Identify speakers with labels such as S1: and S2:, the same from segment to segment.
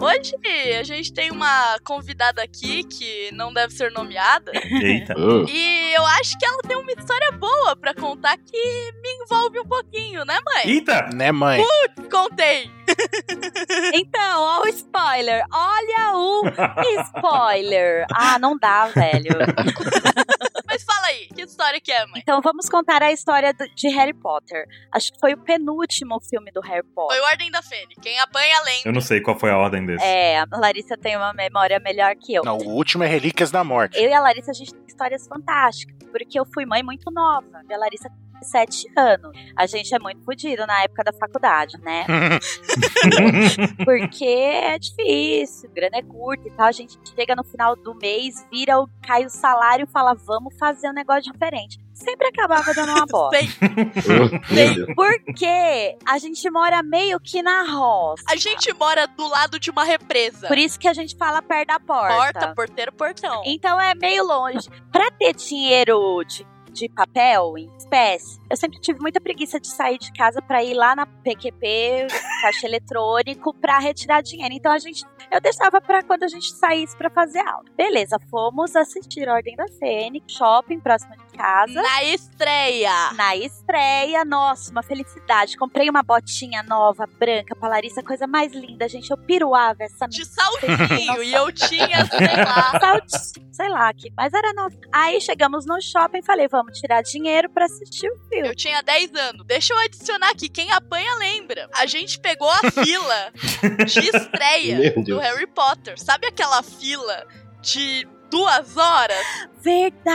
S1: Hoje a gente tem uma convidada aqui que não deve ser nomeada.
S2: Eita.
S3: Hum.
S4: Ah,
S1: E eu acho que ela tem uma história boa pra contar que me envolve um pouquinho, né,
S5: É.
S1: mãe?
S2: Eita!
S4: Né, mãe?
S3: Hum.
S1: Contei.
S5: Então, ó o spoiler. Olha o spoiler. Ah, não dá, velho.
S1: Mas fala aí, que história que é, mãe?
S5: Então vamos contar a história do- de Harry Potter. Acho que foi o penúltimo filme do Harry
S1: Foi
S5: Potter.
S1: o Ordem da Fênix. Quem apanha além.
S2: Eu não sei qual foi a ordem desse.
S5: É, a Larissa tem uma memória melhor que eu.
S4: Não, o último é Relíquias da Morte.
S5: Eu e a Larissa, a gente tem histórias fantásticas, porque eu fui mãe muito nova. E a Larissa tem 7 anos. A gente é muito fodido na época da faculdade, né? Porque é difícil, grana é curta e tal. A gente chega no final do mês, vira, o- cai o salário e fala, vamos fazer um negócio diferente. Sempre acabava dando uma bosta.
S1: Sei.
S3: Hum.
S5: Porque a gente mora meio que na roça.
S1: A gente mora do lado de uma represa.
S5: Por isso que a gente fala perto da
S1: Porta, porteiro, portão.
S5: Então é meio longe. Pra ter dinheiro de, de papel, em espécie, eu sempre tive muita preguiça de sair de casa pra ir lá na PQP, caixa eletrônico, pra retirar dinheiro. Então a gente. Eu deixava pra quando a gente saísse pra fazer aula. Beleza, fomos assistir Ordem da Fênix, shopping próximo de casa.
S1: Na estreia.
S5: Na estreia, nossa, uma felicidade. Comprei uma botinha nova, branca, pra Larissa, coisa mais linda, gente. Eu piruava essa
S1: De
S5: Nossa.
S1: saltinho. e eu tinha, sei lá.
S5: Salti- sei lá, que, mas era novo. Aí chegamos no shopping, falei, vamos tirar dinheiro pra assistir o filme.
S1: Eu tinha 10 anos. Deixa eu adicionar aqui. Quem apanha lembra. A gente pegou a fila de estreia
S4: Meu
S1: do
S4: Deus.
S1: Harry Potter. Sabe aquela fila de duas horas?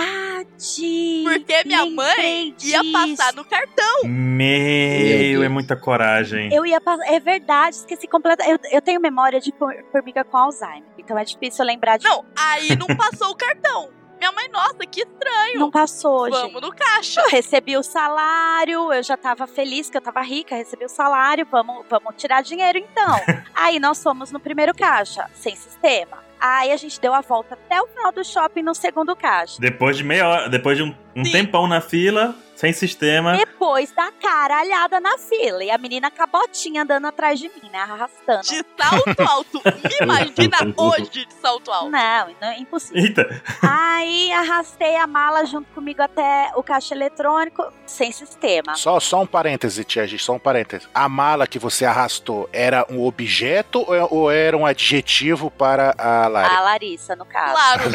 S5: Verdade!
S1: Porque minha mãe
S5: Lembrei
S1: ia passar
S5: disso.
S1: no cartão.
S2: Meu, é muita coragem.
S5: Eu ia passar. É verdade, esqueci completamente. Eu, eu tenho memória de for- formiga com Alzheimer, então é difícil eu lembrar de.
S1: Não, aí não passou o cartão. Minha mãe, nossa, que estranho.
S5: não passou, gente.
S1: Vamos no caixa.
S5: Eu recebi o salário, eu já tava feliz que eu tava rica, recebi o salário, vamos, vamos tirar dinheiro então. Aí nós fomos no primeiro caixa, sem sistema. Aí a gente deu a volta até o final do shopping no segundo caixa.
S2: Depois de meia hora, depois de um, um
S1: Sim.
S2: tempão na fila, sem sistema.
S5: Depois da caralhada na fila. E a menina com a botinha andando atrás de mim, né? Arrastando.
S1: De salto alto. Me imagina hoje de salto alto.
S5: Não, não, é impossível.
S2: Eita!
S5: Aí arrastei a mala junto comigo até o caixa eletrônico, sem sistema.
S4: Só, só um parêntese, Tia Gi, só um parêntese. A mala que você arrastou era um objeto ou é- ou era um adjetivo para a
S1: Ah.
S4: Lari?
S5: A Larissa, no caso.
S1: Claro.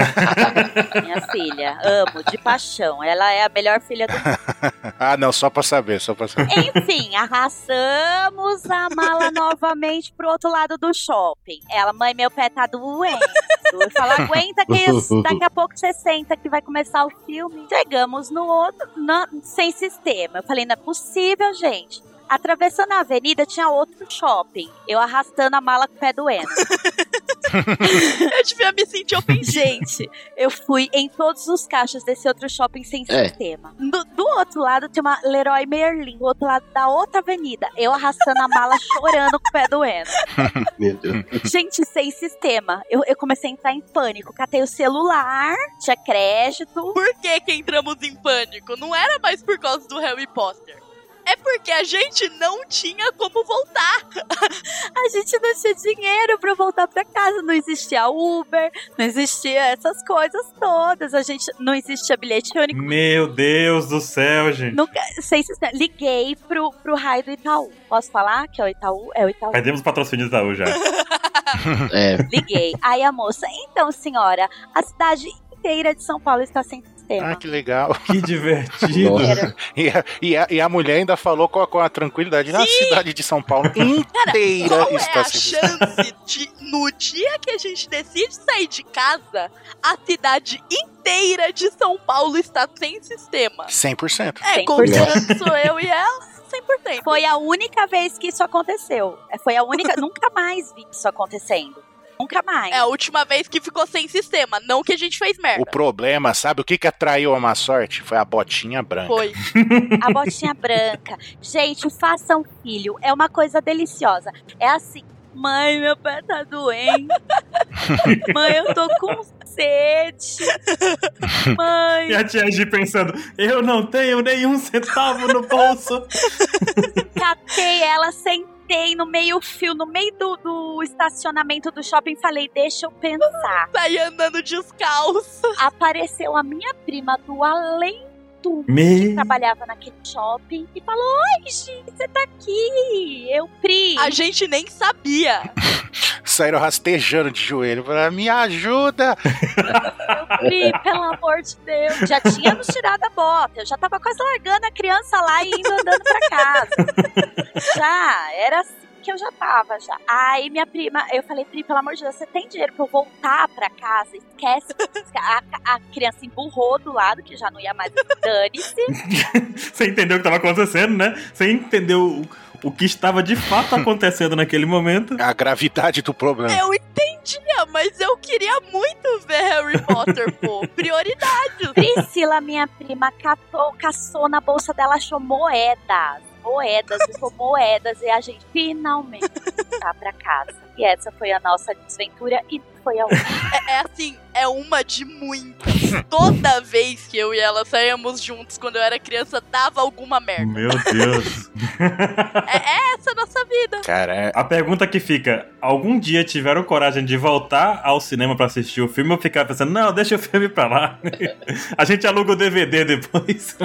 S5: Minha filha, amo, de paixão. Ela é a melhor filha do mundo.
S4: Ah, não, só pra saber, só pra saber.
S5: Enfim, arrastamos a mala novamente pro outro lado do shopping. Ela, mãe, meu pé tá doendo. Eu falo, aguenta que isso- daqui a pouco você senta que vai começar o filme. Chegamos no outro, na- sem sistema. Eu falei, não é possível, gente. Atravessando a avenida tinha outro shopping. Eu arrastando a mala com o pé doendo.
S1: Eu devia me sentir ofendida.
S5: Gente, eu fui em todos os caixas desse outro shopping sem
S4: É.
S5: sistema. Do, do outro lado tem uma Leroy Merlin, do outro lado da outra avenida. Eu arrastando a mala, chorando com o pé doendo.
S3: Meu Deus.
S5: Gente, sem sistema. Eu, eu comecei a entrar em pânico. Catei o celular, tinha crédito.
S1: Por que que entramos em pânico? Não era mais por causa do Harry Potter. É porque a gente não tinha como voltar.
S5: A gente não tinha dinheiro pra voltar pra casa. Não existia Uber, não existia essas coisas todas. A gente não existia bilhete único.
S2: Meu Deus do céu, gente.
S5: Nunca, sem sistema. Liguei pro, pro raio do Itaú. Posso falar que é o Itaú? É o Itaú.
S2: Perdemos o patrocínio da Itaú já.
S3: É,
S5: Liguei. Aí a moça, então, senhora, a cidade inteira de São Paulo está sem
S4: Ah,
S5: sistema.
S4: que legal.
S2: Que divertido.
S3: Nossa.
S5: Era-
S4: E a, e a- e a mulher ainda falou com a, com a tranquilidade na cidade de São Paulo inteira
S1: Qual é
S4: está
S1: a
S4: se
S1: chance de, no dia que a gente decide sair de casa, a cidade inteira de São Paulo está sem sistema?
S4: 100%.
S1: É,
S5: 100%.
S1: considerando que sou eu e ela, 100%.
S5: Foi a única vez que isso aconteceu. Foi a única. nunca mais vi isso acontecendo. Nunca mais.
S1: É a última vez que ficou sem sistema, não que a gente fez
S4: O
S1: merda.
S4: problema, sabe o que, que atraiu a má sorte? Foi a botinha branca.
S1: Foi.
S5: A botinha branca. Gente, façam filho. É uma coisa deliciosa. É assim. Mãe, meu pé tá doendo. Mãe, eu tô com sede. Mãe,
S2: E a Tia G pensando, eu não tenho nenhum centavo no bolso.
S5: catei ela sem parei no meio fio, no meio do, do estacionamento do shopping, falei, deixa eu pensar.
S1: Saí andando descalço.
S5: Apareceu a minha prima do além do
S2: Me...
S5: trabalhava naquele shopping e falou: Oi, Gi, você tá aqui? Eu, Pri.
S1: A gente nem sabia.
S4: Saíram rastejando de joelho. Falaram, me ajuda!
S5: Eu, Pri, pelo amor de Deus. Já tinha nos tirado a bota. Eu já tava quase largando a criança lá e indo andando pra casa. Já, era assim. Que eu já tava já. Aí minha prima, eu falei, Pri, pelo amor de Deus, você tem dinheiro pra eu voltar pra casa? Esquece. A, a criança emburrou do lado, que já não ia mais. Dane-se.
S2: Você entendeu o que tava acontecendo, né? Você entendeu o, o que estava de fato acontecendo naquele momento.
S4: A gravidade do problema.
S1: Eu entendia, mas eu queria muito ver Harry Potter, pô. Prioridade.
S5: Priscila, minha prima, catou, caçou na bolsa dela, achou moedas. Moedas, ficou moedas e a gente finalmente tá pra casa. E essa foi a nossa desventura e foi a última.
S1: É, é assim, é uma de muitas. Toda vez que eu e ela saíamos juntos quando eu era criança, dava alguma
S5: É.
S1: merda.
S2: Meu Deus.
S1: É, é essa a nossa vida.
S4: Cara, é,
S2: A pergunta que fica: algum dia tiveram coragem de voltar ao cinema pra assistir o filme ou ficar pensando, não, deixa o filme pra lá? A gente aluga o DVD depois.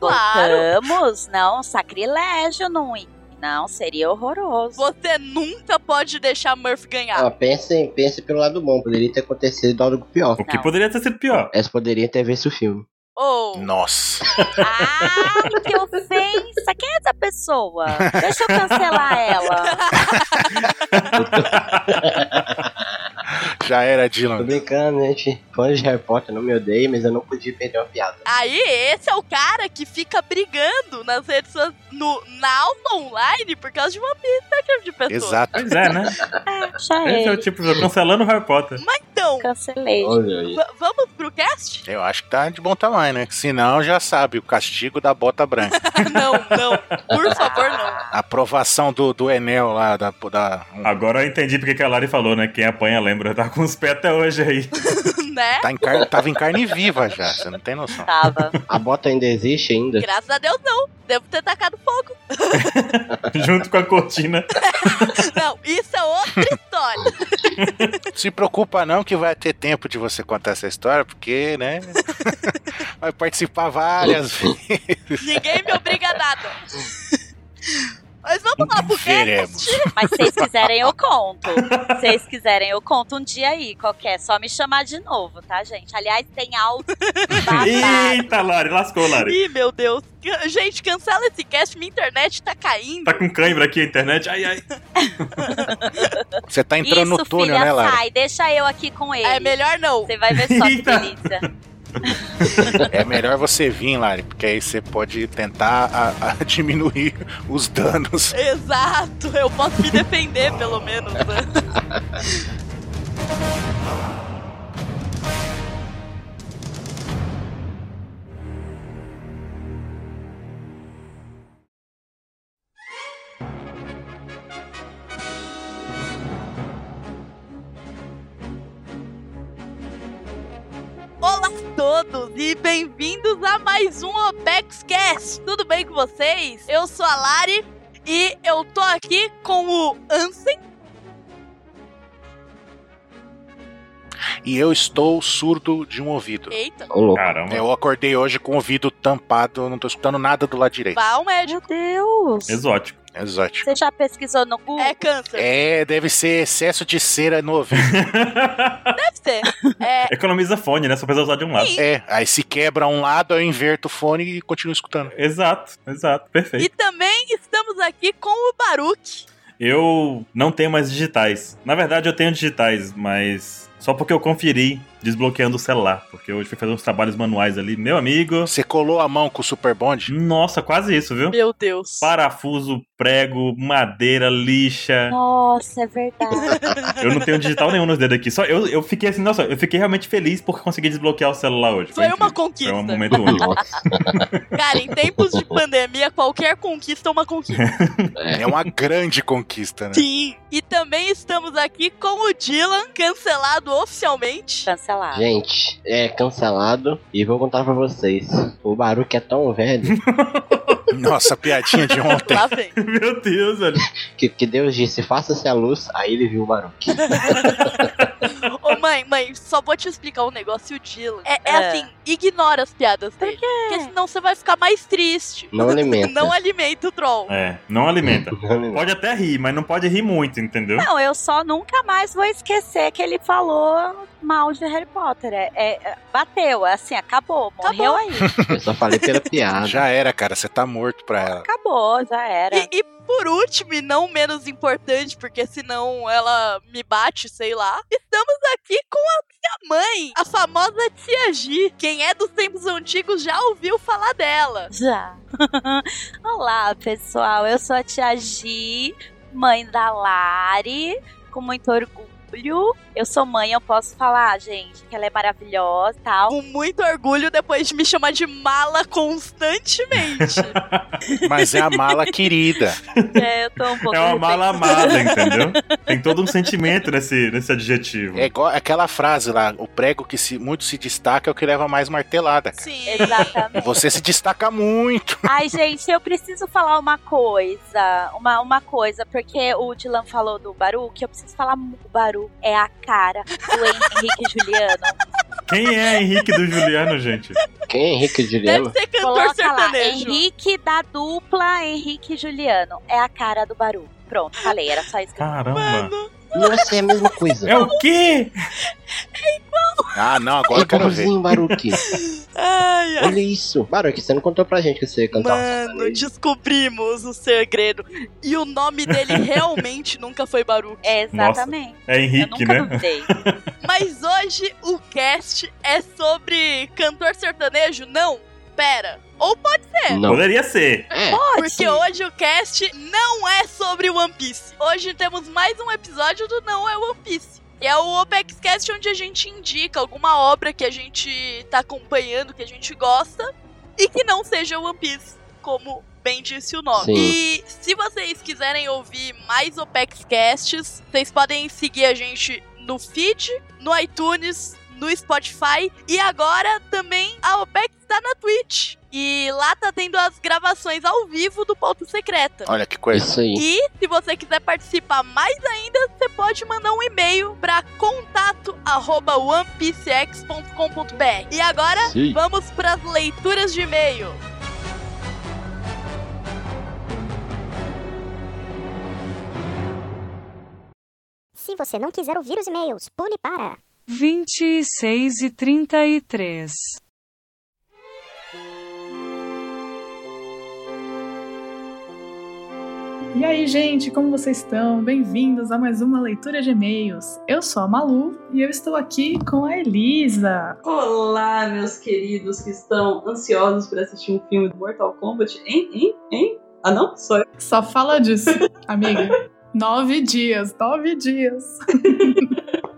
S1: Claro.
S5: Vamos, não, sacrilégio, não ir. Não, seria horroroso.
S1: Você nunca pode deixar Murphy ganhar.
S3: Ó, pensem, pensem pelo lado bom. Poderia ter acontecido algo pior.
S2: O que
S5: Não.
S2: poderia ter sido pior.
S3: Tá. Essa poderia ter visto o filme.
S1: Ou.
S4: nossa.
S5: Ai, que ofensa! Quem é essa pessoa? Deixa eu cancelar ela.
S4: Já era,
S3: Tô
S4: Dylan.
S3: brincando, gente. Fãs de Harry Potter não me odeiem, mas eu não podia perder uma piada.
S1: Aí, esse é o cara que fica brigando nas redes so- no, na aula online por causa de uma pista de pessoa.
S4: Exato.
S2: Pois é, né?
S5: Deixa
S2: Esse é o
S5: ele.
S2: tipo, de- cancelando o Harry Potter.
S1: Então,
S5: Cancelei.
S3: Olha aí.
S1: v- vamos pro cast?
S4: Eu acho que tá de bom tamanho, né? Se não, já sabe, o castigo da bota branca.
S1: Ah, não, não. Por favor, não.
S4: A aprovação do, do Enel lá, da. da um,
S2: Agora eu entendi porque que a Lari falou, né? Quem apanha lembra. Tá com os pés até hoje aí.
S1: né?
S4: tá em carne, tava em carne viva já, você não tem noção.
S5: Tava.
S3: A bota ainda existe ainda?
S1: Graças a Deus, não. Devo ter tacado fogo.
S2: Junto com a cortina.
S1: Não, isso é outra história.
S4: Se preocupa não que vai ter tempo de você contar essa história, porque, né? Vai participar várias vezes.
S1: Ninguém me obriga a nada. Mas vamos lá pro
S4: Veremos.
S1: cast.
S5: Mas se vocês quiserem, eu conto. Se vocês quiserem, eu conto um dia aí, qualquer. Só me chamar de novo, tá, gente? Aliás, tem áudio. tá. babado.
S2: Eita, Lari, lascou, Lari.
S1: Ih, meu Deus. Gente, cancela esse cast. Minha internet tá caindo.
S2: Tá com cãibra aqui a internet. Ai, ai.
S4: Você tá entrando
S5: Isso,
S4: no túnel,
S5: filha,
S4: né, Lara?
S5: sai. Deixa eu aqui com ele.
S1: É melhor não.
S5: Você vai ver só que
S2: Eita.
S5: delícia.
S4: É melhor você vir, Lari, porque aí você pode tentar a- a diminuir os danos.
S1: Exato, eu posso me defender pelo menos. né? Olá a todos e bem-vindos a mais um OpexCast. Tudo bem com vocês? Eu sou a Lari e eu tô aqui com o Ansem.
S4: E eu estou surdo de um ouvido.
S1: Eita,
S3: Ô, louco.
S2: Caramba.
S4: É, Eu acordei hoje com o ouvido tampado, eu não tô escutando nada do lado direito.
S1: vá ao médico.
S5: Meu Deus.
S2: Exótico.
S4: Exótico.
S5: Você já pesquisou no Google?
S1: É câncer.
S4: É, deve ser excesso de cera no ouvido.
S1: Deve ser. É,
S2: Economiza fone, né? Só precisa usar de um lado.
S1: Sim.
S4: É, aí se quebra um lado, eu inverto o fone e continuo escutando.
S2: Exato, exato. Perfeito.
S1: e também estamos aqui com o Baruque.
S2: Eu não tenho mais digitais. Na verdade, eu tenho digitais, mas só porque eu conferi desbloqueando o celular. Porque hoje fui fazer uns trabalhos manuais ali. Meu amigo.
S4: Você colou a mão com o Super Bond?
S2: Nossa, quase isso, viu?
S1: Meu Deus.
S2: Parafuso, prego, madeira, lixa.
S5: Nossa, é verdade.
S2: Eu não tenho digital nenhum nos dedos aqui. Só eu, eu fiquei assim, nossa, eu fiquei realmente feliz porque consegui desbloquear o celular hoje.
S1: Foi uma
S2: incrível. Foi um
S1: conquista.
S2: momento único.
S3: Nossa.
S1: Cara, em tempos de pandemia, qualquer conquista é uma conquista.
S4: É uma grande conquista, né?
S1: Sim. E também estamos aqui com o Dylan, cancelado oficialmente.
S5: Cancelado.
S3: Gente, é cancelado. E vou contar pra vocês. O Baruque é tão velho
S4: Nossa, piadinha de ontem.
S1: Lá vem.
S2: Meu Deus, velho.
S3: Que, que Deus disse, faça-se a luz, aí ele viu o Baruque.
S1: Ô, mãe, mãe, só vou te explicar um negócio, o Dylan. É, é
S5: É.
S1: assim, ignora as piadas dele. Porque senão você vai ficar mais triste.
S3: Não alimenta.
S1: Não alimenta o troll.
S2: É, não alimenta.
S3: Não alimenta.
S2: Pode até rir, mas não pode rir muito, entendeu?
S5: Não, eu só nunca mais vou esquecer que ele falou mal de Harry Potter. É, é- é- bateu, é assim, acabou, morreu
S1: Acabou.
S5: aí.
S3: Eu só falei pela piada.
S4: Já era, cara. Você tá morto pra ela.
S5: Acabou, já era.
S1: E, e por último, e não menos importante, porque senão ela me bate, sei lá. Estamos aqui com a minha mãe, a famosa Tia G. Quem é dos tempos antigos já ouviu falar dela.
S5: Já. Olá, pessoal. Eu sou a Tia Gi, mãe da Lari, com muito orgulho. Eu sou mãe, eu posso falar, gente, que ela é maravilhosa e tal.
S1: Com muito orgulho, depois de me chamar de mala constantemente.
S4: Mas é a mala querida.
S5: É, eu tô um pouco
S2: É uma mala
S5: arrependida.
S2: amada, entendeu? Tem todo um sentimento nesse, nesse adjetivo.
S4: É igual aquela frase lá: o prego que se- muito se destaca é o que leva mais martelada.
S5: É
S4: cara.
S1: Sim.
S5: Exatamente.
S4: Você se destaca muito.
S5: Ai, gente, eu preciso falar uma coisa. Uma, uma coisa, porque o Dylan falou do Baruque, eu preciso falar. mu- O Baruque é a cara do Henrique Juliano.
S2: Quem é Henrique do Juliano, gente?
S3: Quem é Henrique e
S1: Deve
S3: Juliano?
S1: ser cantor
S5: Coloca lá,
S1: sertanejo.
S5: Henrique da dupla Henrique Juliano. É a cara do Baru. Pronto, falei, era só isso que eu
S2: Caramba.
S3: Nossa, é a mesma coisa.
S2: É o quê?
S4: Ah, não, agora eu
S3: É
S4: quero ver.
S3: igualzinho, Baruque.
S1: Ai, ai.
S3: Olha isso. Baruque, você não contou pra gente que você ia cantar.
S1: Mano, descobrimos o segredo. E o nome dele realmente nunca foi Baruque.
S5: É, exatamente.
S2: É
S5: Eu
S2: Henrique,
S5: nunca
S2: né?
S5: duvidei.
S1: Mas hoje o cast é sobre cantor sertanejo? Não, pera. Ou pode,
S3: Não.
S2: Poderia ser.
S3: É,
S1: porque hoje o cast não é sobre One Piece. Hoje temos mais um episódio do Não é One Piece. E é o Opex Cast onde a gente indica alguma obra que a gente tá acompanhando, que a gente gosta, e que não seja One Piece, como bem disse o nome.
S3: Sim.
S1: E se vocês quiserem ouvir mais Opex Casts, vocês podem seguir a gente no feed no iTunes, no Spotify e agora também a OPEX está na Twitch. E lá tá tendo as gravações ao vivo do Pauta Secreta.
S4: Olha que coisa.
S3: isso aí.
S1: E se você quiser participar mais ainda, você pode mandar um e-mail para contato@onepcx.com.br. E agora
S3: Sim.
S1: vamos para as leituras de e-mail.
S6: Se você não quiser ouvir os e-mails, pule para.
S7: 26 e 33.
S8: E aí, gente, como vocês estão? Bem-vindos a mais uma leitura de e-mails. Eu sou a Malu e eu estou aqui com a Elisa.
S9: Olá, meus queridos que estão ansiosos por assistir um filme do Mortal Kombat, hein? Hein? Hein? Ah, não? Sou eu.
S8: Só fala disso, amiga. nove dias, nove dias.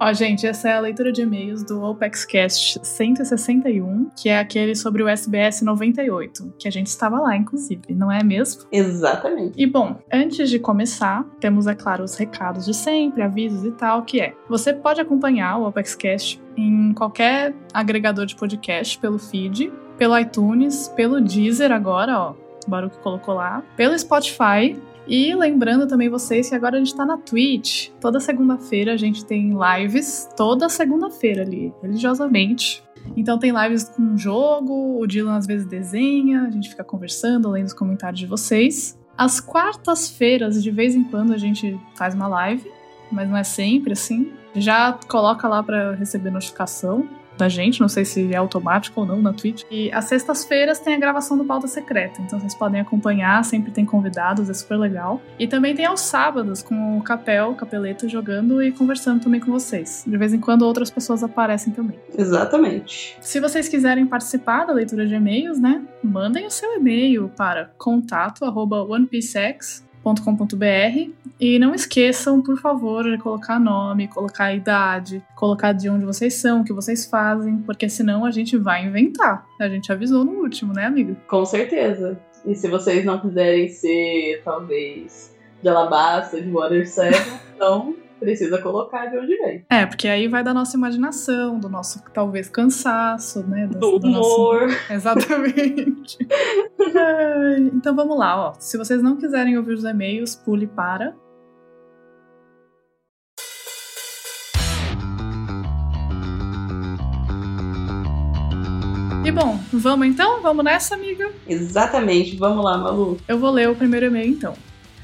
S8: Ó, gente, essa é a leitura de e-mails do OpexCast 161, que é aquele sobre o SBS 98, que a gente estava lá, inclusive, não é mesmo?
S9: Exatamente.
S8: E bom, antes de começar, temos, é claro, os recados de sempre, avisos e tal, que é: você pode acompanhar o OpexCast em qualquer agregador de podcast, pelo feed, pelo iTunes, pelo Deezer agora, ó, o Baruco colocou lá, pelo Spotify. E lembrando também vocês que agora a gente tá na Twitch. Toda segunda-feira a gente tem lives, toda segunda-feira ali, religiosamente. Então tem lives com jogo, o Dylan às vezes desenha, a gente fica conversando, lendo os comentários de vocês. Às quartas-feiras, de vez em quando, a gente faz uma live, mas não é sempre assim. Já coloca lá pra receber notificação da gente, não sei se é automático ou não na Twitch. E às sextas-feiras tem a gravação do Pauta Secreta, então vocês podem acompanhar, sempre tem convidados, é super legal. E também tem aos sábados com o Capel, o Capeleto jogando e conversando também com vocês. De vez em quando outras pessoas aparecem também.
S9: Exatamente.
S8: Se vocês quiserem participar da leitura de e-mails, né? Mandem o seu e-mail para contato@onepcx.com.br e não esqueçam, por favor, de colocar nome, colocar a idade, colocar de onde vocês são, o que vocês fazem, porque senão a gente vai inventar. A gente avisou no último, né, amiga?
S9: Com certeza. E se vocês não quiserem ser, talvez, de Alabasta, de Water 7, então precisa colocar de onde vem.
S8: É, porque aí vai da nossa imaginação, do nosso talvez cansaço, né? da-
S9: Do
S8: da nossa-
S9: humor.
S8: Exatamente. Ai, então vamos lá, ó. Se vocês não quiserem ouvir os e-mails, pule para. E bom, vamos então? Vamos nessa, amiga?
S9: Exatamente. Vamos lá, Malu.
S8: Eu vou ler o primeiro e-mail então.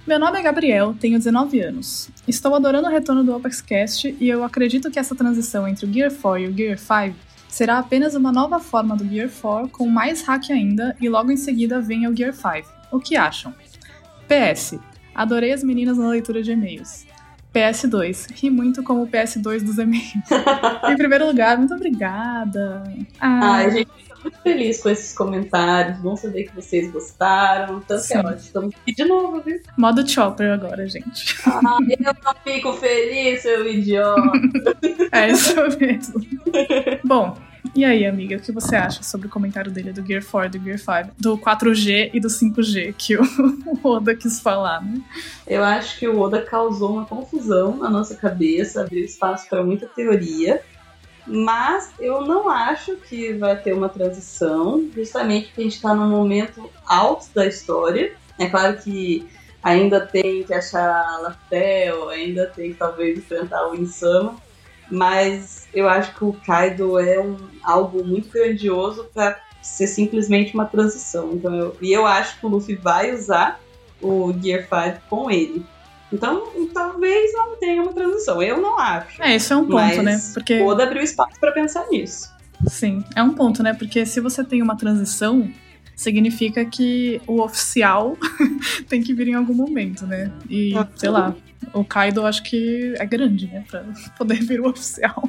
S8: Meu nome é Gabriel, tenho 19 anos. Estou adorando o retorno do Opexcast e eu acredito que essa transição entre o Gear 4 e o Gear 5 será apenas uma nova forma do Gear 4 com mais hack ainda e logo em seguida vem o Gear 5. O que acham? PS. Adorei as meninas na leitura de e-mails. PS2. Ri muito como o PS2 dos e-mails. em primeiro lugar, muito obrigada. Ah,
S9: Ai, gente, eu tô muito feliz com esses comentários. Bom saber que vocês gostaram. Tanto
S8: Sim.
S9: que ó, estamos aqui de novo, viu?
S8: Modo chopper agora, gente.
S9: Ah, eu não fico feliz, seu idiota.
S8: É isso mesmo. Bom, e aí, amiga, o que você acha sobre o comentário dele do Gear 4, do Gear 5, do 4G e do 5G que o o Oda quis falar, né?
S9: Eu acho que o Oda causou uma confusão na nossa cabeça, abriu espaço para muita teoria. Mas eu não acho que vai ter uma transição, justamente porque a gente está num momento alto da história. É claro que ainda tem que achar a Laftel, ainda tem que talvez enfrentar o Insama, mas eu acho que o Kaido é um, algo muito grandioso para ser simplesmente uma transição. Então eu- e eu acho que o Luffy vai usar o Gear 5 com ele. Então, talvez não tenha uma transição. Eu não acho.
S8: É, isso é um ponto,
S9: Mas
S8: né? Porque.
S9: O Oda abriu espaço pra pensar nisso.
S8: Sim, é um ponto, né? Porque se você tem uma transição, significa que o oficial tem que vir em algum momento, né? E,
S9: Tá
S8: sei lá, o Kaido acho que é grande, né? Pra poder vir o oficial.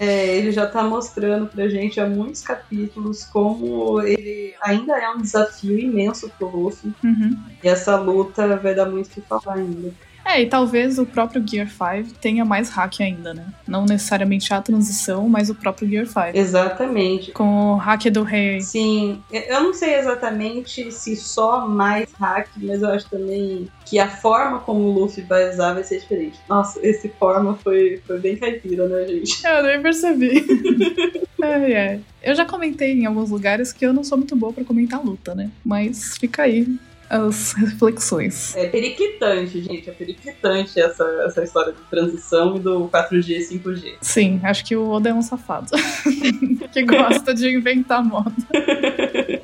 S9: É, ele já tá mostrando pra gente há muitos capítulos como ele ainda é um desafio imenso pro Luffy.
S8: Uhum.
S9: E essa luta vai dar muito o que falar ainda.
S8: É, e talvez o próprio Gear 5 tenha mais hack ainda, né? Não necessariamente a transição, mas o próprio Gear 5.
S9: Exatamente.
S8: Com o hack do rei.
S9: Sim, eu não sei exatamente se só mais hack, mas eu acho também que a forma como o Luffy vai usar vai ser diferente. Nossa, esse forma foi, foi bem caipira, né, gente?
S8: Eu nem percebi. ai, ai. Eu já comentei em alguns lugares que eu não sou muito boa pra comentar luta, né? Mas fica aí as reflexões.
S9: É periquitante, gente. É periquitante essa, essa história de transição e do 4G, 5G.
S8: Sim, acho que o Oda é um safado. que gosta de inventar moda.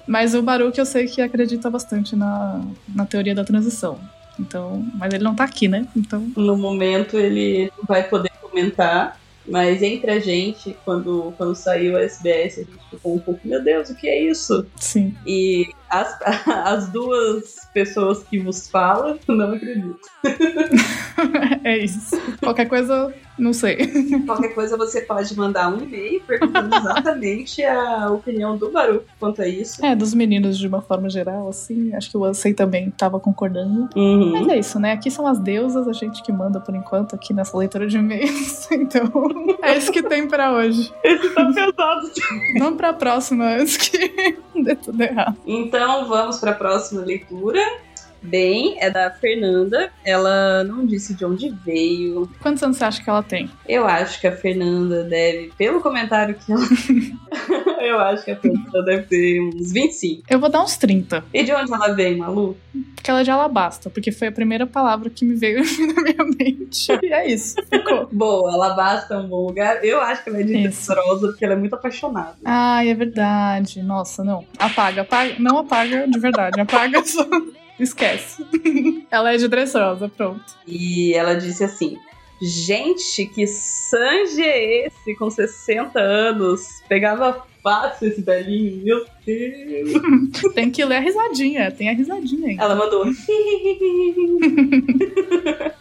S8: Mas o Baruch eu sei que acredita bastante na, na teoria da transição. Então, mas ele não tá aqui, né? Então
S9: No momento ele não vai poder comentar, mas entre a gente, quando, quando saiu a SBS, a gente ficou um pouco, meu Deus, o que é isso?
S8: Sim.
S9: E as, as duas pessoas que vos falam, não acredito.
S8: É isso. Qualquer coisa, não sei.
S9: Qualquer coisa você pode mandar um e-mail perguntando exatamente a opinião do Baruco quanto a isso.
S8: É, dos meninos de uma forma geral, assim. Acho que o Ansei também tava concordando. Mas
S9: Uhum.
S8: é isso, né? Aqui são as deusas, a gente que manda por enquanto aqui nessa leitura de e-mails. Então, é isso que tem pra hoje.
S9: Tá pesado.
S8: Vamos pra próxima, antes que dê tudo errado.
S9: Então vamos para a próxima leitura. Bem, é da Fernanda. Ela não disse de onde veio.
S8: Quantos anos você acha que ela tem?
S9: Eu acho que a Fernanda deve, pelo comentário que ela. Eu acho que a Fernanda deve ter uns 25.
S8: Eu vou dar uns 30,
S9: E de onde ela vem, Malu?
S8: porque ela é de alabasta, porque foi a primeira palavra que me veio na minha mente. E é isso, ficou.
S9: Boa, ela basta um bom lugar. Eu acho que ela é de
S8: Isso.
S9: Dressrosa, porque ela é muito apaixonada.
S8: Ai, é verdade. Nossa, não. Apaga, apaga. Não apaga de verdade. Apaga só. Esquece. Ela é de Dressrosa, pronto.
S9: E ela disse assim: Gente, que Sanji é esse com 60 anos? Pegava fácil esse velhinho, meu Deus.
S8: Tem que ler a risadinha. Tem a risadinha aí.
S9: Ela mandou.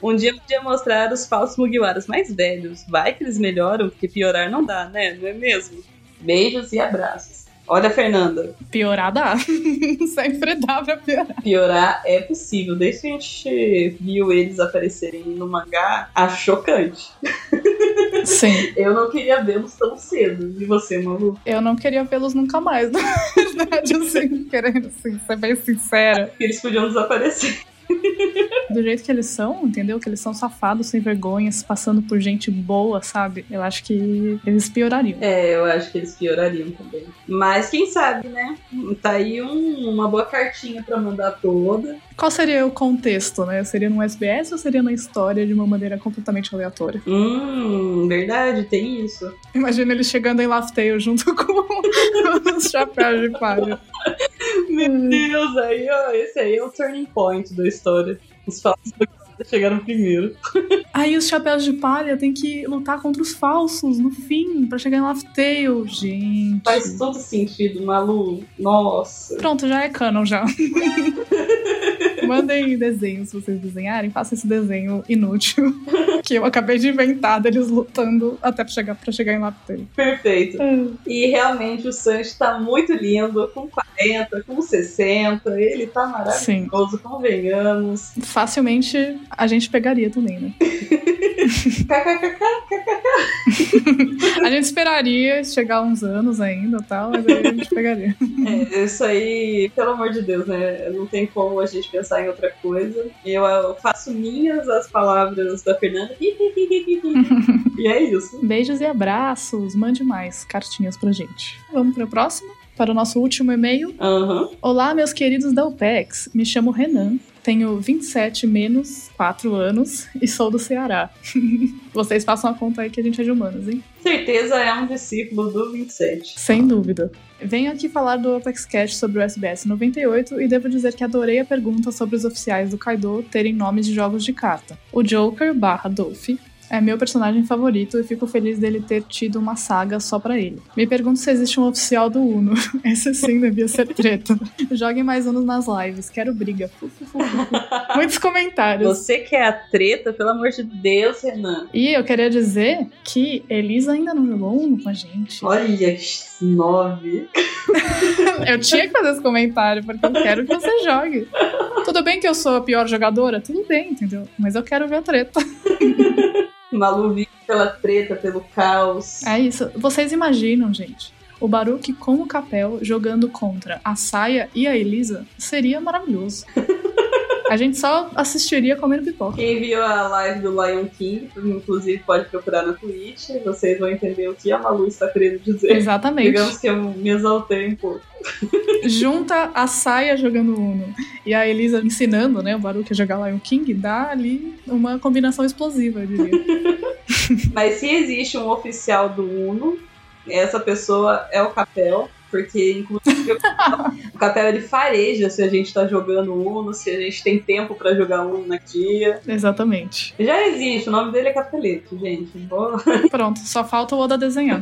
S9: um dia eu podia mostrar os falsos Mugiwaras mais velhos. Vai que eles melhoram, porque piorar não dá, né? Não é mesmo? Beijos e abraços. Olha, Fernanda,
S8: Piorar dá. Sempre dá pra piorar.
S9: piorar é possível. Desde que a gente viu eles aparecerem no mangá, acho chocante.
S8: Sim.
S9: Eu não queria vê-los tão cedo. E você, Malu?
S8: Eu não queria vê-los nunca mais, na verdade, assim, querendo assim, ser bem sincera.
S9: Eles podiam desaparecer.
S8: do jeito que eles são, entendeu? Que eles são safados, sem vergonhas, passando por gente boa, sabe? Eu acho que eles piorariam.
S9: É, eu acho que eles piorariam também. Mas quem sabe, né? Tá aí um- uma boa cartinha pra mandar toda.
S8: Qual seria o contexto, né? Seria num SBS ou seria na história de uma maneira completamente aleatória?
S9: Hum, verdade, tem isso.
S8: Imagina eles chegando em Laftale junto com os chapéus de palha.
S9: Meu Deus, aí, ó, esse aí é o turning point da história. Os fatos chegaram primeiro.
S8: Aí os chapéus de palha tem que lutar contra os falsos no fim, pra chegar em Laftale, gente.
S9: Faz todo sentido, Malu. Nossa.
S8: Pronto, já é canon já. Mandem desenhos se vocês desenharem, façam esse desenho inútil que eu acabei de inventar deles lutando até pra chegar, pra chegar em Laftale.
S9: Perfeito. E realmente o Sanji tá muito lindo, com 40, com 60. Ele tá
S8: Sim.
S9: maravilhoso, convenhamos.
S8: Facilmente a gente pegaria também, né?
S9: KKKK.
S8: A gente esperaria chegar uns anos ainda e tal, mas aí a gente pegaria.
S9: É, isso aí, pelo amor de Deus, né? Não tem como a gente pensar em outra coisa. Eu, eu faço minhas as palavras da Fernanda. e é isso.
S8: Beijos e abraços, mande mais cartinhas pra gente. Vamos pro próximo? Para o nosso último e-mail,
S9: Aham.
S8: Olá, meus queridos da UPEX. Me chamo Renan, tenho 27 menos 4 anos e sou do Ceará. Vocês façam a conta aí que a gente é de humanos, hein?
S9: Certeza é um discípulo do 27.
S8: Sem dúvida. Venho aqui falar do Apex Cash sobre o SBS 98 e devo dizer que adorei a pergunta sobre os oficiais do Kaido terem nomes de jogos de carta. O Joker barra Dolph é meu personagem favorito e fico feliz dele ter tido uma saga só pra ele. Me pergunto se existe um oficial do Uno. Esse sim devia ser treta. Joguem mais anos nas lives, quero briga. Fu, fu, fu, fu. Muitos comentários.
S9: Você que é a treta, pelo amor de Deus, Renan.
S8: E eu queria dizer que Elisa ainda não jogou Uno com a gente.
S9: Olha, que nove.
S8: Eu tinha que fazer esse comentário, porque eu quero que você jogue. Tudo bem que eu sou a pior jogadora? Tudo bem, entendeu? Mas eu quero ver a treta.
S9: Malu vive pela treta, pelo caos.
S8: É isso. Vocês imaginam, gente, o Baruque com o Capel jogando contra a Saia e a Elisa seria maravilhoso. A gente só assistiria comendo pipoca.
S9: Quem viu a live do Lion King, inclusive pode procurar na Twitch, vocês vão entender o que a Malu está querendo dizer.
S8: Exatamente.
S9: Digamos que eu me exaltei um pouco.
S8: Junta a Saia jogando Uno e a Elisa ensinando, né, o Baruque a jogar Lion King, dá ali uma combinação explosiva, eu diria.
S9: Mas se existe um oficial do Uno, essa pessoa é o Capel, porque inclusive o Capel ele fareja se a gente tá jogando Uno, se a gente tem tempo pra jogar Uno na dia.
S8: Exatamente.
S9: Já existe, o nome dele é Capeleto, gente. Boa.
S8: Pronto, só falta o Oda desenhar.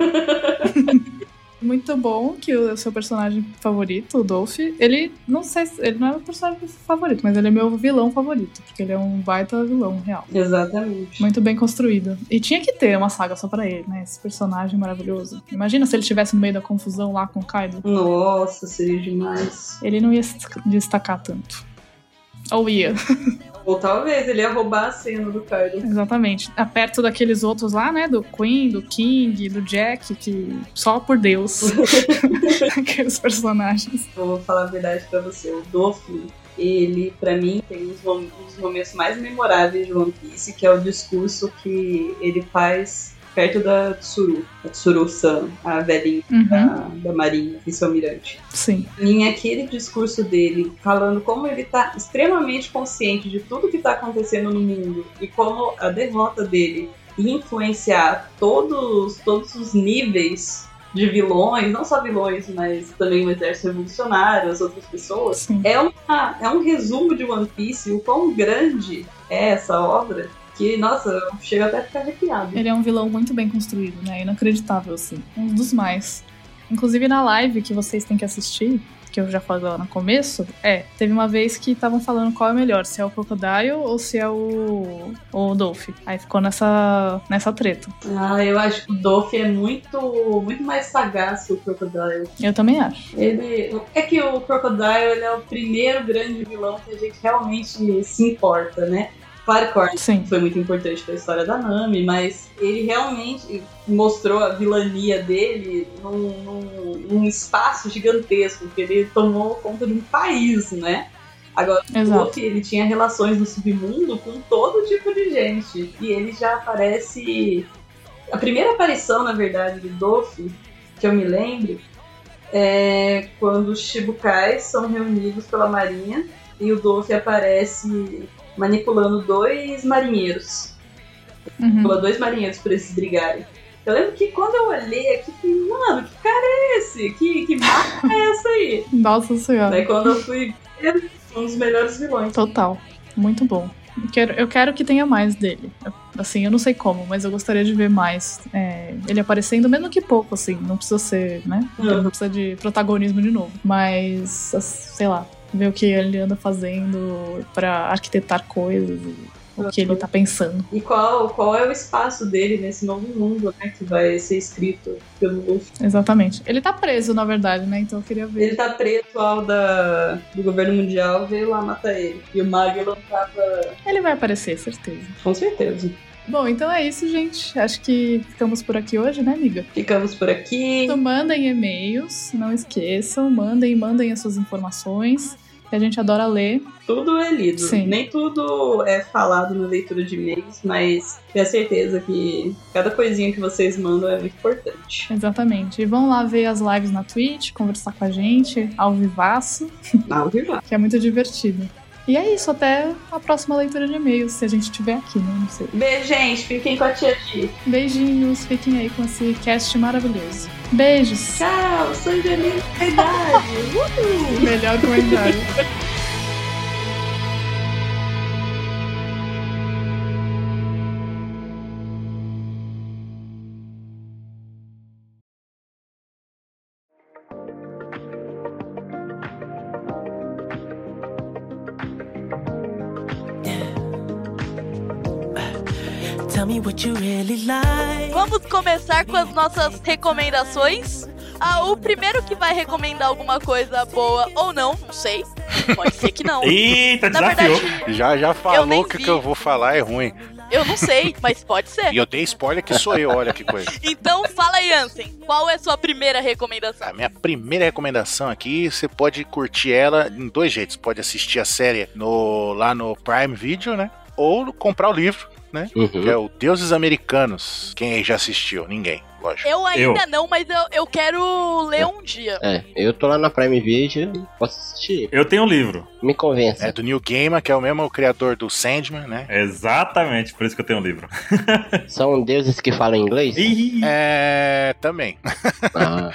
S8: Muito bom que o seu personagem favorito, o Dolph, ele não sei se ele não é meu personagem favorito, mas ele é meu vilão favorito, porque ele é um baita vilão real.
S9: Exatamente.
S8: Muito bem construído. E tinha que ter uma saga só pra ele, né? Esse personagem maravilhoso. Imagina se ele estivesse no meio da confusão lá com o Kaido.
S9: Nossa, seria demais.
S8: Ele não ia se destacar tanto. Ou ia,
S9: Ou talvez ele ia roubar a cena do Kaido.
S8: exatamente. Ah, Perto daqueles outros lá, né? Do Queen, do King, do Jack, que só por Deus. aqueles personagens.
S9: Eu vou falar a verdade pra você. O Dolphin, ele, pra mim, tem um dos mom- um dos momentos mais memoráveis de One Piece, que é o discurso que ele faz perto da Tsuru. A Tsuru-san, a velhinha
S8: Uhum,
S9: da, da marinha, vice-almirante.
S8: sim.
S9: Em aquele discurso dele, falando como ele tá extremamente consciente de tudo que tá acontecendo no mundo e como a derrota dele ia influenciar todos, todos os níveis de vilões, não só vilões, mas também o exército revolucionário, as outras pessoas,
S8: Sim.
S9: é, uma, é um resumo de One Piece, o quão grande é essa obra, que, nossa, eu chego até a ficar arrepiado.
S8: Ele é um vilão muito bem construído, né? Inacreditável, assim. Um dos mais. Inclusive na live que vocês têm que assistir, que eu já falei lá no começo, é, teve uma vez que estavam falando qual é melhor, se é o Crocodile ou se é o, o Dolph. Aí ficou nessa, nessa treta.
S9: Ah, eu acho que o Dolph é muito, muito mais sagaz que o Crocodile.
S8: Eu também acho.
S9: Ele, é que o Crocodile ele é o primeiro grande vilão que a gente realmente se importa, né? Claro que o Armin
S8: Sim.
S9: foi muito importante pra história da Nami, mas ele realmente mostrou a vilania dele num, num- num espaço gigantesco, que ele tomou conta de um país, né? Agora, o
S8: Exato.
S9: Luffy, ele tinha relações no submundo com todo tipo de gente. E ele já aparece... A primeira aparição, na verdade, do Luffy, que eu me lembro, é quando os Shibukais são reunidos pela marinha e o Luffy aparece manipulando dois marinheiros.
S8: Uhum.
S9: Pula dois marinheiros pra eles se brigarem. Eu lembro que quando eu olhei aqui, eu falei, mano, que cara é esse? Que, que marca é essa aí?
S8: Nossa senhora.
S9: Daí quando eu fui ver, um dos melhores vilões.
S8: Total. Muito bom. Eu quero, eu quero que tenha mais dele. Eu- Assim, eu não sei como, mas eu gostaria de ver mais é, ele aparecendo, mesmo que pouco, assim. Não precisa ser, né? Ele
S9: Uhum.
S8: Não precisa de protagonismo de novo. Mas, as- sei lá, ver o que ele anda fazendo pra arquitetar coisas, e o que ele
S9: Uhum.
S8: tá pensando.
S9: E qual, qual é o espaço dele nesse novo mundo, né? Que vai ser escrito pelo Luffy.
S8: Exatamente. Ele tá preso, na verdade, né? Então eu queria ver.
S9: Ele tá preto ao da, do governo mundial, veio lá matar ele. E o Magellan tava.
S8: Ele vai aparecer, certeza.
S9: Com certeza.
S8: Bom, então é isso, gente. Acho que ficamos por aqui hoje, né, amiga?
S9: Ficamos por aqui.
S8: Então, mandem e-mails, não esqueçam, mandem, mandem as suas informações. que A gente adora ler.
S9: Tudo é lido.
S8: Sim.
S9: Nem tudo é falado na leitura de e-mails, mas tenho certeza que cada coisinha que vocês mandam é muito importante.
S8: Exatamente. E vão lá ver as lives na Twitch, conversar com a gente, ao vivaço,
S9: Ao vivo.
S8: que é muito divertido. E é isso, até a próxima leitura de e-mails, se a gente estiver aqui, né? Não sei.
S9: Beijo, gente. Fiquem com a tia G.
S8: Beijinhos, fiquem aí com esse cast maravilhoso. Beijos!
S9: Tchau, sou Angelina Verdade.
S8: Melhor comentário.
S1: Vamos começar com as nossas recomendações. Ah, o primeiro que vai recomendar alguma coisa boa ou não, não sei. Pode ser que não.
S2: Eita,
S1: Na
S2: desafiou.
S1: verdade,
S4: Já, já
S1: nem
S4: falou que o
S1: vi.
S4: que eu vou falar é ruim.
S1: eu não sei, mas pode ser.
S4: E eu dei spoiler que sou eu, olha que coisa.
S1: Então fala aí, Ansem, qual é a sua primeira recomendação?
S4: A minha primeira recomendação aqui, você pode curtir ela em dois jeitos. Pode assistir a série no, lá no Prime Video, né? Ou comprar o livro, que
S3: Uhum.
S4: é o Deuses Americanos. Quem aí já assistiu? Ninguém, lógico.
S1: Eu ainda não, mas eu, eu quero ler um dia.
S3: É, eu tô lá na Prime Video, posso assistir.
S2: Eu tenho um livro.
S3: Me convença.
S4: É do Neil Gaiman, que é o mesmo criador do Sandman, né?
S2: É Exatamente, por isso que eu tenho um livro.
S3: São deuses que falam inglês?
S2: Ih,
S4: É, também.
S3: Ah,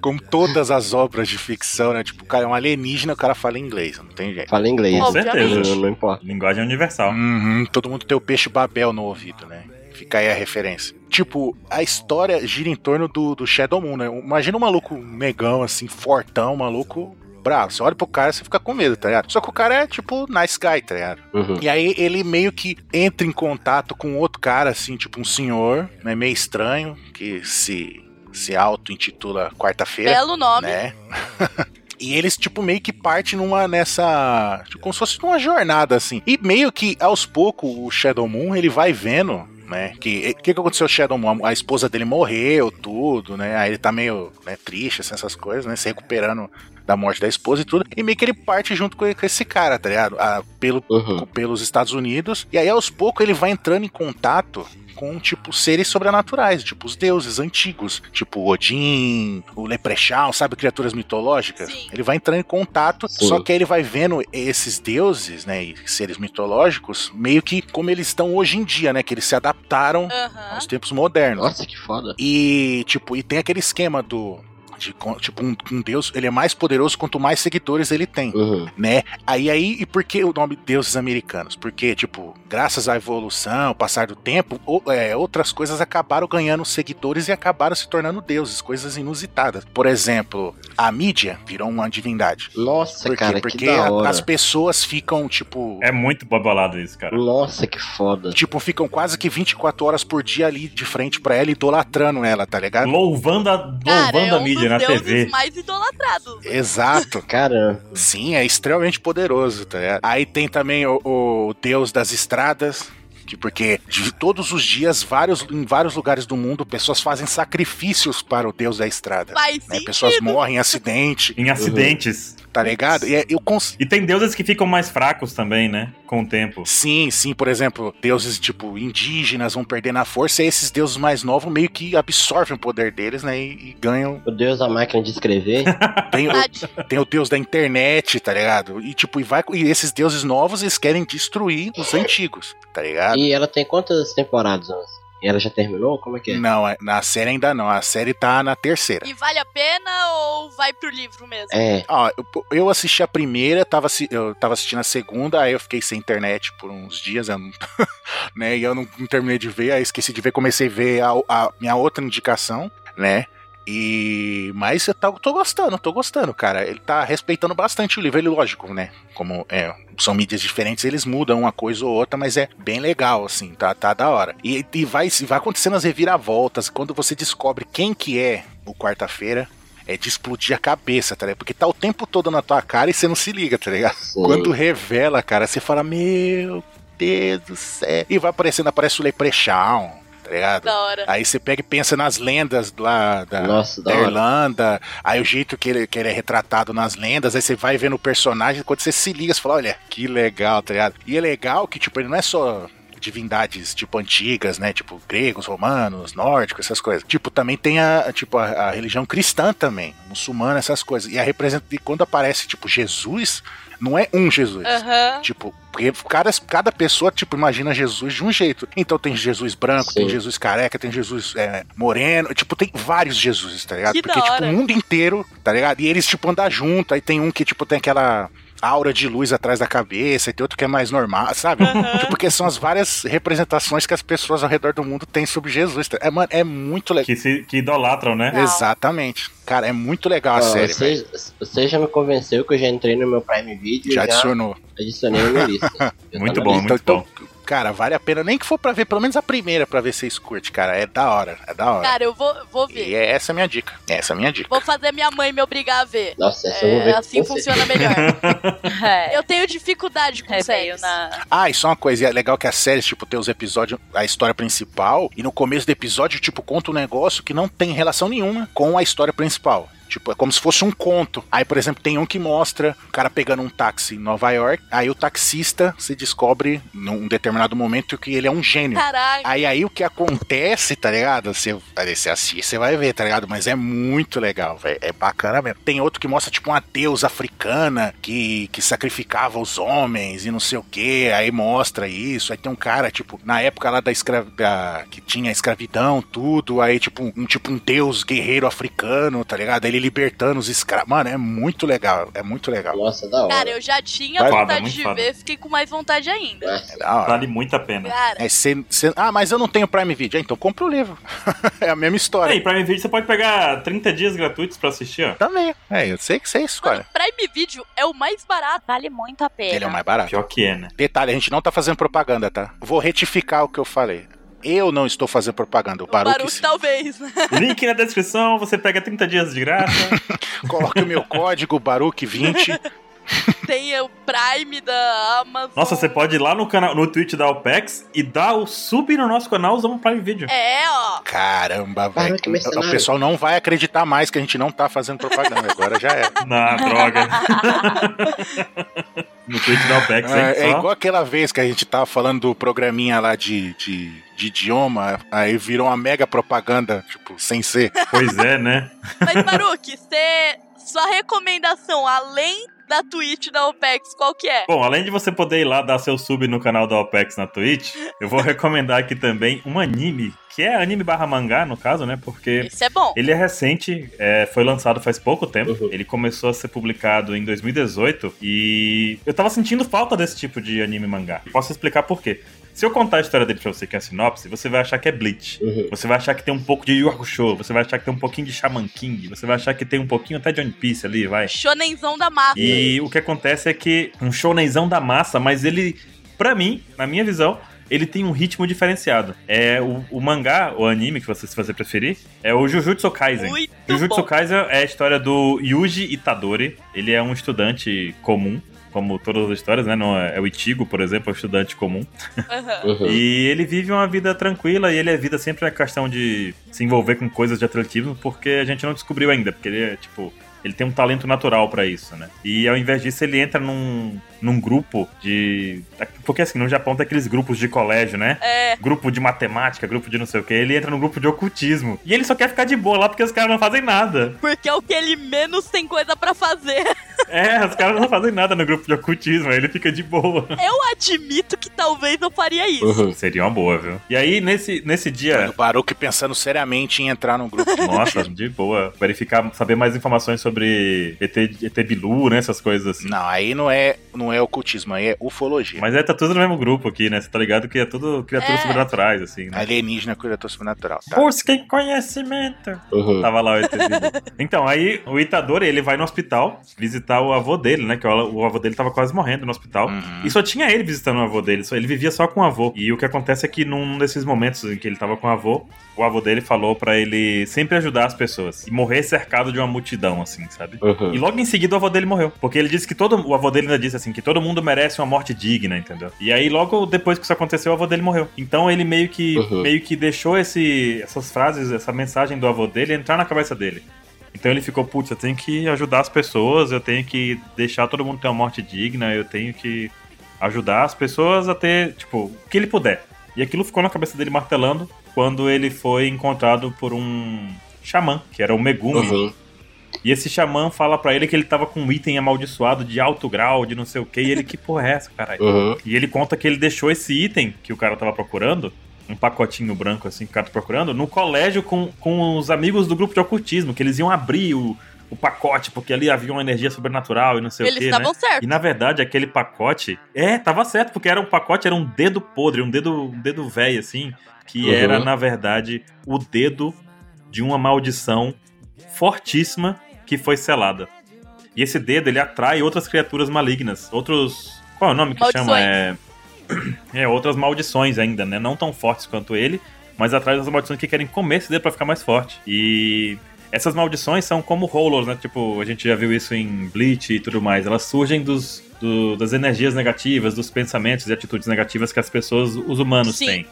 S4: Como todas as obras de ficção, né? Tipo, o cara é um alienígena, o cara fala inglês, não tem jeito.
S3: fala inglês.
S2: Com
S1: Obviamente.
S2: certeza.
S3: Não, não importa.
S2: Linguagem universal.
S4: Uhum, todo mundo tem o peixe Babel no ouvido, né? Fica aí a referência. Tipo, a história gira em torno do, do Shadow Moon, né? Imagina um maluco negão, assim, fortão, maluco bravo. Você olha pro cara, você fica com medo, tá ligado? Só que o cara é, tipo, nice guy, tá ligado?
S3: Uhum.
S4: E aí ele meio que entra em contato com outro cara, assim, tipo um senhor, né? Meio estranho, que se, se auto-intitula Quarta-feira
S1: Belo nome.
S4: né? E eles, tipo, meio que partem numa nessa. Tipo, como se fosse numa jornada, assim. E meio que aos poucos o Shadow Moon ele vai vendo, né? Que o que, que aconteceu com o Shadow Moon? A esposa dele morreu, tudo, né? Aí ele tá meio né, triste, assim, essas coisas, né? Se recuperando da morte da esposa e tudo. E meio que ele parte junto com com esse cara, tá ligado? Ah, pelo
S3: Uhum.
S4: pelos Estados Unidos. E aí, aos poucos, ele vai entrando em contato com, tipo, seres sobrenaturais, tipo os deuses antigos, tipo Odin, o Leprechaun, sabe? Criaturas mitológicas.
S1: Sim.
S4: Ele vai entrando em contato,
S3: Sim.
S4: só que aí ele vai vendo esses deuses, né, e seres mitológicos, meio que como eles estão hoje em dia, né? Que eles se adaptaram
S1: Aham.
S4: aos tempos modernos.
S3: Nossa, que foda.
S4: E, tipo, e tem aquele esquema do... De, con- tipo, um, um deus, ele é mais poderoso quanto mais seguidores ele tem
S3: Uhum.
S4: né? Aí aí, e por que o nome deuses americanos? Porque, tipo, graças à evolução, ao passar do tempo, o- é, outras coisas acabaram ganhando seguidores e acabaram se tornando deuses, coisas inusitadas. Por exemplo, a mídia virou uma divindade.
S3: Nossa,
S4: Por quê?
S3: cara,
S4: Porque
S3: que da
S4: a-
S3: hora.
S4: as pessoas ficam, tipo.
S2: É muito babalado isso, cara.
S3: Nossa, que foda.
S4: Tipo, ficam quase que 24 horas por dia ali de frente pra ela, idolatrando ela, tá ligado?
S2: Louvando a,
S1: Cara,
S2: louvando
S1: é
S2: a
S1: um
S2: mídia
S1: dos
S2: na
S1: deuses
S2: TV.
S1: mais idolatrados.
S4: Exato.
S3: Cara,
S4: Sim, é extremamente poderoso, tá ligado? Aí tem também o, o deus das estradas, Que porque de todos os dias, vários, em vários lugares do mundo, pessoas fazem sacrifícios para o deus da estrada.
S1: Faz
S4: né?
S1: sentido.
S4: Pessoas morrem em acidente,
S2: Em acidentes.
S4: tá ligado? E é- eu cons...
S2: E tem deuses que ficam mais fracos também, né? Com o tempo.
S4: Sim, sim, por exemplo, deuses tipo indígenas vão perder na força, e esses deuses mais novos meio que absorvem o poder deles, né? E, e ganham.
S3: O deus da máquina de escrever.
S4: Tem o,
S1: Verdade.
S4: tem o deus da internet, tá ligado? E tipo, e, vai, e esses deuses novos, eles querem destruir os antigos, tá ligado?
S3: e ela tem quantas temporadas? Onze? E ela já terminou? Como é que é?
S4: Não, é- na série ainda não. A série tá na terceira.
S1: E vale a pena ou vai pro livro mesmo?
S3: É.
S4: Ó, eu, eu assisti a primeira, tava, assi- eu tava assistindo a segunda, aí eu fiquei sem internet por uns dias, eu não- né? E eu não, não terminei de ver, aí esqueci de ver, comecei a ver a, a minha outra indicação, né? E. Mas eu tá- tô gostando, tô gostando, cara. Ele tá respeitando bastante o livro, ele, lógico, né? Como é, são mídias diferentes, eles mudam uma coisa ou outra, mas é bem legal, assim, tá, tá da hora. E, e vai, vai acontecendo as reviravoltas, quando você descobre quem que é o quarta-feira, é de explodir a cabeça, tá ligado? Porque tá o tempo todo na tua cara e você não se liga, tá ligado?
S3: Sim.
S4: Quando revela, cara, você fala, meu Deus do céu. E vai aparecendo, aparece o Leprechaun, tá ligado?
S1: Da hora.
S4: Aí você pega e pensa nas lendas lá
S2: Ah,
S4: da,
S3: Nossa, da
S2: é
S4: da
S3: hora.
S4: Irlanda, aí o jeito que ele, que ele é retratado nas lendas, aí você vai vendo o personagem, quando você se liga, você fala, olha, que legal, tá ligado? E é legal que, tipo, ele não é só divindades, tipo, antigas, né, tipo, gregos, romanos, nórdicos, essas coisas. Tipo, também tem a, tipo, a, a religião cristã também, muçulmana, essas coisas. E a representa, e quando aparece, tipo, Jesus, não é um Jesus,
S1: Aham.
S4: Tipo, porque cada, cada pessoa, tipo, imagina Jesus de um jeito. Então tem Jesus branco,
S3: Sim.
S4: tem Jesus careca, tem Jesus é, moreno. Tipo, tem vários Jesus, tá ligado?
S1: Que
S4: porque,
S1: da
S4: tipo,
S1: hora.
S4: o mundo inteiro, tá ligado? E eles, tipo, andam junto. Aí tem um que, tipo, tem aquela aura de luz atrás da cabeça, e tem outro que é mais normal, sabe?
S1: Aham.
S4: Tipo, porque são as várias representações que as pessoas ao redor do mundo têm sobre Jesus. tá? É, mano, é muito legal.
S2: Que, se, que idolatram, né?
S4: Exatamente. Cara, é muito legal a
S3: Ó,
S4: série, velho.
S3: você, você já me convenceu que eu já entrei no meu Prime Video e
S4: Já
S3: já,
S4: adicionou.
S3: adicionei na minha lista. Já
S2: Muito
S3: tá na
S2: bom, muito
S3: lista.
S2: bom.
S4: Então, Cara, vale a pena, nem que for pra ver, pelo menos a primeira pra ver se vocês curtem, cara. É da hora, é da hora.
S1: Cara, eu vou, vou ver.
S4: E é essa a minha dica. Essa é a minha dica.
S1: Vou fazer minha mãe me obrigar a ver.
S3: Nossa, essa eu vou
S1: É,
S3: ver.
S1: assim
S3: com certeza.
S1: funciona melhor.
S5: É.
S1: Eu tenho dificuldade com
S5: É meio
S1: séries.
S5: na...
S4: Ah, e só uma coisa, e é legal que a série, tipo, tem os episódios, a história principal, e no começo do episódio, tipo, conta um negócio que não tem relação nenhuma com a história principal. Tipo, é como se fosse um conto. Aí, por exemplo, tem um que mostra o cara pegando um táxi em Nova York, aí o taxista se descobre, num determinado momento, que ele é um gênio.
S1: Caraca.
S4: Aí aí o que acontece, tá ligado? Você, aí você assiste, você vai ver, tá ligado? Mas é muito legal, velho. É bacana mesmo. Tem outro que mostra, tipo, uma deusa africana que, que sacrificava os homens e não sei o quê. Aí mostra isso. Aí tem um cara, tipo, na época lá da escra- da- que tinha escravidão, tudo. Aí, tipo, um- um tipo um deus guerreiro africano, tá ligado? Ele libertando os escravos. Mano, é muito legal. É muito legal.
S3: Nossa, da hora.
S1: Cara, eu já tinha
S2: Vai,
S1: vontade
S2: foda, muito
S1: de
S2: foda.
S1: ver, fiquei com mais vontade ainda.
S3: Nossa,
S4: É da hora.
S2: Vale muito a pena.
S1: Cara,
S4: É, cê- cê- ah, mas eu não tenho Prime Video. Ah, Então compra o livro. é a mesma história.
S2: Aí, Prime Video você pode pegar 30 dias gratuitos pra assistir, ó.
S4: Também. É, eu sei que você escolhe.
S1: mano, Prime Video é o mais barato.
S5: Vale muito a pena.
S4: Ele é o mais barato.
S2: Pior que é, né?
S4: Detalhe, a gente não tá fazendo propaganda, tá? Vou retificar o que eu falei. Eu não estou fazendo propaganda. O tá-
S1: O barulho
S4: Baruch, sim.
S1: talvez. né?
S2: Link na descrição, você pega 30 dias de graça.
S4: coloque o meu código Baruch20.
S1: Tem o Prime da Amazon.
S2: Nossa, você pode ir lá no canal, no Twitch da OPEX e dar o sub no nosso canal usando o Prime Video.
S1: É, ó.
S4: Caramba, velho.
S3: Baruch mercenário.
S4: O pessoal não vai acreditar mais que a gente não tá fazendo propaganda. Agora já é.
S2: Na droga. no Twitch da OPEX, hein?
S4: É, é
S2: só.
S4: igual aquela vez que a gente tava falando do programinha lá de, de, de idioma, aí virou uma mega propaganda, tipo, sem ser.
S2: Pois é, né?
S1: Mas, Baruque, você. Sua recomendação, além da Twitch da OPEX, qual que é?
S2: Bom, além de você poder ir lá dar seu sub no canal da OPEX na Twitch, eu vou recomendar aqui também um anime, que é anime barra mangá, no caso, né? Porque
S1: Esse é bom.
S2: ele é recente, é, foi lançado faz pouco tempo.
S3: Uhum.
S2: Ele começou a ser publicado em 2018 e eu tava sentindo falta desse tipo de anime mangá. Posso explicar por quê. Se eu contar a história dele pra você, que é a sinopse, você vai achar que é Bleach.
S3: Uhum.
S2: Você vai achar que tem um pouco de Yu Yu Hakusho, você vai achar que tem um pouquinho de Shaman King, você vai achar que tem um pouquinho até de One Piece ali, vai.
S1: Shonenzão da massa.
S2: E o que acontece é que um shounenzão da massa, mas ele, pra mim, na minha visão, ele tem um ritmo diferenciado. É o, o mangá, o anime que você se você preferir, é o Jujutsu Kaisen.
S1: Muito
S2: Jujutsu
S1: Tá bom.
S2: Kaisen é a história do Yuji Itadori. Ele é um estudante comum como todas as histórias, né? Não é, é o Itigo, por exemplo, é um estudante comum.
S1: Aham.
S3: Uhum.
S2: E ele vive uma vida tranquila e ele evita sempre a questão de se envolver com coisas de atletismo, porque a gente não descobriu ainda, porque ele é tipo. Ele tem um talento natural pra isso, né? E ao invés disso, ele entra num, num grupo de. Porque assim, no Japão tem aqueles grupos de colégio, né?
S1: É,
S2: Grupo de matemática, grupo de não sei o que. Ele entra num grupo de ocultismo. E ele só quer ficar de boa lá porque os caras não fazem nada.
S1: porque é o que ele menos tem coisa pra fazer.
S2: É, os caras não fazem nada no grupo de ocultismo. Aí ele fica de boa.
S1: Eu admito que talvez eu faria isso.
S3: Uhum.
S2: Seria uma boa, viu? E aí, nesse, nesse dia.
S4: O Baruque pensando seriamente em entrar num grupo.
S2: É. Nossa, de boa. Verificar, saber mais informações sobre ET, ET Bilu, né? Essas coisas assim.
S4: Não, aí não é, não é ocultismo, aí é ufologia.
S2: Mas é, tá tudo no mesmo grupo aqui, né? Você tá ligado que é tudo criaturas
S1: É.
S2: sobrenaturais, assim, né?
S4: Alienígena, criatura sobrenatural, tá?
S2: Busquem conhecimento.
S3: Uhum.
S2: Tava lá o ET Bilu. Então, aí o Itadori, ele vai no hospital visitar o avô dele, né? Que o, o avô dele tava quase morrendo no hospital.
S4: Uhum.
S2: E só tinha ele visitando o avô dele, só- ele vivia só com o avô. E o que acontece é que num desses momentos em que ele tava com o avô, o avô dele falou pra ele sempre ajudar as pessoas e morrer cercado de uma multidão, assim, sabe?
S3: Uhum.
S2: E logo em seguida o avô dele morreu. Porque ele disse que todo. O avô dele ainda disse assim: que todo mundo merece uma morte digna, entendeu? E aí, logo depois que isso aconteceu, o avô dele morreu. Então ele meio que,
S3: Uhum.
S2: meio que deixou esse, essas frases, essa mensagem do avô dele entrar na cabeça dele. Então ele ficou, putz, eu tenho que ajudar as pessoas, eu tenho que deixar todo mundo ter uma morte digna, eu tenho que ajudar as pessoas a ter, tipo, o que ele puder. E aquilo ficou na cabeça dele martelando quando ele foi encontrado por um xamã, que era o Megumi,
S3: Uhum.
S2: e esse xamã fala pra ele que ele tava com um item amaldiçoado de alto grau, de não sei o que, e ele, que porra é essa, caralho?
S3: Uhum.
S2: E ele conta que ele deixou esse item que o cara tava procurando, um pacotinho branco assim que o cara tá procurando, no colégio com, com os amigos do grupo de ocultismo, que eles iam abrir o, o pacote, porque ali havia uma energia sobrenatural e não sei o
S1: Eles
S2: que, né?
S1: estavam certos.
S2: E na verdade, aquele pacote. É, tava certo, porque era um pacote, era um dedo podre, um dedo um dedo velho, assim. Que
S3: Uhum.
S2: era, na verdade, o dedo de uma maldição fortíssima que foi selada. E esse dedo, ele atrai outras criaturas malignas. Outros. Qual é o nome que chama? É... é, outras maldições ainda, né? Não tão fortes quanto ele, mas atrai outras maldições que querem comer esse dedo pra ficar mais forte. E essas maldições são como rollers, né? Tipo, a gente já viu isso em Bleach e tudo mais. Elas surgem dos, do- das energias negativas, dos pensamentos e atitudes negativas que as pessoas, os humanos,
S1: Sim.
S2: têm.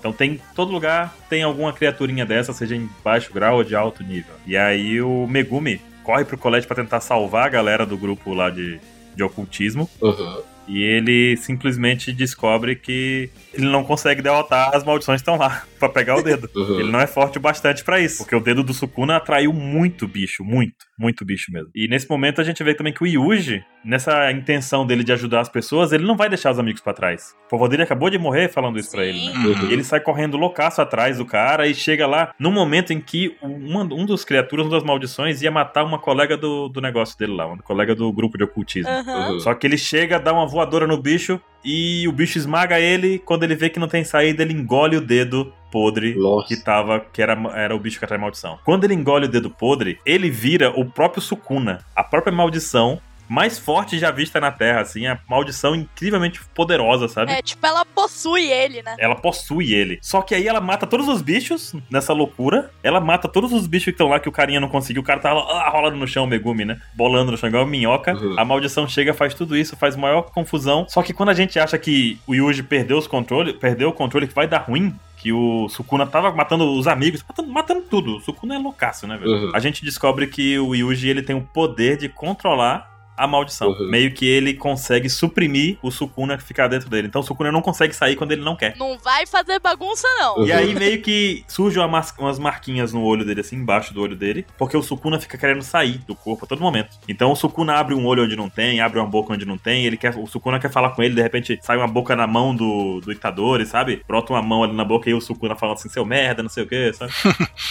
S2: Então tem todo lugar tem alguma criaturinha dessa, seja em baixo grau ou de alto nível. E aí o Megumi corre pro colégio pra tentar salvar a galera do grupo lá de, de ocultismo.
S3: Uhum.
S2: E ele simplesmente descobre que ele não consegue derrotar as maldições que estão lá pra pegar o dedo.
S3: Uhum.
S2: Ele não é forte o bastante pra isso. Porque o dedo do Sukuna atraiu muito bicho, muito, muito bicho mesmo. E nesse momento a gente vê também que o Yuji, nessa intenção dele de ajudar as pessoas, ele não vai deixar os amigos pra trás. O vovô dele acabou de morrer falando isso pra ele, né?
S4: Uhum.
S2: E ele sai correndo loucaço atrás do cara e chega lá no momento em que uma, um dos criaturas, uma das maldições, ia matar uma colega do, do negócio dele lá, uma colega do grupo de ocultismo.
S1: Aham.
S3: Uhum.
S2: Só que ele chega, dá uma voadora no bicho e o bicho esmaga ele. Quando ele vê que não tem saída, ele engole o dedo podre que
S3: Nossa.
S2: tava, que era, era o bicho que atrai maldição. Quando ele engole o dedo podre, ele vira o próprio Sukuna, a própria maldição mais forte já vista na Terra, assim, a maldição incrivelmente poderosa, sabe?
S1: É, tipo, ela possui ele, né?
S2: Ela possui ele. Só que aí ela mata todos os bichos nessa loucura. Ela mata todos os bichos que estão lá que o carinha não conseguiu. O cara tá lá, ah, rolando no chão, o Megumi, né? Bolando no chão, igual a minhoca.
S3: Uhum.
S2: A maldição chega, faz tudo isso, faz maior confusão. Só que quando a gente acha que o Yuji perdeu os controles, perdeu o controle que vai dar ruim, que o Sukuna tava matando os amigos, matando, matando tudo. O Sukuna é loucaço, né, velho?
S3: Uhum.
S2: A gente descobre que o Yuji ele tem o poder de controlar a maldição.
S3: Uhum.
S2: Meio que ele consegue suprimir o Sukuna que ficar dentro dele. Então o Sukuna não consegue sair quando ele não quer.
S1: Não vai fazer bagunça, não.
S3: Uhum.
S2: E aí meio que surgem uma mas- umas marquinhas no olho dele, assim, embaixo do olho dele, porque o Sukuna fica querendo sair do corpo a todo momento. Então o Sukuna abre um olho onde não tem, abre uma boca onde não tem, ele quer, o Sukuna quer falar com ele, de repente sai uma boca na mão do, do Itadori, sabe? Brota uma mão ali na boca e o Sukuna fala assim, seu merda, não sei o que, sabe?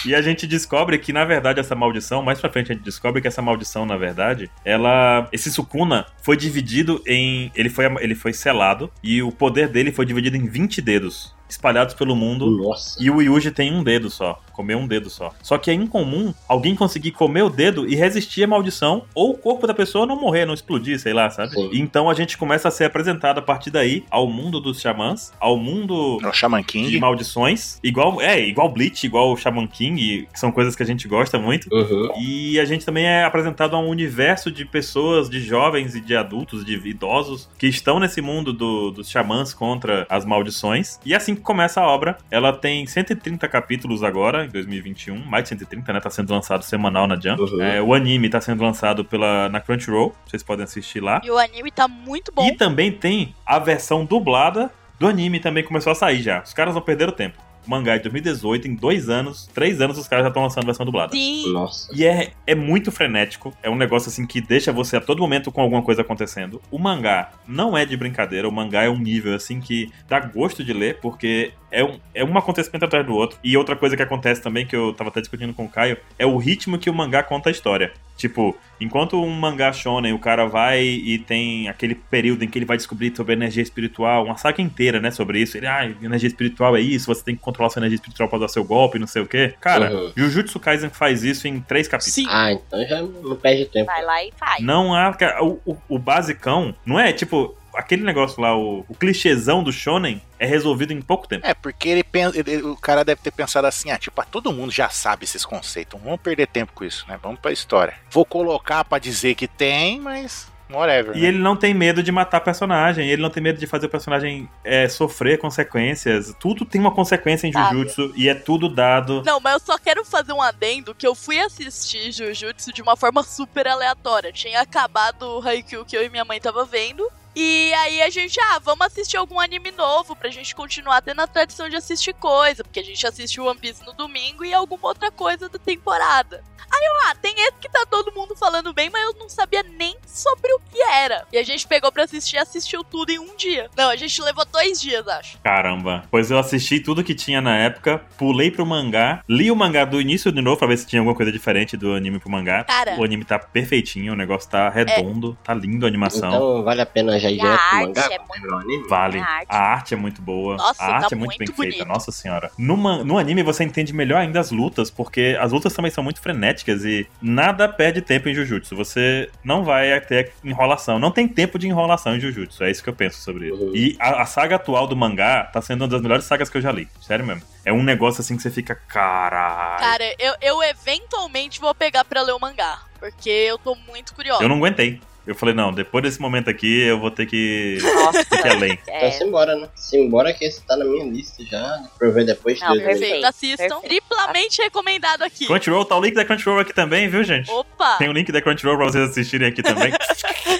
S2: e a gente descobre que, na verdade, essa maldição, mais pra frente a gente descobre que essa maldição, na verdade, ela... Esse Sukuna foi dividido em... Ele foi, ele foi selado e o poder dele foi dividido em 20 dedos. espalhados pelo mundo.
S3: Nossa.
S2: E o Yuji tem um dedo só. Comeu um dedo só. Só que é incomum alguém conseguir comer o dedo e resistir à maldição ou o corpo da pessoa não morrer, não explodir, sei lá, sabe?
S3: Sim.
S2: Então a gente começa a ser apresentado a partir daí ao mundo dos xamãs, ao mundo
S4: É o Shaman
S2: de
S4: King.
S2: maldições, igual, é, igual Bleach, igual Shaman King, que são coisas que a gente gosta muito.
S3: Uhum.
S2: E a gente também é apresentado a um universo de pessoas, de jovens e de adultos, de idosos, que estão nesse mundo do- dos xamãs contra as maldições. E assim que começa a obra, ela tem 130 capítulos agora, em 2021, mais de 130, né? Tá sendo lançado semanal na Jump.
S3: Uhum.
S2: É, o anime tá sendo lançado pela, na Crunchyroll, vocês podem assistir lá.
S1: E o anime tá muito bom.
S2: E também tem a versão dublada do anime também começou a sair já. Os caras não perderam tempo. O mangá é de 2018, em dois anos, três anos, os caras já estão lançando a versão dublada.
S1: Sim.
S3: Nossa.
S2: E é, é muito frenético. É um negócio assim que deixa você a todo momento com alguma coisa acontecendo. O mangá não é de brincadeira. O mangá é um nível assim que dá gosto de ler, porque é um, é um acontecimento atrás do outro. E outra coisa que acontece também, que eu tava até discutindo com o Caio, é o ritmo que o mangá conta a história. Tipo, enquanto um mangá shonen, o cara vai e tem aquele período em que ele vai descobrir sobre a energia espiritual, uma saga inteira, né, sobre isso. Ele, ah, energia espiritual é isso, você tem que controlar sua energia espiritual pra dar seu golpe, não sei o quê. Cara,
S3: Uhum.
S2: Jujutsu Kaisen faz isso em três capítulos.
S1: Sim.
S3: Ah, então já não perde tempo.
S5: Vai lá e faz.
S2: Não há. cara, O, o, o basicão não é tipo. Aquele negócio lá, o, o clichêzão do Shonen é resolvido em pouco tempo.
S4: É, porque ele, pen- ele- o cara deve ter pensado assim, ah, tipo, ah, todo mundo já sabe esses conceitos, não vamos perder tempo com isso, né? Vamos pra história. Vou colocar pra dizer que tem, mas whatever.
S2: E
S4: né?
S2: ele não tem medo de matar personagem, ele não tem medo de fazer o personagem é, sofrer consequências. Tudo tem uma consequência em
S5: Sabe.
S2: Jujutsu e é tudo dado.
S1: Não, mas eu só quero fazer um adendo que eu fui assistir Jujutsu de uma forma super aleatória. Tinha acabado o Haikyuu que eu e minha mãe tava vendo. E aí a gente, ah, vamos assistir algum anime novo pra gente continuar tendo a tradição de assistir coisa, porque a gente assistiu One Piece no domingo e alguma outra coisa da temporada. Aí eu, ah, tem esse que tá todo mundo falando bem, mas eu não sabia nem sobre o que era. E a gente pegou pra assistir e assistiu tudo em um dia. Não, a gente levou dois dias, acho.
S2: Caramba. Pois eu assisti tudo que tinha na época, pulei pro mangá, li o mangá do início de novo pra ver se tinha alguma coisa diferente do anime pro mangá.
S1: Cara.
S2: O anime tá perfeitinho, o negócio tá redondo, tá lindo a animação.
S3: Então vale a pena já ir
S5: E a
S3: direto pro
S5: arte
S3: mangá?
S5: é
S3: pra lembrar o anime?
S2: Vale.
S5: A arte.
S2: A arte é muito boa.
S1: Nossa,
S2: a arte
S1: tá
S2: é muito,
S1: muito
S2: bem
S1: bonito.
S2: feita, nossa senhora. No, man- no anime você entende melhor ainda as lutas, porque as lutas também são muito frenéticas e nada perde tempo em Jujutsu. Você não vai ter enrolação. Não tem tempo de enrolação em Jujutsu. É isso que eu penso sobre isso.
S3: Uhum.
S2: E a, a saga atual do mangá tá sendo uma das melhores sagas que eu já li. Sério mesmo. É um negócio assim que você fica, caralho.
S1: Cara, eu, eu eventualmente vou pegar pra ler o mangá. Porque eu tô muito curiosa.
S2: Eu não aguentei. Eu falei, não, depois desse momento aqui eu vou ter que, ter que ir
S5: Nossa,
S2: além.
S5: é,
S3: Então simbora, né? Simbora que esse tá na minha lista já. Pra eu ver depois de
S5: Não,
S3: Deus me livre.
S1: Perfeito,
S5: Perfeito,
S1: assistam.
S5: perfeito.
S1: Triplamente recomendado aqui.
S2: Crunchyroll, tá o link da Crunchyroll aqui também, viu, gente?
S1: Opa!
S2: Tem um o link da Crunchyroll pra vocês assistirem aqui também.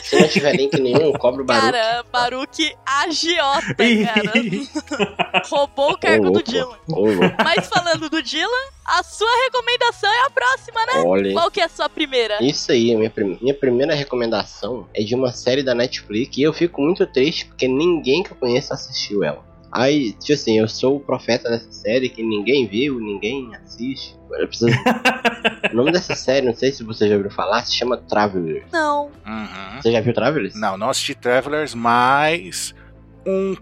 S3: Se não tiver link nenhum, cobra o barulho.
S1: Cara, Baruque agiota, cara. Roubou o cargo do
S3: louco.
S1: Dylan.
S3: Ô, louco.
S1: Mas falando do Dylan, a sua recomendação é a próxima, né?
S3: Olha, hein?
S1: Qual que é a sua primeira?
S3: Isso aí, é minha, prim- minha primeira recomendação é de uma série da Netflix e eu fico muito triste porque ninguém que eu conheço assistiu ela. Aí, tipo assim, eu sou o profeta dessa série que ninguém viu, ninguém assiste. Eu preciso- o nome dessa série, não sei se você já ouviu falar, se chama Traveler.
S1: Não.
S4: Uhum.
S3: Você já viu Travelers?
S4: Não, não assisti Travelers, mas um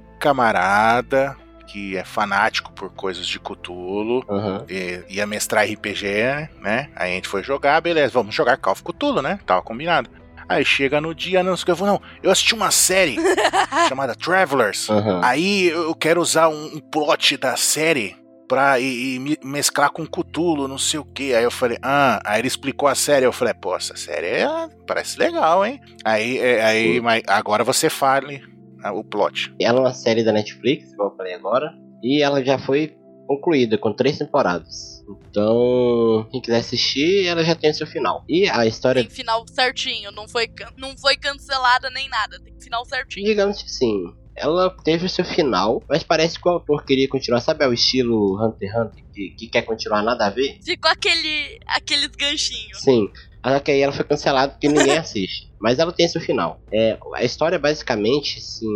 S4: camarada que é fanático por coisas de Cthulhu,
S3: Aham.
S4: e- ia mestrar RPG, né? Aí a gente foi jogar, beleza, vamos jogar Call of Cthulhu, né? Tava combinado. Aí chega no dia, não sei o que, eu falo, não, eu assisti uma série chamada Travelers.
S3: Aham.
S4: Aí eu quero usar um, um plot da série pra e, e me- mesclar com Cutulo, não sei o que. Aí eu falei, ah, aí ele explicou a série. Eu falei, pô, essa série é, parece legal, hein? Aí, é, aí mas agora você fale ah, o plot.
S3: Ela é uma série da Netflix, como eu falei agora, e ela já foi concluída com três temporadas. Então, quem quiser assistir, ela já tem o seu final. E a história
S1: Tem final certinho. Não foi, can- não foi cancelada nem nada. Tem final certinho.
S3: digamos que assim, ela teve o seu final, mas parece que o autor queria continuar, sabe, é o estilo Hunter x Hunter, que, que quer continuar nada a ver?
S1: Ficou aquele, aqueles ganchinhos.
S3: Sim. Só que aí ela foi cancelada porque ninguém assiste. Mas ela tem seu final. É, a história basicamente, assim.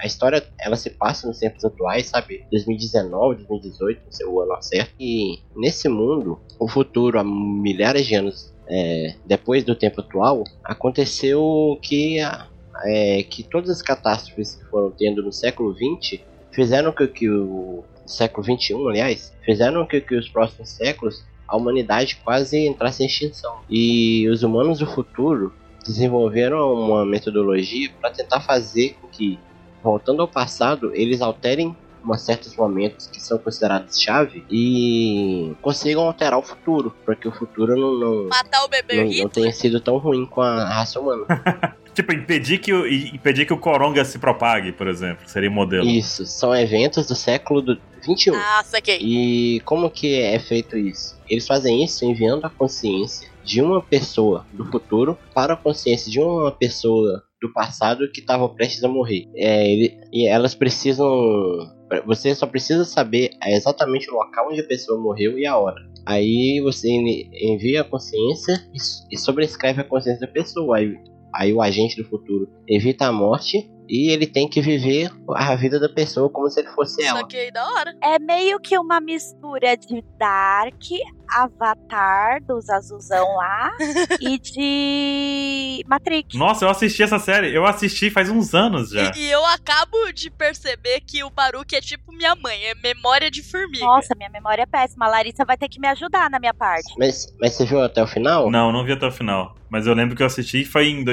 S3: A história ela se passa nos tempos atuais, sabe? 2019, 2018, não sei o ano certo. E nesse mundo, o futuro, há milhares de anos é, depois do tempo atual, aconteceu que, a- é, que todas as catástrofes que foram tendo no século XX fizeram com que o século XXI, aliás, fizeram que, que os próximos séculos a humanidade quase entrasse em extinção. E os humanos do futuro desenvolveram uma metodologia para tentar fazer com que, voltando ao passado, eles alterem uma certos momentos que são considerados chave e consigam alterar o futuro, para que o futuro não, não,
S1: Matar o bebê
S3: não, não
S1: Hitler?
S3: tenha sido tão ruim com a raça humana.
S2: Tipo, impedir que, o- i- impedir que o Coronga se propague, por exemplo, seria o modelo.
S3: Isso, são eventos do século do 21.
S1: Ah, saquei.
S3: E como que é feito isso? Eles fazem isso enviando a consciência de uma pessoa do futuro para a consciência de uma pessoa do passado que estava prestes a morrer. É, ele- e elas precisam. Você só precisa saber exatamente o local onde a pessoa morreu e a hora. Aí você en- envia a consciência e s- e sobrescreve a consciência da pessoa. Aí, aí o agente do futuro evita a morte e ele tem que viver a vida da pessoa como se ele fosse ela.
S1: Saquei da hora.
S5: É meio que uma mistura de Dark, Avatar dos Azulzão lá e de Matrix.
S2: Nossa, eu assisti essa série. Eu assisti faz uns anos já.
S1: E, e eu acabo de perceber que o Baruque é tipo minha mãe, é memória de formiga.
S5: Nossa, minha memória é péssima. A Larissa vai ter que me ajudar na minha parte.
S3: Mas, mas você viu até o final?
S2: Não, não vi até o final. Mas eu lembro que eu assisti foi em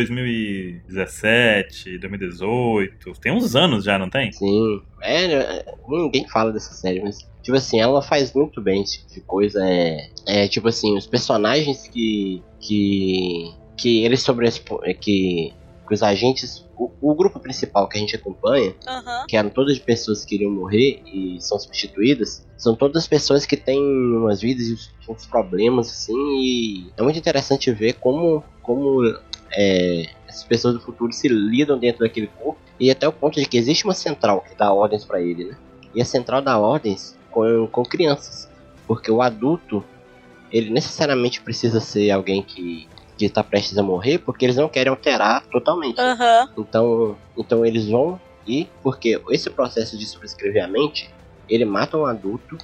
S2: 2017, 2018. Tem uns anos já, não tem?
S3: Sim. É, é, ninguém fala dessa série, mas. Tipo assim, ela faz muito bem esse tipo de coisa. É, é tipo assim, os personagens que. que. que eles sobreexpõem. que. que os agentes. O, o grupo principal que a gente acompanha,
S1: Aham.
S3: que eram todas pessoas que iriam morrer e são substituídas, são todas pessoas que têm umas vidas e uns, uns problemas, assim, e é muito interessante ver como. como é, essas pessoas do futuro se lidam dentro daquele corpo e até o ponto de que existe uma central que dá ordens pra ele, né? E a central dá ordens com, com crianças, porque o adulto ele necessariamente precisa ser alguém que que está prestes a morrer, porque eles não querem alterar totalmente. né?
S1: Aham.
S3: Então, então eles vão e porque esse processo de sobrescrever a mente, ele mata um adulto,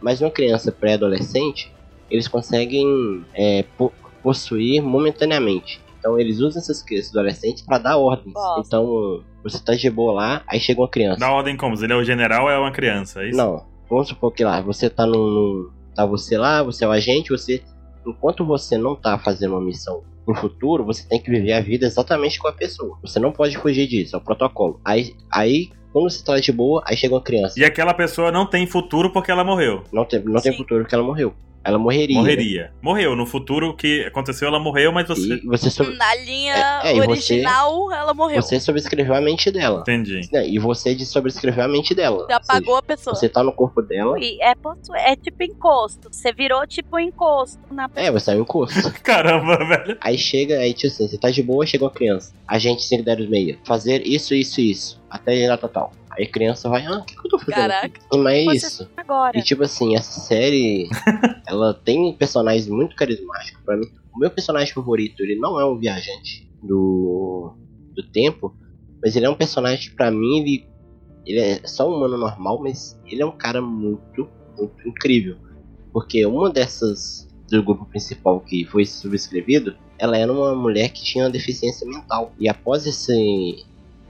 S3: mas uma criança pré-adolescente, eles conseguem é, po- possuir momentaneamente. Então eles usam essas crianças adolescentes para dar ordens.
S1: Nossa.
S3: Então você tá de boa lá, aí chega uma criança.
S2: Da ordem como? Ele é o general ou é uma criança? É isso?
S3: Não, vamos supor que lá, você tá no. Tá você lá, você é o agente, você. Enquanto você não tá fazendo uma missão pro futuro, você tem que viver a vida exatamente com a pessoa. Você não pode fugir disso, é o protocolo. Aí, aí quando você tá de boa, aí chega uma criança.
S2: E aquela pessoa não tem futuro porque ela morreu.
S3: Não tem, não tem
S1: Sim.
S3: futuro porque ela morreu. Ela morreria.
S2: Morreria. Morreu. No futuro o que aconteceu, ela morreu, mas
S3: né?
S2: você.
S3: E você, sobre,
S1: Na linha
S3: É, é, e você-
S1: original, ela morreu.
S3: você sobrescreveu a mente dela.
S2: Entendi.
S3: Né? E você de sobrescreveu a mente dela.
S1: Você apagou a
S3: Ou
S1: pessoa.
S3: seja, você tá no corpo dela.
S5: E é, possu- é tipo encosto. Você virou tipo encosto na
S3: É, você é um curso.
S2: Caramba, velho. é
S3: Aí chega, aí tipo assim, você tá de boa, chegou a criança. Agente 506. Fazer isso, isso e isso. Até gerar total. Aí a criança vai, ah, o que, que eu tô fazendo? aqui?"
S1: Caraca.
S3: E, Mas é
S5: Você-
S3: isso.
S5: agora.
S3: E tipo assim, essa série, ela tem personagens muito carismáticos pra mim. O meu personagem favorito, ele não é um viajante do, do tempo, mas ele é um personagem que pra mim, ele, ele é só um humano normal, mas ele é um cara muito, muito incrível. Porque uma dessas do grupo principal que foi subscrevido, ela era uma mulher que tinha uma deficiência mental. E após esse...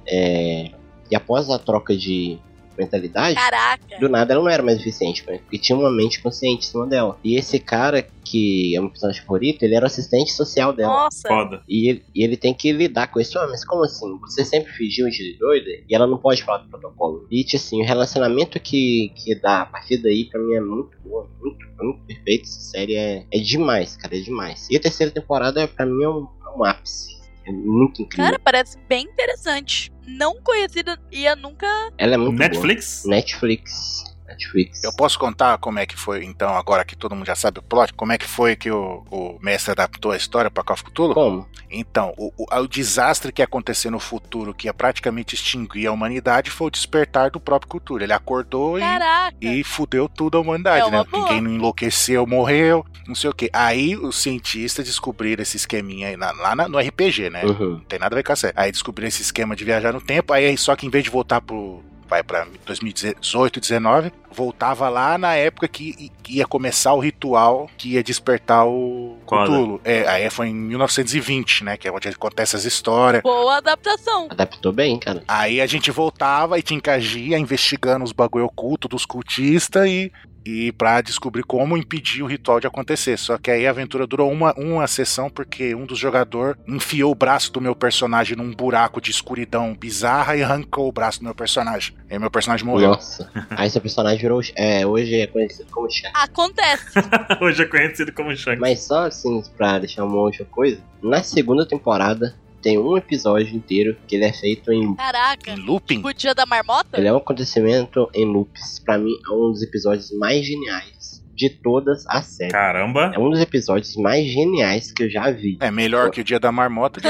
S3: é, e após a troca de mentalidade,
S1: Caraca.
S3: do nada ela não era mais eficiente, né? porque tinha uma mente consciente em cima dela. E esse cara, que é um personagem favorito, ele era o assistente social dela.
S1: Nossa.
S2: Foda.
S3: E ele, e ele tem que lidar com isso. Ah, mas como assim? Você sempre fingiu de doida e ela não pode falar do protocolo. E, tipo assim, o relacionamento que, que dá a partir daí pra mim é muito bom, muito, muito perfeito. Essa série é, é demais, cara, é demais. E a terceira temporada, pra mim, é um, é um ápice. É muito incrível.
S1: Cara, parece bem interessante. Não conhecida e eu nunca.
S3: ela é muito
S2: Netflix?
S3: boa. Netflix. Netflix.
S4: Eu posso contar como é que foi, então, agora que todo mundo já sabe o plot, como é que foi que o, o mestre adaptou a história para Call of Cthulhu?
S3: Como?
S4: Então, o, o- o desastre que ia acontecer no futuro, que ia praticamente extinguir a humanidade, foi o despertar do próprio Cthulhu. Ele acordou e,
S1: Caraca.
S4: e fudeu tudo a
S1: É
S4: humanidade,
S1: uma
S4: né?
S1: boa.
S4: Ninguém não enlouqueceu, morreu, não sei o quê. Aí os cientistas descobriram esse esqueminha aí na- lá na- no RPG, né?
S3: Uhum.
S4: Não tem nada a ver com a série. Aí descobriram esse esquema de viajar no tempo, aí só que em vez de voltar pro vai para 2018, 19, voltava lá na época que, que ia começar o ritual que ia despertar o
S2: Qual, né?
S4: Cthulhu. É, aí foi em 1920, né, que é onde acontece as histórias.
S1: Boa adaptação.
S3: Adaptou bem, cara.
S4: Aí a gente voltava e tincagia investigando os bagulho oculto dos cultistas e e para descobrir como impedir o ritual de acontecer. Só que aí a aventura durou uma, uma sessão porque um dos jogadores enfiou o braço do meu personagem num buraco de escuridão bizarra e arrancou o braço do meu personagem. E meu personagem morreu.
S3: Nossa. Aí seu personagem virou. É, hoje é conhecido como Shaq.
S1: Acontece.
S2: Hoje é conhecido como Shanks.
S3: Mas só assim, pra deixar uma outra coisa, na segunda temporada tem um episódio inteiro que ele é feito em.
S1: Caraca.
S4: Em looping?
S1: O dia da marmota?
S3: Ele é um acontecimento em loops. Pra mim, é um dos episódios mais geniais de todas as séries.
S2: Caramba.
S3: É um dos episódios mais geniais que eu já vi.
S4: É melhor que o dia da marmota.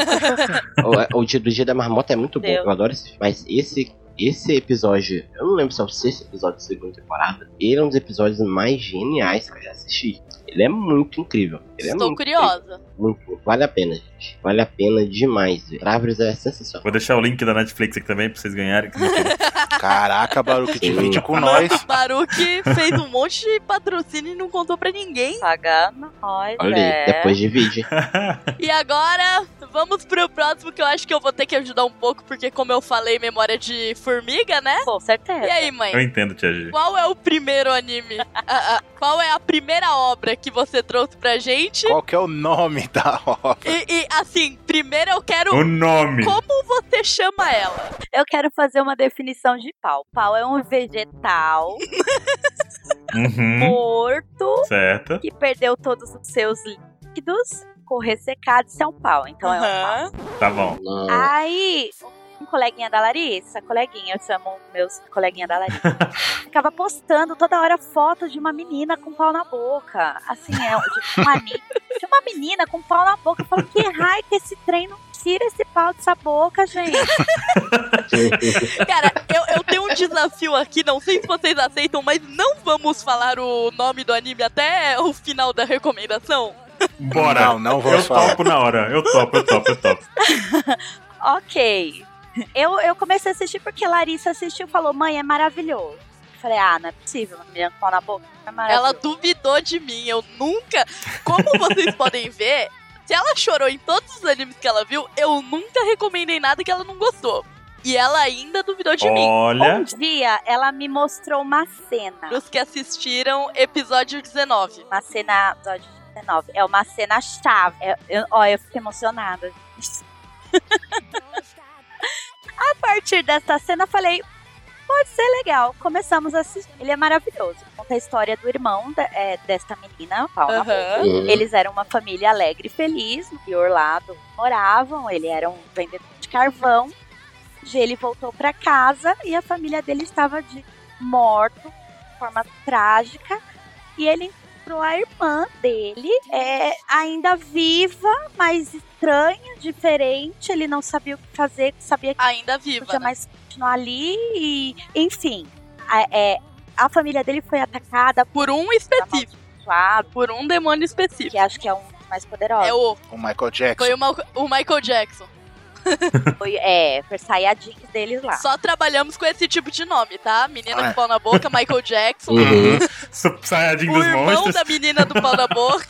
S3: o, o dia do dia da marmota é muito bom,
S5: Deus.
S3: eu adoro esse. Mas esse. Esse episódio, eu não lembro se é o sexto episódio da segunda temporada, ele é um dos episódios mais geniais que eu já assisti. Ele é muito incrível. Ele é
S1: Estou
S3: muito
S1: curiosa.
S3: Muito. Vale a pena, gente. Vale a pena demais. Travers é sensacional.
S2: Vou deixar o link da Netflix aqui também pra vocês ganharem.
S4: Caraca, Baruque, divide com nós.
S1: Baruque fez um monte de patrocínio e não contou pra ninguém.
S5: Pagando nós,
S3: Olha
S5: é.
S3: aí, depois divide.
S1: E agora, vamos pro próximo que eu acho que eu vou ter que ajudar um pouco, porque como eu falei, memória de formiga, né?
S5: Com certeza.
S1: E aí, mãe?
S2: Eu entendo, Tia G.
S1: Qual é o primeiro anime? Ah, ah, qual é a primeira obra que você trouxe pra gente?
S4: Qual que é o nome da obra?
S1: E, e, assim, primeiro eu quero.
S2: O nome.
S1: Como você chama ela?
S5: Eu quero fazer uma definição de pau. Pau é um vegetal
S3: Hum?
S2: Uhum.
S5: morto
S2: Certo.
S5: que perdeu todos os seus líquidos, ficou ressecado. Isso é um pau. Então é um pau.
S1: Aham.
S2: Tá bom.
S3: Não.
S1: Ah,
S5: Aí, um coleguinha da Larissa, coleguinha, eu chamo meus coleguinha da Larissa, ficava postando toda hora fotos de uma menina com pau na boca. Assim, é, de uma, ni- de uma menina com pau na boca. Eu falo, que raio que esse trem não tira esse pau dessa boca, gente.
S1: Cara, eu, eu tenho um desafio aqui, não sei se vocês aceitam, mas não vamos falar o nome do anime até o final da recomendação.
S2: Bora.
S4: Não, não vou
S2: Eu
S4: falar.
S2: topo na hora. Eu topo, eu topo, eu topo.
S5: ok. Eu, eu comecei a assistir porque Larissa assistiu e falou, mãe, é maravilhoso. Eu Falei, ah, não é possível, uma menina com pau na boca. É maravilhoso.
S1: Ela duvidou de mim, eu nunca. Como vocês podem ver, se ela chorou em todos os animes que ela viu, eu nunca recomendei nada que ela não gostou. E ela ainda duvidou de mim.
S2: Olha.
S5: Um dia, ela me mostrou uma cena.
S1: Os que assistiram episódio 19.
S5: Uma cena. Episódio 19. É uma cena chave. É, eu, ó, eu fico emocionada. gente. a partir dessa cena, eu falei. Pode ser legal. Começamos a assistir. Ele é maravilhoso. Conta a história do irmão da- é, desta menina, Paula.
S1: Aham.
S3: Hum.
S5: Eles eram uma família alegre e feliz, no interior lá do moravam, ele era um vendedor de carvão. Um dia Ele voltou para casa e a família dele estava de morto, de forma trágica, e ele encontrou a irmã dele, é, ainda viva, mas estranha, diferente, ele não sabia o que fazer, sabia que
S1: Ainda
S5: não
S1: viva.
S5: podia
S1: né?
S5: mais continuar ali, e, enfim, a, é, a família dele foi atacada,
S1: Por um específico.
S5: amaldiçoada,
S1: Por um demônio específico.
S5: que acho que é um dos mais poderosos.
S1: É o.
S4: O Michael Jackson.
S1: Foi o, Mal- o Michael Jackson.
S5: Foi, é, foi sair a dica deles lá.
S1: Só trabalhamos com esse tipo de nome, tá? Menina
S4: Ah, é.
S1: com pau na boca, Michael Jackson.
S3: Uhum.
S2: Super Saiyajin
S1: O
S2: dos
S1: irmão
S2: monstros.
S1: da menina do pau na boca.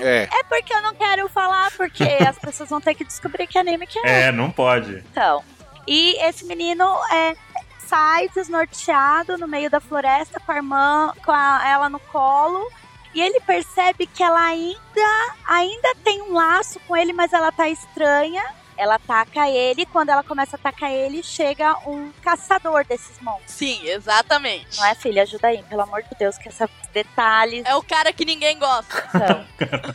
S4: É.
S5: É porque eu não quero falar, porque as pessoas vão ter que descobrir que anime que é,
S2: É, não pode.
S5: então. E esse menino é, sai desnorteado no meio da floresta com a irmã, com a- ela no colo. E ele percebe que ela ainda, ainda tem um laço com ele, mas ela tá estranha. Ela ataca ele, quando ela começa a atacar ele, chega um caçador desses monstros.
S1: Sim, exatamente.
S5: Não é, filha? Ajuda aí, pelo amor de Deus, que esses detalhes
S1: É o cara que ninguém gosta.
S5: Então,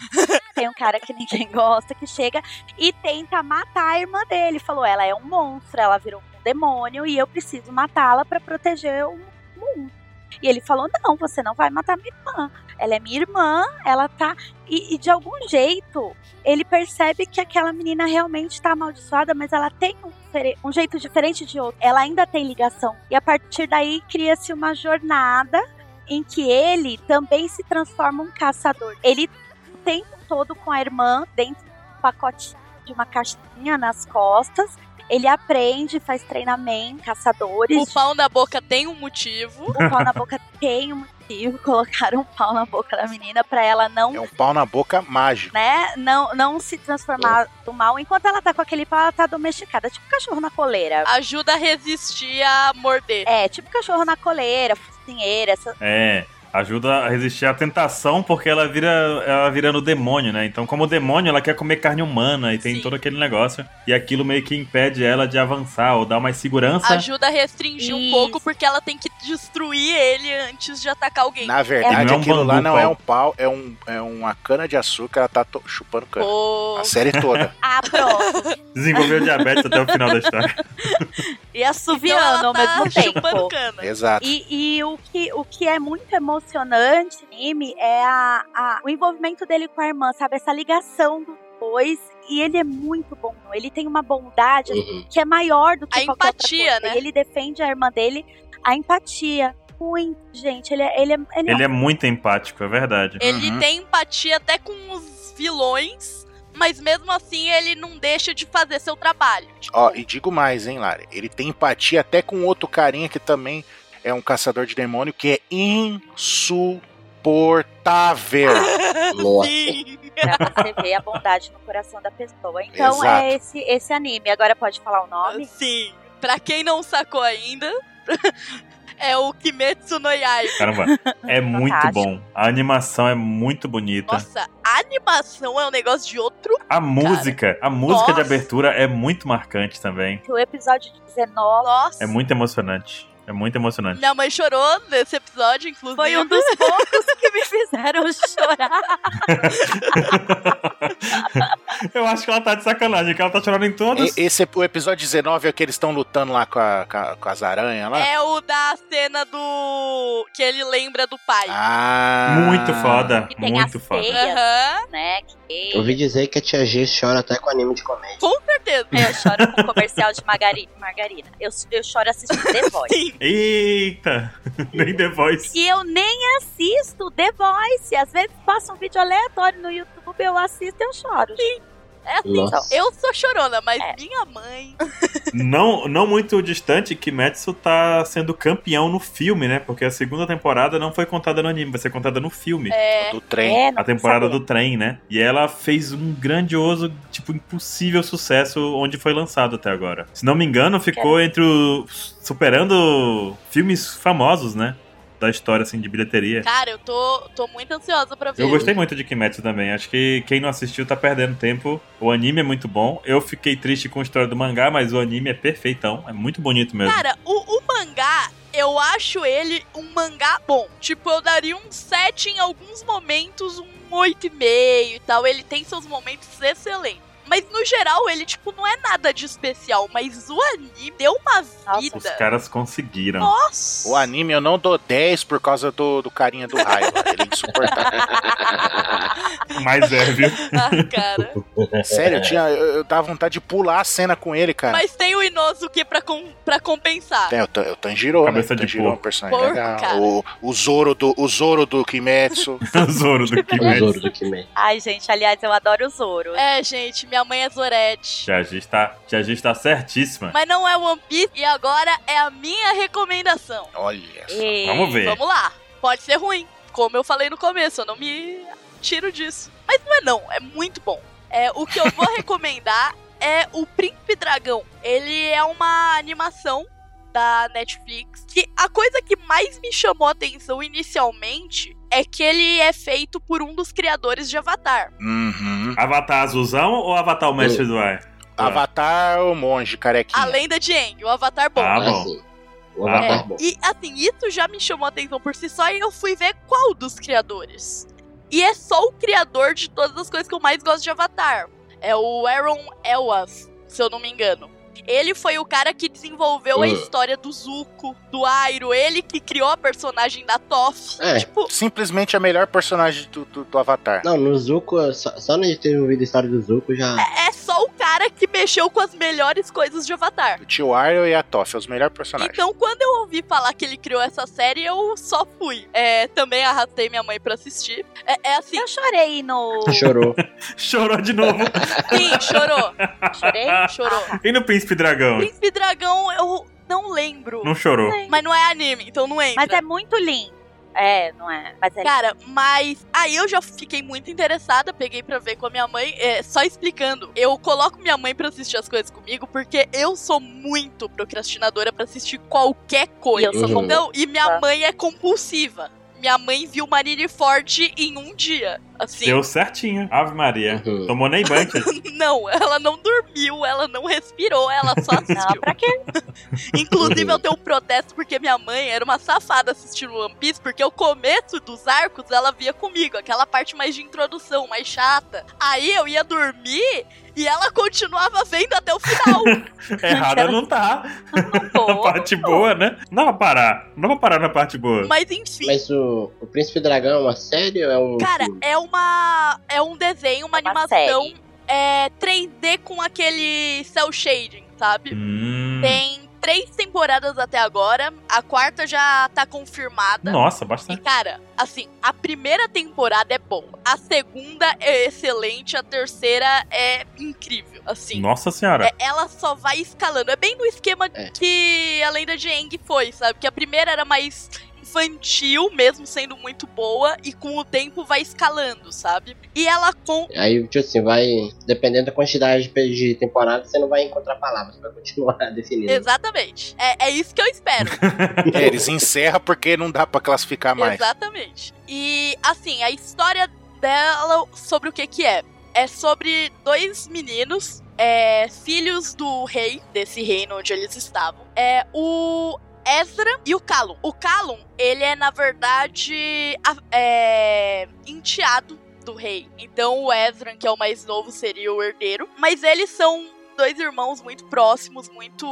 S5: tem um cara que ninguém gosta que chega e tenta matar a irmã dele. Falou: ela é um monstro, ela virou um demônio e eu preciso matá-la pra proteger o mundo. E ele falou: não, você não vai matar minha irmã. Ela é minha irmã, ela tá. E, e de algum jeito, ele percebe que aquela menina realmente tá amaldiçoada, mas ela tem um, difere- um jeito diferente de outro. Ela ainda tem ligação. E a partir daí cria-se uma jornada em que ele também se transforma um caçador. Ele o tempo todo com a irmã dentro de um pacotinho, de uma caixinha nas costas. Ele aprende, faz treinamento, caçadores.
S1: O pau na boca tem um motivo.
S5: O pau na boca tem um motivo. Colocaram um pau na boca da menina pra ela não
S4: É um pau na boca mágico.
S5: né? Não, não se transformar do mal. Enquanto ela tá com aquele pau, ela tá domesticada. Tipo cachorro na coleira.
S1: Ajuda a resistir a morder.
S5: É, tipo cachorro na coleira, focinheira, essa-
S2: É, ajuda a resistir à tentação porque ela vira ela virando demônio, né? Então, como demônio, ela quer comer carne humana e tem
S1: Sim.
S2: todo aquele negócio. E aquilo meio que impede ela de avançar ou dar mais segurança.
S1: Ajuda a restringir um
S5: Isso.
S1: pouco, porque ela tem que destruir ele antes de atacar alguém.
S4: Na verdade,
S2: Não é um
S4: aquilo lá
S2: bambu,
S4: não
S2: pau.
S4: é um pau, é, um, é uma cana de açúcar, ela tá to- chupando cana.
S1: Pô,
S4: A série toda.
S5: Ah, pronto.
S2: Desenvolveu diabetes até o final da história.
S5: E assoviando
S1: então ela
S5: ao mesmo
S1: tá chupando
S5: tempo.
S1: cana.
S4: Exato.
S5: E, e o, que, o que é muito emocionante no anime é a, a- o envolvimento dele com a irmã, sabe? Essa ligação dos dois. E ele é muito bom. Ele tem uma bondade
S3: Uhum.
S5: que é maior do que
S1: A
S5: qualquer outra
S1: empatia,
S5: coisa.
S1: né?
S5: E ele defende a irmã dele, a empatia. Muito, gente. Ele é, ele é, ele é
S2: Ele é muito empático, é verdade.
S1: Ele
S4: Uhum.
S1: tem empatia até com os vilões, mas mesmo assim ele não deixa de fazer seu trabalho. Tipo,
S4: Ó, e digo mais, hein, Lari. Ele tem empatia até com outro carinha que também é um caçador de demônio, que é insuportável.
S3: Nossa.
S1: sim.
S5: pra um você ver a bondade no coração da pessoa. Então
S4: Exato.
S5: é esse, esse anime. Agora pode falar o nome?
S1: Sim. Pra quem não sacou ainda, é o Kimetsu no Yaiba.
S2: Caramba, é muito
S5: Fantástico.
S2: bom. A animação é muito bonita.
S1: Nossa, a animação é um negócio de outro.
S2: a música, a música de
S1: Nossa.
S2: abertura é muito marcante também.
S5: O episódio 19
S1: Nossa.
S2: É muito emocionante. É muito emocionante.
S1: Minha mãe chorou nesse episódio, inclusive.
S5: foi um dos poucos que me fizeram chorar.
S2: Eu acho que ela tá de sacanagem, que ela tá chorando em todas.
S4: E- Esse é o episódio 19 é o que eles estão lutando lá com, a- com a- com as aranhas lá.
S1: É o da cena do. que ele lembra do pai.
S4: Ah,
S2: Muito foda,
S5: E tem
S2: muito
S5: as
S2: foda.
S5: feias.
S1: Aham,
S5: né? Que
S3: Eu ouvi dizer que a tia G chora até com anime de comédia.
S1: com certeza.
S5: É, eu choro com comercial de margari- margarina. Eu, eu choro assistindo The Voice.
S2: Eita! Nem The Voice.
S5: E eu nem assisto The Voice. Às vezes passa um vídeo aleatório no YouTube, eu assisto e eu choro.
S1: É assim,
S3: Nossa.
S1: eu sou chorona, mas
S5: É.
S1: minha mãe.
S2: Não, não muito distante, Kimetsu tá sendo campeão no filme, né? Porque a segunda temporada não foi contada no anime, vai ser contada no filme.
S1: É.
S4: Do trem.
S2: A temporada do trem, né? E ela fez um grandioso, tipo, impossível sucesso onde foi lançado até agora. Se não me engano, ficou entre os. superando filmes famosos, né? Da história, assim, de bilheteria.
S1: Cara, eu tô, tô muito ansiosa pra ver.
S2: Eu gostei muito de Kimetsu também. Acho que quem não assistiu tá perdendo tempo. O anime é muito bom. Eu fiquei triste com a história do mangá, mas o anime é perfeitão. É muito bonito mesmo.
S1: Cara, o, o mangá, eu acho ele um mangá bom. Tipo, eu daria um 7 em alguns momentos, um 8,5 e tal. Ele tem seus momentos excelentes. Mas no geral, ele, tipo, não é nada de especial. Mas o anime deu uma
S5: Nossa.
S1: vida.
S2: Os caras conseguiram.
S1: Nossa!
S4: O anime eu não dou 10 por causa do, do carinha do raio. lá. Ele é insuportável.
S2: Mas é, viu?
S1: Ah, cara.
S4: Sério, eu, tinha, eu, eu dava vontade de pular a cena com ele, cara. É,
S1: Mas tem o Inosuke pra, com, pra compensar.
S4: Tem, o, Tan- o Tanjiro,
S2: Cabeça
S4: né?
S2: de
S4: O Tanjiro é um
S2: porco.
S4: personagem
S1: Porco, cara.
S4: legal. O, o, Zoro do, o Zoro do Kimetsu.
S2: o Zoro do
S3: O Zoro
S2: Kimetsu.
S3: do Kimetsu.
S5: Ai, gente, aliás, eu adoro o Zoro.
S1: É, gente, minha mãe é Zorete.
S2: Tia Giz tá, Tia Giz tá certíssima.
S1: Mas não é One Piece e agora é a minha recomendação.
S4: Olha só.
S5: E-
S2: Vamos ver.
S1: Vamos lá. Pode ser ruim, como eu falei no começo, eu não me tiro disso. Mas não é não, é muito bom. É, o que eu vou recomendar é o Príncipe Dragão. Ele é uma animação da Netflix que a coisa que mais me chamou a atenção inicialmente é que ele é feito por um dos criadores de Avatar.
S2: É.
S4: Uhum.
S2: Avatar azulzão ou Avatar o mestre do ar?
S4: Avatar, o monge, carequinha.
S1: A Lenda de Aang, o Avatar bom.
S2: Ah,
S3: Ah,
S2: bom.
S3: sim. O
S2: Ah,
S3: Avatar
S1: É,
S3: bom.
S1: E assim, isso já me chamou a atenção por si só e eu fui ver qual dos criadores. E é só o criador de todas as coisas que eu mais gosto de Avatar. É o Aaron Elwas, se eu não me engano. Ele foi o cara que desenvolveu a
S3: Hum.
S1: história do Zuko, do Airo, ele que criou a personagem da Toph.
S3: É.
S1: Tipo,
S4: Simplesmente a melhor personagem do, do, do Avatar.
S3: Não, no Zuko, só, só não ter ouvido a história do Zuko já.
S1: é só o cara cara que mexeu com as melhores coisas de Avatar.
S4: O Tio Ariel e a Toph, os melhores personagens.
S1: Então, quando eu ouvi falar que ele criou essa série, eu só fui. É, também arrastei minha mãe pra assistir. É, é assim,
S5: Eu chorei no.
S3: Chorou.
S2: Chorou de novo.
S1: sim, chorou,
S5: Chorei?
S1: chorou.
S2: E no Príncipe Dragão?
S1: Príncipe Dragão, eu não lembro.
S2: Não chorou.
S1: Mas não é anime, então não entra.
S5: Mas é muito lindo. É, não é? Mas é
S1: Cara, mas aí eu já fiquei muito interessada, peguei pra ver com a minha mãe, é, só explicando. Eu coloco minha mãe pra assistir as coisas comigo, porque eu sou muito procrastinadora pra assistir qualquer coisa.
S5: E eu
S3: sou Uhum.
S1: Não, e minha
S5: Tá.
S1: mãe é compulsiva. Minha mãe viu Marine Forte em um dia. Assim,
S2: Deu certinho. Ave Maria.
S3: Uhum.
S2: Tomou nem banho.
S1: não, ela não dormiu, ela não respirou, ela só
S5: Não,
S1: assistiu.
S5: pra quê?
S1: Inclusive, eu tenho um protesto porque minha mãe era uma safada assistindo One Piece, porque o começo dos arcos ela via comigo, aquela parte mais de introdução, mais chata. Aí eu ia dormir e ela continuava vendo até o final.
S2: Errada não tá.
S5: Não
S2: Na
S5: tô.
S2: parte boa, né? Não vai parar. Não vai parar na parte boa.
S1: Mas enfim.
S3: Mas o, o Príncipe Dragão é uma série ou é um.
S1: Cara,
S3: filme?
S1: é uma. É um desenho, uma,
S5: Uma
S1: animação
S5: série.
S1: é, 3D com aquele cel shading, sabe?
S2: Hum.
S1: Tem três temporadas até agora. A quarta já tá confirmada.
S2: Nossa,
S1: E,
S2: bastante.
S1: cara, assim, a primeira temporada é boa, a segunda é excelente, a terceira é incrível, assim.
S2: Nossa senhora.
S1: É, ela só vai escalando. É bem no esquema
S3: É.
S1: que a lenda de Eng foi, sabe? Que a primeira era mais infantil, mesmo sendo muito boa, e com o tempo vai escalando, sabe? E ela com.
S3: Aí, tipo assim, vai. Dependendo da quantidade de de temporada, você não vai encontrar palavras pra continuar definindo.
S1: Exatamente. É, é isso que eu espero.
S4: É, eles encerram porque não dá pra classificar mais.
S1: Exatamente. E assim, a história dela sobre o que que é? É sobre dois meninos, é, filhos do rei desse reino onde eles estavam. É o Ezra e o Calum. O Calum, ele é na verdade a- é, enteado do rei. Então o Ezra, que é o mais novo, seria o herdeiro. Mas eles são dois irmãos muito próximos, muito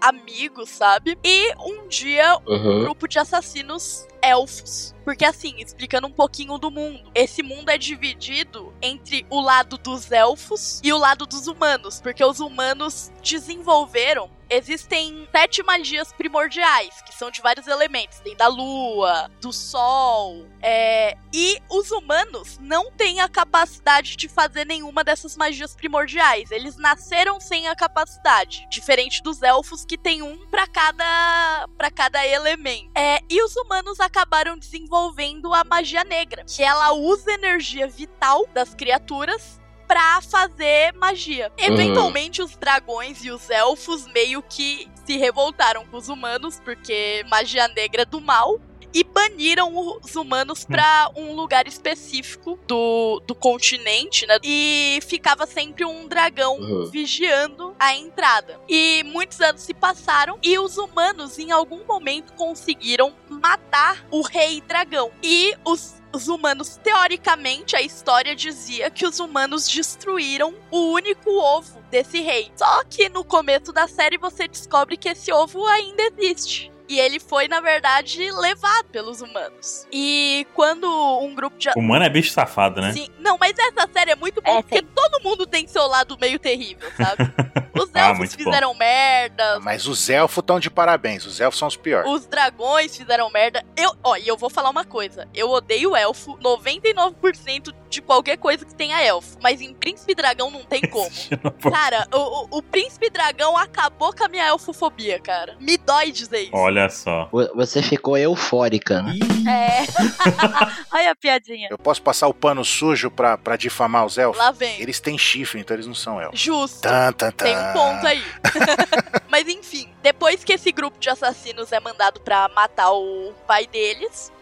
S1: amigos, sabe? E um dia
S3: Uhum.
S1: grupo de assassinos elfos. Porque assim, explicando um pouquinho do mundo. Esse mundo é dividido entre o lado dos elfos e o lado dos humanos. Porque os humanos desenvolveram. Existem sete magias primordiais, que são de vários elementos. Tem da lua, do sol. é, E os humanos não têm a capacidade de fazer nenhuma dessas magias primordiais. Eles nasceram sem a capacidade. Diferente dos elfos, que tem um pra cada para cada elemento. É, e os humanos acabaram desenvolvendo a magia negra, que ela usa a energia vital das criaturas pra fazer magia. Eventualmente os dragões e os elfos meio que se revoltaram com os humanos porque magia negra é do mal. E baniram os humanos pra um lugar específico do, do continente, né? E ficava sempre um dragão
S3: Uhum.
S1: vigiando a entrada. E muitos anos se passaram e os humanos em algum momento conseguiram matar o rei dragão. E os os humanos, teoricamente, a história dizia que os humanos destruíram o único ovo desse rei. Só que no começo da série você descobre que esse ovo ainda existe. E ele foi, na verdade, levado pelos humanos. E quando um grupo de.
S2: Humano é bicho safado, né?
S1: Sim, não, mas essa série é muito boa
S5: É,
S1: porque
S5: sim.
S1: todo mundo tem seu lado meio terrível, sabe? Os
S2: Ah,
S1: elfos
S2: muito bom.
S1: fizeram merda,
S4: Mas os elfos estão de parabéns, os elfos são os piores.
S1: os dragões fizeram merda. Eu, ó, e eu vou falar uma coisa. Eu odeio elfo 99% de qualquer coisa que tenha elfo, mas em Príncipe Dragão não tem como. Cara, o, o- o Príncipe Dragão acabou com a minha elfofobia, cara. Me dói dizer isso.
S2: Olha só.
S3: Vo- Você ficou eufórica, né?
S5: É. Olha a piadinha.
S4: Eu posso passar o pano sujo pra, pra difamar os elfos?
S1: Lá vem.
S4: Eles têm chifre, então eles não são elfos.
S1: Justo.
S4: Tan, tan, tan.
S1: Tem um ponto aí. Mas enfim, depois que esse grupo de assassinos é mandado pra matar o pai deles,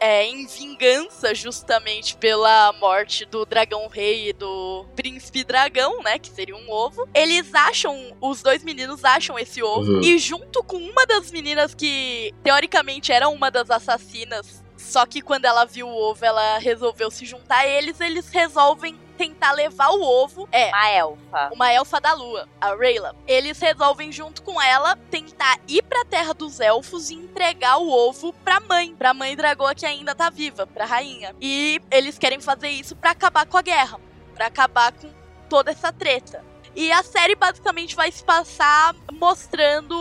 S1: é em vingança justamente pela morte do dragão rei e do príncipe dragão, né, que seria um ovo. Eles acham, os dois meninos acham esse ovo
S3: Uhum.
S1: e junto com uma das meninas que teoricamente era uma das assassinas, só que quando ela viu o ovo, ela resolveu se juntar a eles, eles resolvem tentar levar o ovo. É,
S5: Uma elfa.
S1: uma elfa da lua, a Rayla. Eles resolvem junto com ela tentar ir pra terra dos elfos e entregar o ovo pra mãe, pra mãe dragoa que ainda tá viva, pra rainha. E eles querem fazer isso pra acabar com a guerra, pra acabar com toda essa treta. E a série basicamente vai se passar mostrando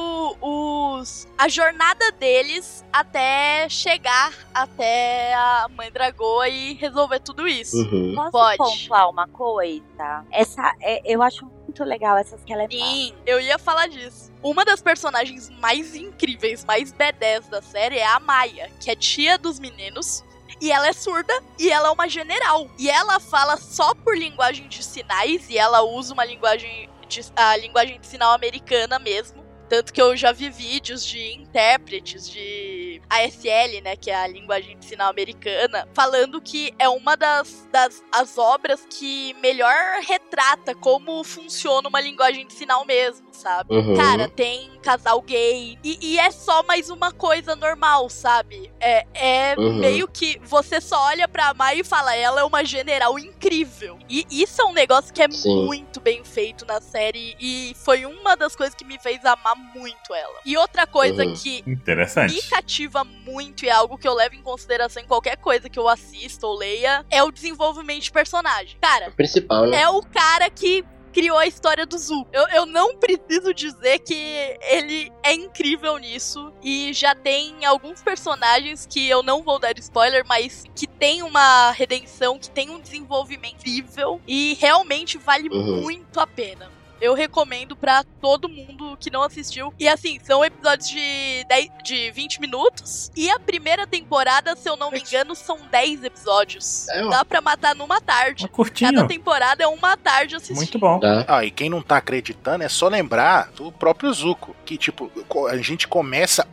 S1: os a jornada deles até chegar até a Mãe Dragoa e resolver tudo isso.
S3: Uhum.
S5: Posso
S1: Pode.
S5: pontuar uma coisa? Essa, é- eu acho muito legal essas que ela é
S1: Sim, eu ia falar disso. Uma das personagens mais incríveis, mais badass da série é a Maia, que é tia dos meninos. E ela é surda e ela é uma general. E ela fala só por linguagem de sinais e ela usa uma linguagem de, a linguagem de sinal americana mesmo. Tanto que eu já vi vídeos de intérpretes de ASL, né, que é a linguagem de sinal americana, falando que é uma das, das as obras que melhor retrata como funciona uma linguagem de sinal mesmo, sabe?
S3: Uhum.
S1: Cara, tem casal gay. E, e é só mais uma coisa normal, sabe? É, é
S3: Uhum.
S1: meio que você só olha pra Mai e fala, ela é uma general incrível. E isso é um negócio que é
S3: Sim.
S1: muito bem feito na série. E foi uma das coisas que me fez amar muito ela. E outra coisa
S3: Uhum.
S1: que me
S2: Interessante.
S1: cativa muito e é algo que eu levo em consideração em qualquer coisa que eu assista ou leia é o desenvolvimento de personagem. Cara,
S3: O principal, né?
S1: é o cara que criou a história do Zul. Eu, eu não preciso dizer que ele é incrível nisso. E já tem alguns personagens que eu não vou dar spoiler, mas que tem uma redenção, que tem um desenvolvimento incrível. E realmente vale
S3: Uhum.
S1: muito a pena. Eu recomendo pra todo mundo que não assistiu. E assim, são episódios de, 10, de 20 minutos. E a primeira temporada, se eu não me engano, são 10 episódios.
S3: É, ó.
S1: Dá pra matar numa tarde.
S2: Uma
S1: Cada
S2: curtinho.
S1: temporada é uma tarde assistindo.
S2: Muito bom.
S3: Tá.
S4: Ah, e quem não tá acreditando é só lembrar do próprio Zuko, que tipo, co- a gente começa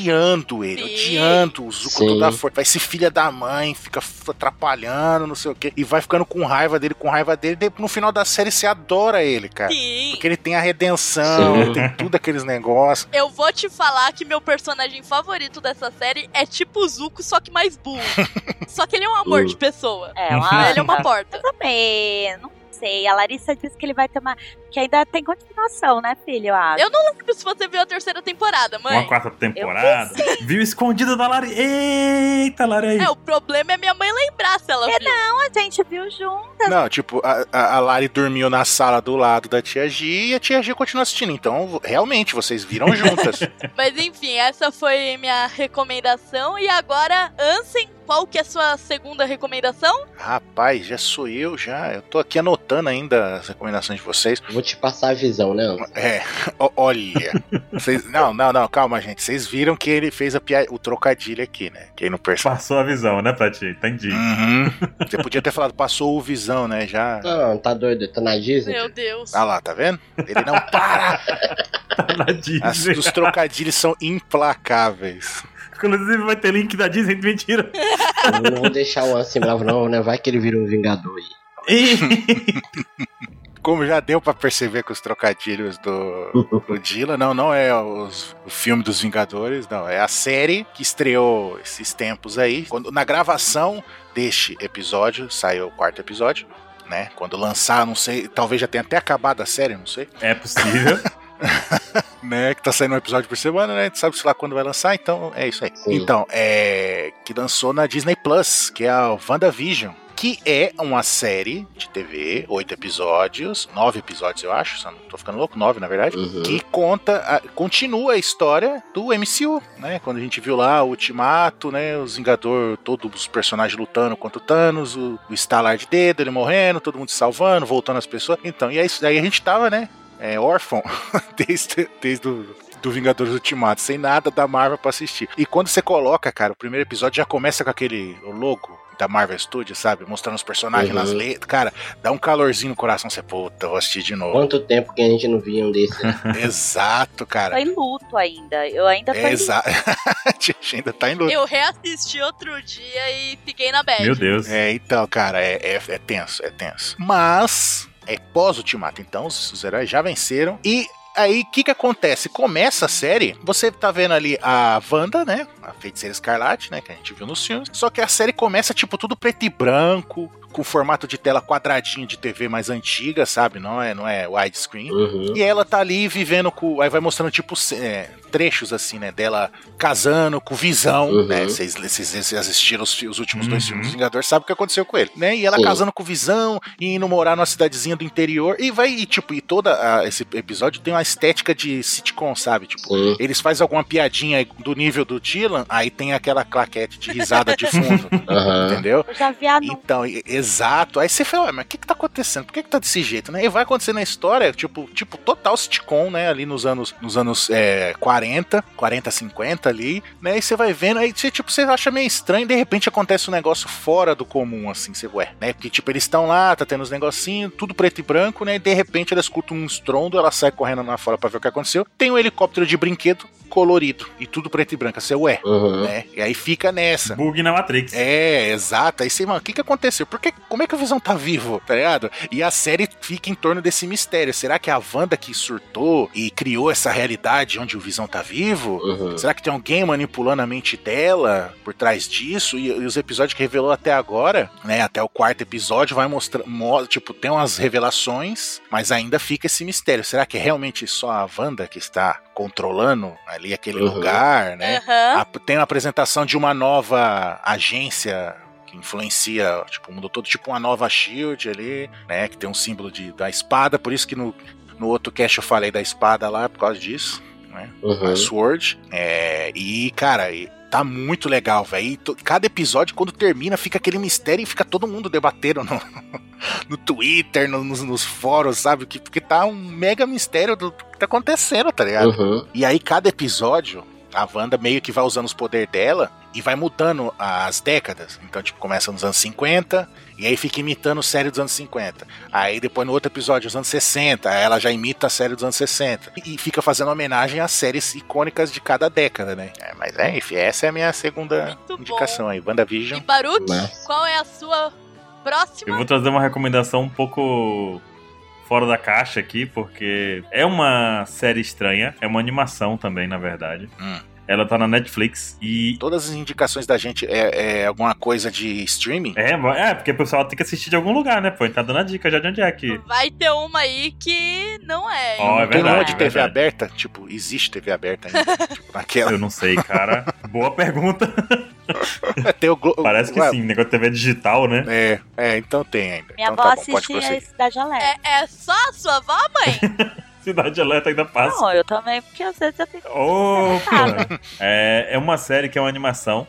S4: odiando ele,
S1: Sim.
S4: odiando o Zuko
S3: Sim.
S4: toda força, vai ser filha da mãe, fica f- atrapalhando, não sei o quê, e vai ficando com raiva dele, com raiva dele, e no final da série você adora ele, cara.
S1: Sim.
S4: Porque ele tem a redenção,
S3: Sim.
S4: ele tem tudo aqueles negócios.
S1: Eu vou te falar que meu personagem favorito dessa série é tipo o Zuko, só que mais burro. só que ele é um amor
S2: Uh.
S1: de pessoa.
S5: É, ela,
S1: Ele é
S2: Ah.
S1: uma porta.
S5: Eu também, não sei. A Larissa disse que ele vai tomar. Que ainda tem continuação, né, filho? Eu acho.
S1: Eu não lembro Tipo, se você viu a terceira temporada,
S2: Uma
S1: mãe.
S2: quarta temporada. Viu escondida da Lari. Eita, Lari aí.
S1: É, o problema é minha mãe lembrar se ela
S5: É,
S1: viu.
S5: Não, a gente viu junto.
S4: Não, tipo, a, a- a Lari dormiu na sala do lado da tia G e a tia G continua assistindo. Então, realmente, vocês viram juntas.
S1: Mas enfim, essa foi minha recomendação. E agora, Ansem, qual que é a sua segunda recomendação?
S4: Rapaz, já sou eu, já. Eu tô aqui anotando ainda as recomendações de vocês.
S3: Vou te passar a visão, né? Anderson?
S4: É, o- olha. Vocês- não, não, não, calma, gente. Vocês viram que ele fez a pia- o trocadilho aqui, né? Quem não percebeu.
S2: Passou a visão, né, pra ti? Entendi.
S4: Uhum. Você podia ter falado, passou o visão, né? Já.
S3: Não, tá doido? Tá na Disney?
S1: Meu Deus.
S4: Ah lá, tá vendo? Ele não para!
S2: Tá na
S4: As-
S2: Disney.
S4: os trocadilhos são implacáveis.
S2: Inclusive vai ter link da Disney. Mentira.
S3: Eu Não vou deixar o Ansem bravo, não, né? Vai que ele vira um Vingador aí.
S2: Ih,
S4: Como já deu pra perceber com os trocadilhos do, do Dila, não, não é os- o filme dos Vingadores, não. É a série que estreou esses tempos aí. Quando, na gravação deste episódio, saiu o quarto episódio, né? Quando lançar, não sei, talvez já tenha até acabado a série, não sei.
S2: é possível.
S4: Né? Que tá saindo um episódio por semana, né? A gente sabe sei lá quando vai lançar, então é isso aí.
S3: Sim.
S4: Então, é. Que lançou na Disney Plus, que é a WandaVision. Que é uma série de TV, oito episódios, nove episódios, eu acho, se eu não tô ficando louco, nove na verdade
S3: Uhum.
S4: que conta, a- continua a história do MCU, né? Quando a gente viu lá o Ultimato, né? Os Vingador, todos os personagens lutando contra o Thanos, o, o estalar de dedo, ele morrendo, todo mundo se salvando, voltando as pessoas. Então, e é isso daí a gente tava, né? É, órfão desde, desde o do Vingadores Ultimato, sem nada da Marvel pra assistir. E quando você coloca, cara, o primeiro episódio já começa com aquele logo da Marvel Studios, sabe? Mostrando os personagens
S3: Uhum.
S4: nas letras. Cara, dá um calorzinho no coração. Você, puta, vou assistir de novo.
S3: Quanto tempo que a gente não via um desses?
S4: Exato, cara.
S5: Tô em luto ainda. Eu ainda tô em luto.
S4: Exato. a gente ainda tá em luta.
S1: Eu reassisti outro dia e fiquei na bad.
S2: Meu Deus.
S4: É, então, cara, é, é, é tenso, é tenso. Mas é pós-ultimato, então os, os heróis já venceram. E aí, o que que acontece? Começa a série, você tá vendo ali a Wanda, né? A feiticeira escarlate, né? Que a gente viu nos filmes. Só que a série começa, tipo, tudo preto e branco. com formato de tela quadradinho de TV mais antiga, sabe? Não é, não é widescreen.
S3: Uhum.
S4: E ela tá ali vivendo com. Aí vai mostrando, tipo, é, trechos assim, né? Dela casando com visão,
S3: Uhum.
S4: né? Vocês vocês assistiram os, fi- os últimos dois
S2: Uhum.
S4: filmes do Vingador, sabe o que aconteceu com ele, né? E ela
S3: Sim.
S4: casando com visão e indo morar numa cidadezinha do interior. E vai, e, tipo, e todo esse episódio tem uma estética de sitcom, sabe? Tipo,
S3: Sim.
S4: eles fazem alguma piadinha aí do nível do Dylan, aí tem aquela claquete de risada de fundo,
S3: Aham.
S4: entendeu?
S5: Eu já vi anúncio.
S4: Então, e- exato. Aí você fala, "Ué, mas o que que tá acontecendo? Por que que tá desse jeito, né? E vai acontecer na história, tipo, tipo total sitcom, né? Ali nos anos, nos anos é, 40, 40, 50 ali, né? E você vai vendo, aí você, tipo, você acha meio estranho, de repente acontece um negócio fora do comum, assim, você, ué, né? Porque, tipo, eles estão lá, tá tendo os negocinhos, tudo preto e branco, né? E de repente ela escuta um estrondo, ela sai correndo lá fora pra ver o que aconteceu. Tem um helicóptero de brinquedo colorido e tudo preto e branco. Você, ué,
S3: Uhum.
S4: né? E aí fica nessa.
S2: Bug na Matrix.
S4: É, exato. Aí você, mano, o que, que aconteceu? Por que, como é que o Visão tá vivo, tá ligado? E a série fica em torno desse mistério. Será que é a Wanda que surtou e criou essa realidade onde o Visão tá vivo?
S3: Uhum.
S4: Será que tem alguém manipulando a mente dela por trás disso? E, e os episódios que revelou até agora, né? Até o quarto episódio vai mostrar, mo- tipo, tem umas revelações, mas ainda fica esse mistério. Será que é realmente só a Wanda que está controlando ali aquele
S3: Uhum.
S4: lugar, né?
S1: Aham.
S4: A- tem a apresentação de uma nova agência que influencia tipo, o mundo todo, tipo uma nova Shield ali, né? Que tem um símbolo de, da espada, por isso que no, no outro cast eu falei da espada lá, por causa disso.
S3: Uhum.
S4: A Sword. É, e, cara, e tá muito legal, velho. E to- Cada episódio, quando termina, fica aquele mistério e fica todo mundo debatendo no, no Twitter, no- nos, nos fóruns, sabe? Que, porque tá um mega mistério do que tá acontecendo, tá ligado?
S3: Uhum.
S4: E aí, cada episódio, a Wanda meio que vai usando os poderes dela e vai mudando as décadas. Então, tipo, começa nos anos 50, e aí fica imitando a série dos anos 50. Aí depois no outro episódio, os anos 60, aí ela já imita a série dos anos 60. E e fica fazendo homenagem às séries icônicas de cada década, né? É, mas é, enfim, essa é a minha segunda
S1: Muito bom.
S4: indicação aí.
S1: E
S4: WandaVision.
S1: Baruch,
S3: Mas-
S1: qual é a sua
S2: Eu
S1: próxima?
S2: vou trazer uma recomendação um pouco fora da caixa aqui, porque é uma série estranha, é uma animação também, na verdade.
S4: Hum.
S2: Ela tá na Netflix e.
S4: Todas as indicações da gente é, é alguma coisa de streaming?
S2: É, é, porque o pessoal tem que assistir de algum lugar, né? Pô, a gente tá dando a dica já de onde é que.
S1: Vai ter uma aí que não é.
S2: Ó, é
S1: hein?
S4: Tem
S2: verdade,
S4: uma de
S2: é
S4: TV
S2: verdade.
S4: aberta? Tipo, existe TV aberta ainda? tipo, naquela.
S2: Eu não sei, cara. Boa pergunta.
S4: Tem o Glo-
S2: Parece que
S4: Ué,
S2: sim, negócio de TV digital, né?
S4: É, é, então tem ainda.
S5: Minha
S4: então
S5: avó
S4: tá bom, pode
S5: assistia
S4: prosseguir.
S5: Cidade Alerta.
S1: É, é só a sua avó, mãe?
S2: Cidade Alerta ainda passa.
S5: Não, eu também, porque às vezes eu fico
S2: Opa! É, é uma série que é uma animação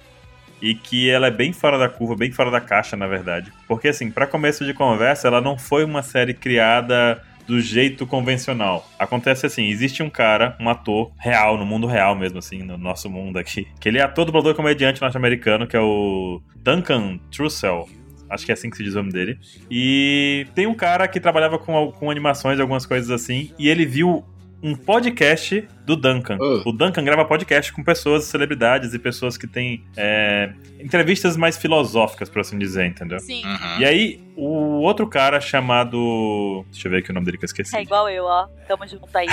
S2: e que ela é bem fora da curva, bem fora da caixa, na verdade. Porque, assim, pra começo de conversa, ela não foi uma série criada do jeito convencional. Acontece assim, existe um cara, um ator real, no mundo real mesmo, assim, no nosso mundo aqui, que ele é ator, dublador e comediante norte-americano, que é o Duncan Trussell. Acho que é assim que se diz o nome dele. E tem um cara que trabalhava com, al- com animações, algumas coisas assim, e ele viu um podcast do Duncan.
S3: Hum.
S2: O Duncan grava podcast com pessoas, celebridades e pessoas que têm é, entrevistas mais filosóficas, por assim dizer, entendeu?
S1: Sim.
S4: Uhum.
S2: E aí, o outro cara chamado. Deixa eu ver aqui o nome dele que eu esqueci.
S5: é igual eu, ó. Tamo junto aí.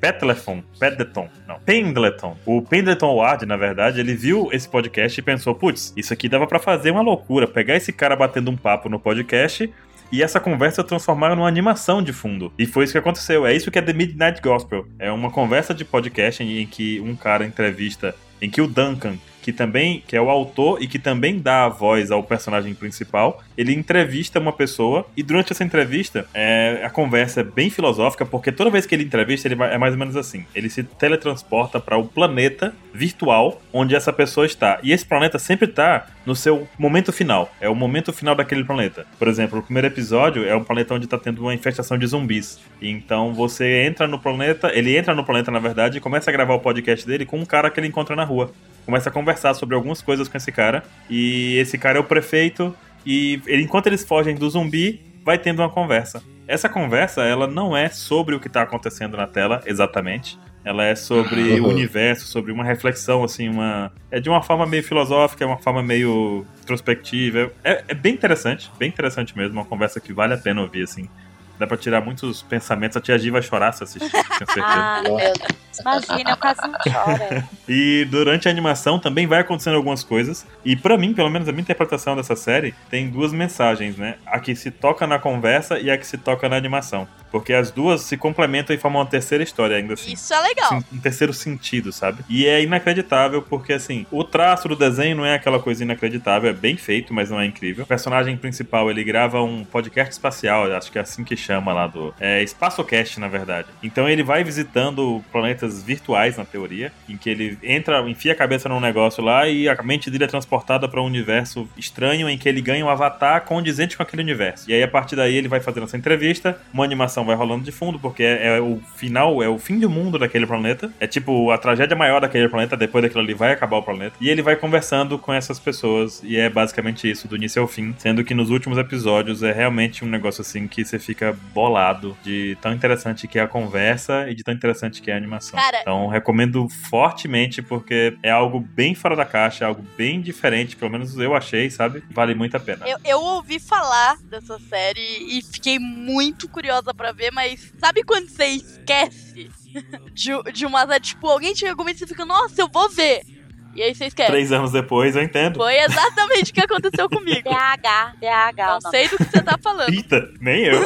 S2: Petleton, Pendleton, não, Pendleton. O Pendleton Ward, na verdade, ele viu esse podcast e pensou, putz, isso aqui dava pra fazer uma loucura, pegar esse cara batendo um papo no podcast e essa conversa transformar numa animação de fundo. E foi isso que aconteceu. É isso que é The Midnight Gospel. É uma conversa de podcast em que um cara entrevista, em que o Duncan, que também que é o autor e que também dá a voz ao personagem principal, ele entrevista uma pessoa e durante essa entrevista é, a conversa é bem filosófica porque toda vez que ele entrevista ele vai- é mais ou menos assim, ele se teletransporta para o planeta virtual onde essa pessoa está e esse planeta sempre está no seu momento final, é o momento final daquele planeta. Por exemplo, o primeiro episódio é um planeta onde está tendo uma infestação de zumbis. Então você entra no planeta, ele entra no planeta na verdade e começa a gravar o podcast dele com um cara que ele encontra na rua começa a conversar sobre algumas coisas com esse cara. E esse cara é o prefeito. E ele- enquanto eles fogem do zumbi, vai tendo uma conversa. Essa conversa, ela não é sobre o que tá acontecendo na tela, exatamente. Ela é sobre o
S3: Uhum.
S2: universo, sobre uma reflexão, assim, uma. É de uma forma meio filosófica, é uma forma meio introspectiva. É, é bem interessante, bem interessante mesmo. Uma conversa que vale a pena ouvir, assim. Dá pra tirar muitos pensamentos. A tia G vai chorar se assistir, tenho certeza.
S5: Ah, meu Deus. Imagina, eu quase não choro.
S2: E durante a animação também vai acontecendo algumas coisas. E pra mim, pelo menos a minha interpretação dessa série, tem duas mensagens, né? A que se toca na conversa e a que se toca na animação. Porque as duas se complementam e formam uma terceira história, ainda assim.
S1: Isso é legal.
S2: Sim, Um terceiro sentido, sabe? E é inacreditável porque, assim, o traço do desenho não é aquela coisa inacreditável, é bem feito, mas não é incrível. O personagem principal, ele grava um podcast espacial, acho que é assim que chama lá do. É Espaçocast, na verdade. Então ele vai visitando planetas virtuais, na teoria, em que ele entra, enfia a cabeça num negócio lá e a mente dele é transportada pra um universo estranho em que ele ganha um avatar condizente com aquele universo. E aí, a partir daí, ele vai fazendo essa entrevista, uma animação vai rolando de fundo, porque é, é o final, é o fim do mundo daquele planeta. É tipo a tragédia maior daquele planeta, depois daquilo ali vai acabar o planeta. E ele vai conversando com essas pessoas, e é basicamente isso, do início ao fim. Sendo que nos últimos episódios é realmente um negócio assim que você fica bolado de tão interessante que é a conversa e de tão interessante que é a animação.
S1: Cara,
S2: Então recomendo fortemente porque é algo bem fora da caixa, é algo bem diferente, pelo menos eu achei, sabe? Vale muito a pena.
S1: Eu, eu ouvi falar dessa série e fiquei muito curiosa pra ver, mas sabe quando você esquece de, de uma série? Tipo, alguém te recomenda e você fica, nossa, eu vou ver. E aí você esquece.
S2: Três anos depois, eu entendo.
S1: Foi exatamente o que aconteceu comigo.
S5: DH, DH,
S1: Não
S5: o nome.
S1: sei do que você tá falando.
S2: Eita, nem eu.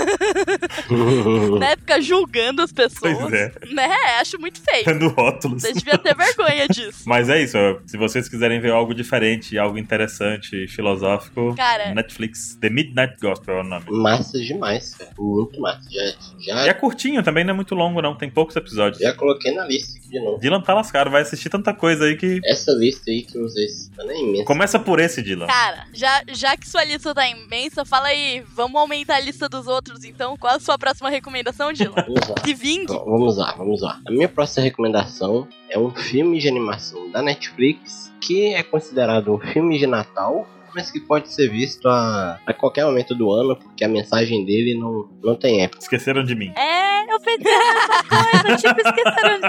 S1: Né? Fica julgando as pessoas.
S2: Pois é.
S1: Né? Acho muito feio.
S2: Tendo rótulos.
S1: Você devia ter vergonha disso.
S2: Mas é isso, se vocês quiserem ver algo diferente, algo interessante, filosófico,
S1: Cara.
S2: Netflix, The Midnight Gospel é o nome.
S3: Massa demais, cara. Muito massa. Já,
S2: E é
S3: já,
S2: curtinho também, não é muito longo não, tem poucos episódios.
S3: já coloquei na lista aqui de novo.
S2: Dylan tá lascado, vai assistir tanta coisa aí que...
S3: Essa lista aí que eu usei esse ano é imensa.
S2: Começa por esse, Dylan.
S1: Cara, já, já que sua lista tá imensa, fala aí, vamos aumentar a lista dos outros, então. Qual a sua próxima recomendação, Dylan?
S3: Vamos lá.
S1: Se vingue.
S3: Então, vamos lá, vamos lá. A minha próxima recomendação é um filme de animação da Netflix que é considerado um filme de Natal, mas que pode ser visto a, a qualquer momento do ano, porque a mensagem dele não, não tem época.
S2: Esqueceram de mim.
S5: É, eu pensei a mesma coisa, tipo, esqueceram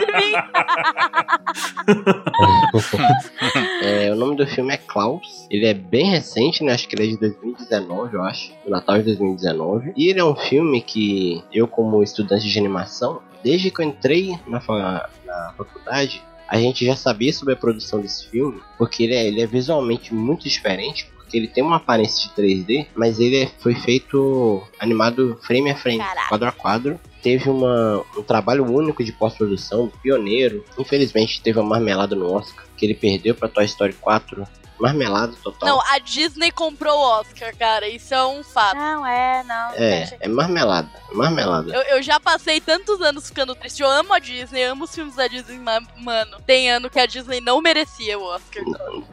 S5: de mim.
S3: É, o nome do filme é Klaus. Ele é bem recente, né? Acho que ele é de 2019, eu acho. Do Natal de 2019. E ele é um filme que eu, como estudante de animação, desde que eu entrei na, fa- na faculdade, a gente já sabia sobre a produção desse filme, porque ele é, ele é visualmente muito diferente. Porque ele tem uma aparência de 3D, mas ele é- foi feito animado frame a frame,
S1: Caraca.
S3: quadro a quadro. Teve uma, um trabalho único de pós-produção, pioneiro. Infelizmente teve uma marmelada no Oscar, que ele perdeu pra Toy Story 4. Marmelada total.
S1: Não, a Disney comprou o Oscar, cara. Isso é um fato.
S5: Não, é, não.
S3: É, é marmelada, marmelada.
S1: Eu, eu já passei tantos anos ficando triste. Eu amo a Disney, amo os filmes da Disney, mas, mano, tem ano que a Disney não merecia o Oscar.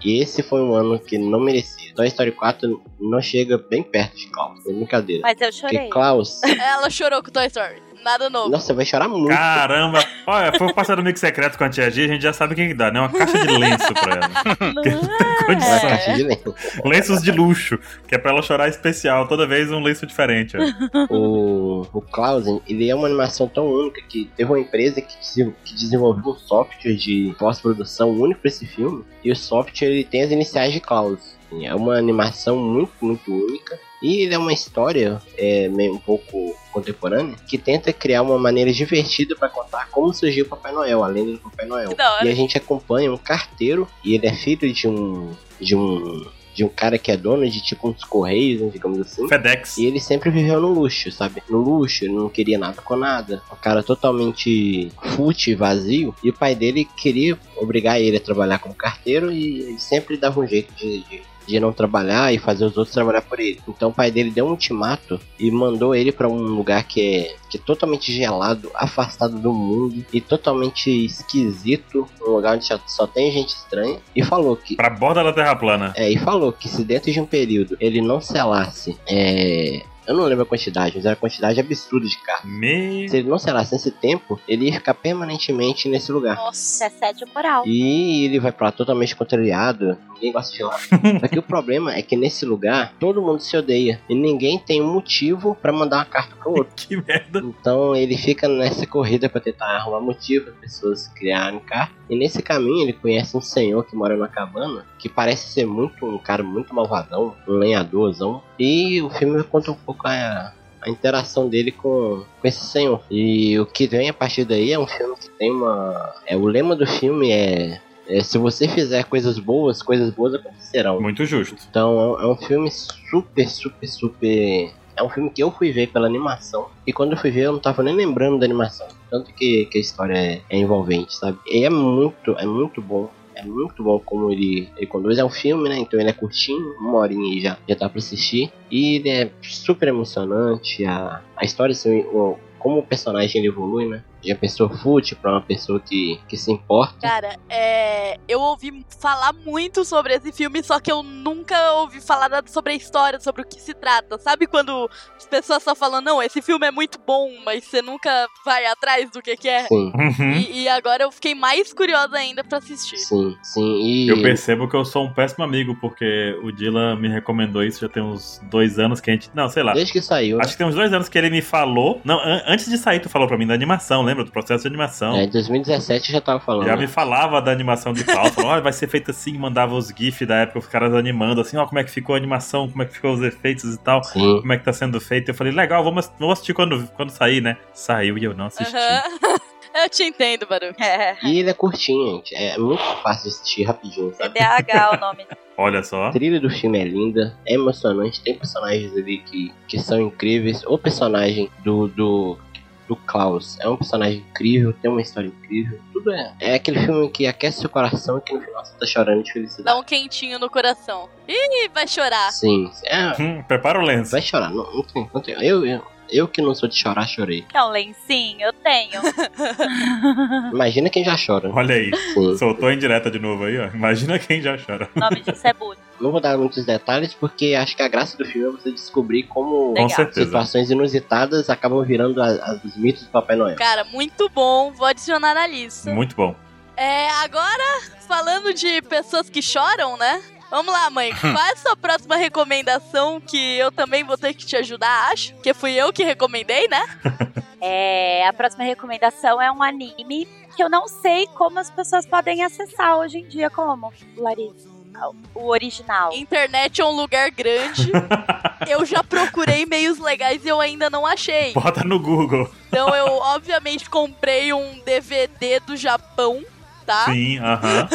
S3: E esse foi um ano que não merecia. Toy Story 4 não chega bem perto de Klaus, é brincadeira.
S5: Mas eu
S3: Porque
S5: chorei.
S3: Klaus,
S1: Ela chorou com Toy Story. Nada novo.
S3: nossa, vai chorar muito.
S2: Caramba! Olha, foi passar do mix secreto com a tia G, a gente já sabe o que que dá, né? Uma caixa de lenço pra ela.
S3: Uma
S2: Condição.
S1: É.
S3: caixa de lenço.
S2: Lenços de luxo, que é pra ela chorar especial, toda vez um lenço diferente. ó.
S3: O, o Klausen, ele é uma animação tão única que teve uma empresa que, desen- que desenvolveu um software de pós-produção único para esse filme. E o software ele tem as iniciais de Klaus. É uma animação muito, muito única. E ele é uma história é, meio um pouco contemporânea que tenta criar uma maneira divertida para contar como surgiu o Papai Noel, a lenda do Papai Noel.
S1: Que da hora.
S3: E a gente acompanha um carteiro e ele é filho de um de um de um cara que é dono de tipo uns correios, né, digamos assim.
S2: FedEx.
S3: E ele sempre viveu no luxo, sabe? No luxo, ele não queria nada com nada. Um cara totalmente fútil e vazio. E o pai dele queria obrigar ele a trabalhar como carteiro e ele sempre dava um jeito de. de de não trabalhar e fazer os outros trabalhar por ele. Então o pai dele deu um ultimato e mandou ele pra um lugar que é, que é totalmente gelado, afastado do mundo e totalmente esquisito, um lugar onde só- só tem gente estranha. E falou que
S2: Pra borda da Terra plana.
S3: é, e falou que se dentro de um período ele não selasse, é, eu não lembro a quantidade, mas era uma quantidade absurda de carros.
S2: Me...
S3: Se ele não selasse nesse tempo, ele ia ficar permanentemente nesse lugar.
S5: Isso
S1: Nossa.
S5: é assédio moral.
S3: E ele vai pra lá totalmente contrariado, ninguém gosta de lá. Só que o problema é que nesse lugar todo mundo se odeia e ninguém tem um motivo pra mandar uma carta pro outro.
S2: Que merda.
S3: Então ele fica nessa corrida pra tentar arrumar motivo as pessoas criarem carro. E nesse caminho ele conhece um senhor que mora numa cabana, que parece ser muito um cara muito malvadão, um lenhadorzão. E o filme conta um pouco a, a a interação dele com, com esse senhor. E o que vem a partir daí é um filme que tem uma. É, o lema do filme é, é, Se você fizer coisas boas, coisas boas acontecerão.
S2: Muito justo.
S3: Então é, é um filme super, super, super. É um filme que eu fui ver pela animação. E quando eu fui ver, eu não tava nem lembrando da animação. Tanto que, que a história é, é envolvente, sabe? E é muito, é muito bom. É muito bom como ele, ele conduz. É um filme, né? Então ele é curtinho, uma horinha e já, já tá pra assistir. E ele é super emocionante. A, a história, assim, o, como o personagem ele evolui, né? De uma pessoa fútil pra uma pessoa que, que se importa.
S1: Cara, é, eu ouvi falar muito sobre esse filme, só que eu nunca ouvi falar nada sobre a história, sobre o que se trata. Sabe quando as pessoas só falam, não, esse filme é muito bom, mas você nunca vai atrás do que, que é?
S3: Sim,
S2: Uhum.
S1: E, e agora eu fiquei mais curiosa ainda pra assistir.
S3: sim, sim. E
S2: Eu percebo que eu sou um péssimo amigo, porque o Dylan me recomendou isso já tem uns dois anos que a gente. Não, sei lá.
S3: desde que saiu, né?
S2: Acho que tem uns dois anos que ele me falou. Não, an- antes de sair, tu falou pra mim da animação, lembra? Do processo de animação.
S3: É, em 2017 eu já tava falando.
S2: Já
S3: né?
S2: me falava da animação de pau, falou, olha, vai ser feito assim, mandava os GIFs da época, os caras animando, assim, ó, como é que ficou a animação, como é que ficou os efeitos e tal,
S3: Sim.
S2: como é que tá sendo feito. Eu falei, legal, vamos, vamos assistir quando, quando sair, né? Saiu e eu não assisti.
S1: Aham. eu te entendo, Baru.
S5: É.
S3: E ele é curtinho, gente. É muito fácil de assistir rapidinho, sabe?
S5: TDAH É o nome.
S2: Olha só.
S3: A trilha do filme é linda, é emocionante, tem personagens ali que, que são incríveis. O personagem do, do, do Klaus é um personagem incrível, tem uma história incrível. Tudo é. É aquele filme que aquece seu coração e que no final você tá chorando de
S1: Dá
S3: felicidade.
S1: um quentinho no coração. Ih, vai chorar.
S3: Sim, sim. É,
S2: Hum, prepara o lenço.
S3: vai chorar. Não, não tem, não tem. Eu, eu, eu que não sou de chorar, chorei.
S5: É um lencinho, eu tenho.
S3: Imagina quem já chora.
S2: Olha aí.
S3: Sim.
S2: Soltou em direta de novo aí, ó. Imagina quem já chora.
S5: O nome disso é Buda.
S3: Não vou dar muitos detalhes porque acho que a graça do filme é você descobrir como
S2: Com
S5: Legal.
S2: certeza.
S3: situações inusitadas acabam virando a- a- os mitos do Papai Noel.
S1: Cara, muito bom. Vou adicionar na lista.
S2: Muito bom.
S1: É, agora, falando de pessoas que choram, né? Vamos lá, mãe. Qual é a sua próxima recomendação que eu também vou ter que te ajudar, acho? Porque fui eu que recomendei, né?
S5: É, a próxima recomendação é um anime que eu não sei como as pessoas podem acessar hoje em dia, como, Larissa? O original.
S1: Internet é um lugar grande. eu já procurei meios legais e eu ainda não achei.
S2: Bota no Google.
S1: Então eu, obviamente, comprei um DVD do Japão,
S5: Ah.
S1: tá?
S2: Sim, aham.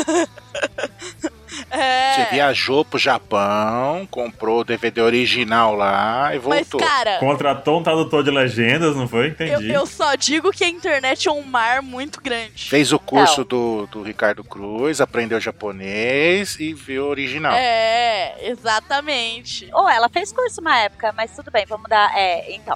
S1: É...
S4: Você viajou pro Japão, comprou o DVD original lá e
S1: Mas,
S4: voltou.
S1: cara,
S2: Contratou um tradutor de legendas, não foi?
S1: eu,
S2: Entendi.
S1: eu só digo que a internet é um mar muito grande.
S4: Fez o curso
S1: então.
S4: do, do Ricardo Cruz, aprendeu japonês e viu o original.
S1: É, exatamente.
S5: Ou ela fez curso uma época, mas tudo bem, vamos dar. É, então.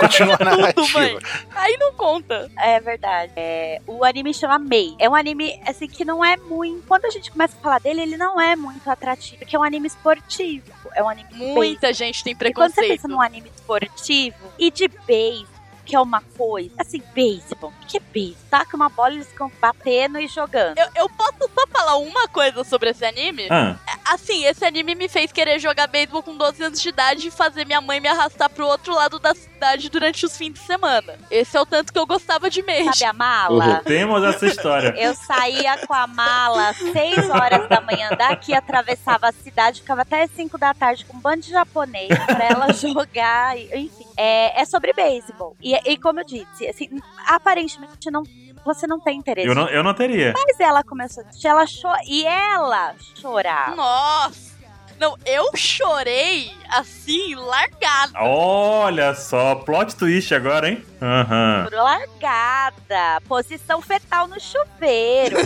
S4: Continua a
S1: Tudo, mãe.
S4: narrativa.
S1: Aí não conta.
S5: É verdade. É, o anime chama Mei. É um anime, assim, que não é muito. Quando a gente começa a falar dele, ele não é muito atrativo, porque é um anime esportivo. É um anime de beisebol.
S1: Muita gente tem
S5: E quando você
S1: preconceito.
S5: pensa num anime esportivo e de beisebol, que é uma coisa. Assim, beisebol. O que é beisebol? Taca uma bola, eles ficam batendo e jogando.
S1: Eu, eu posso só falar uma coisa sobre esse anime?
S2: Ah,
S1: Assim, esse anime me fez querer jogar beisebol com 12 anos de idade e fazer minha mãe me arrastar pro outro lado da cidade durante os fins de semana. Esse é o tanto que eu gostava de mês.
S5: Sabe a mala?
S2: temos essa história.
S5: Eu saía com a mala às 6 horas da manhã daqui, atravessava a cidade, ficava até as 5 da tarde com um bando de japonês pra ela jogar, e- enfim. É, é sobre beisebol. E, e como eu disse, assim, aparentemente não, você não tem interesse.
S2: Eu não, eu não teria.
S5: Mas ela começou a assistir, ela chorou, e ela chorava.
S1: Nossa! Não, eu chorei assim, largado.
S2: Olha só, plot twist agora, hein? Aham.
S5: Chorou largada, posição fetal no chuveiro.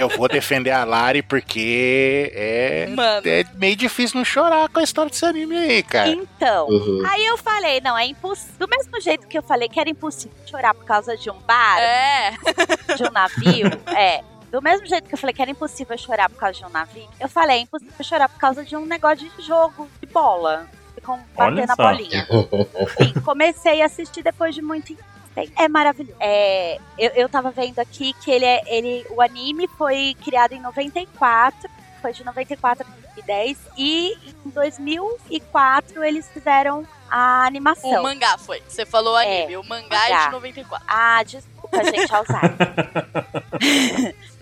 S4: Eu vou defender a Lari porque é,
S1: Mano,
S4: é meio difícil não chorar com a história desse anime aí, cara.
S5: então,
S3: Uhum.
S5: aí eu falei, não, é impossível. Do mesmo jeito que eu falei que era impossível chorar por causa de um bar,
S1: é.
S5: de um navio, é. Do mesmo jeito que eu falei que era impossível chorar por causa de um navio, eu falei, é impossível chorar por causa de um negócio de jogo, de bola. Ficam
S2: Olha
S5: batendo a
S2: só.
S5: bolinha. Enfim, comecei a assistir depois de muito insistência. É maravilhoso. É, eu, eu tava vendo aqui que ele é. Ele, o anime foi criado em 94. Foi de 94 a 2010. E em 2004 eles fizeram a
S1: É, O
S5: animação.
S1: mangá foi. Você falou anime. o mangá é de
S5: mangá.
S1: 94.
S5: Ah, desculpa, gente, Alzheimer.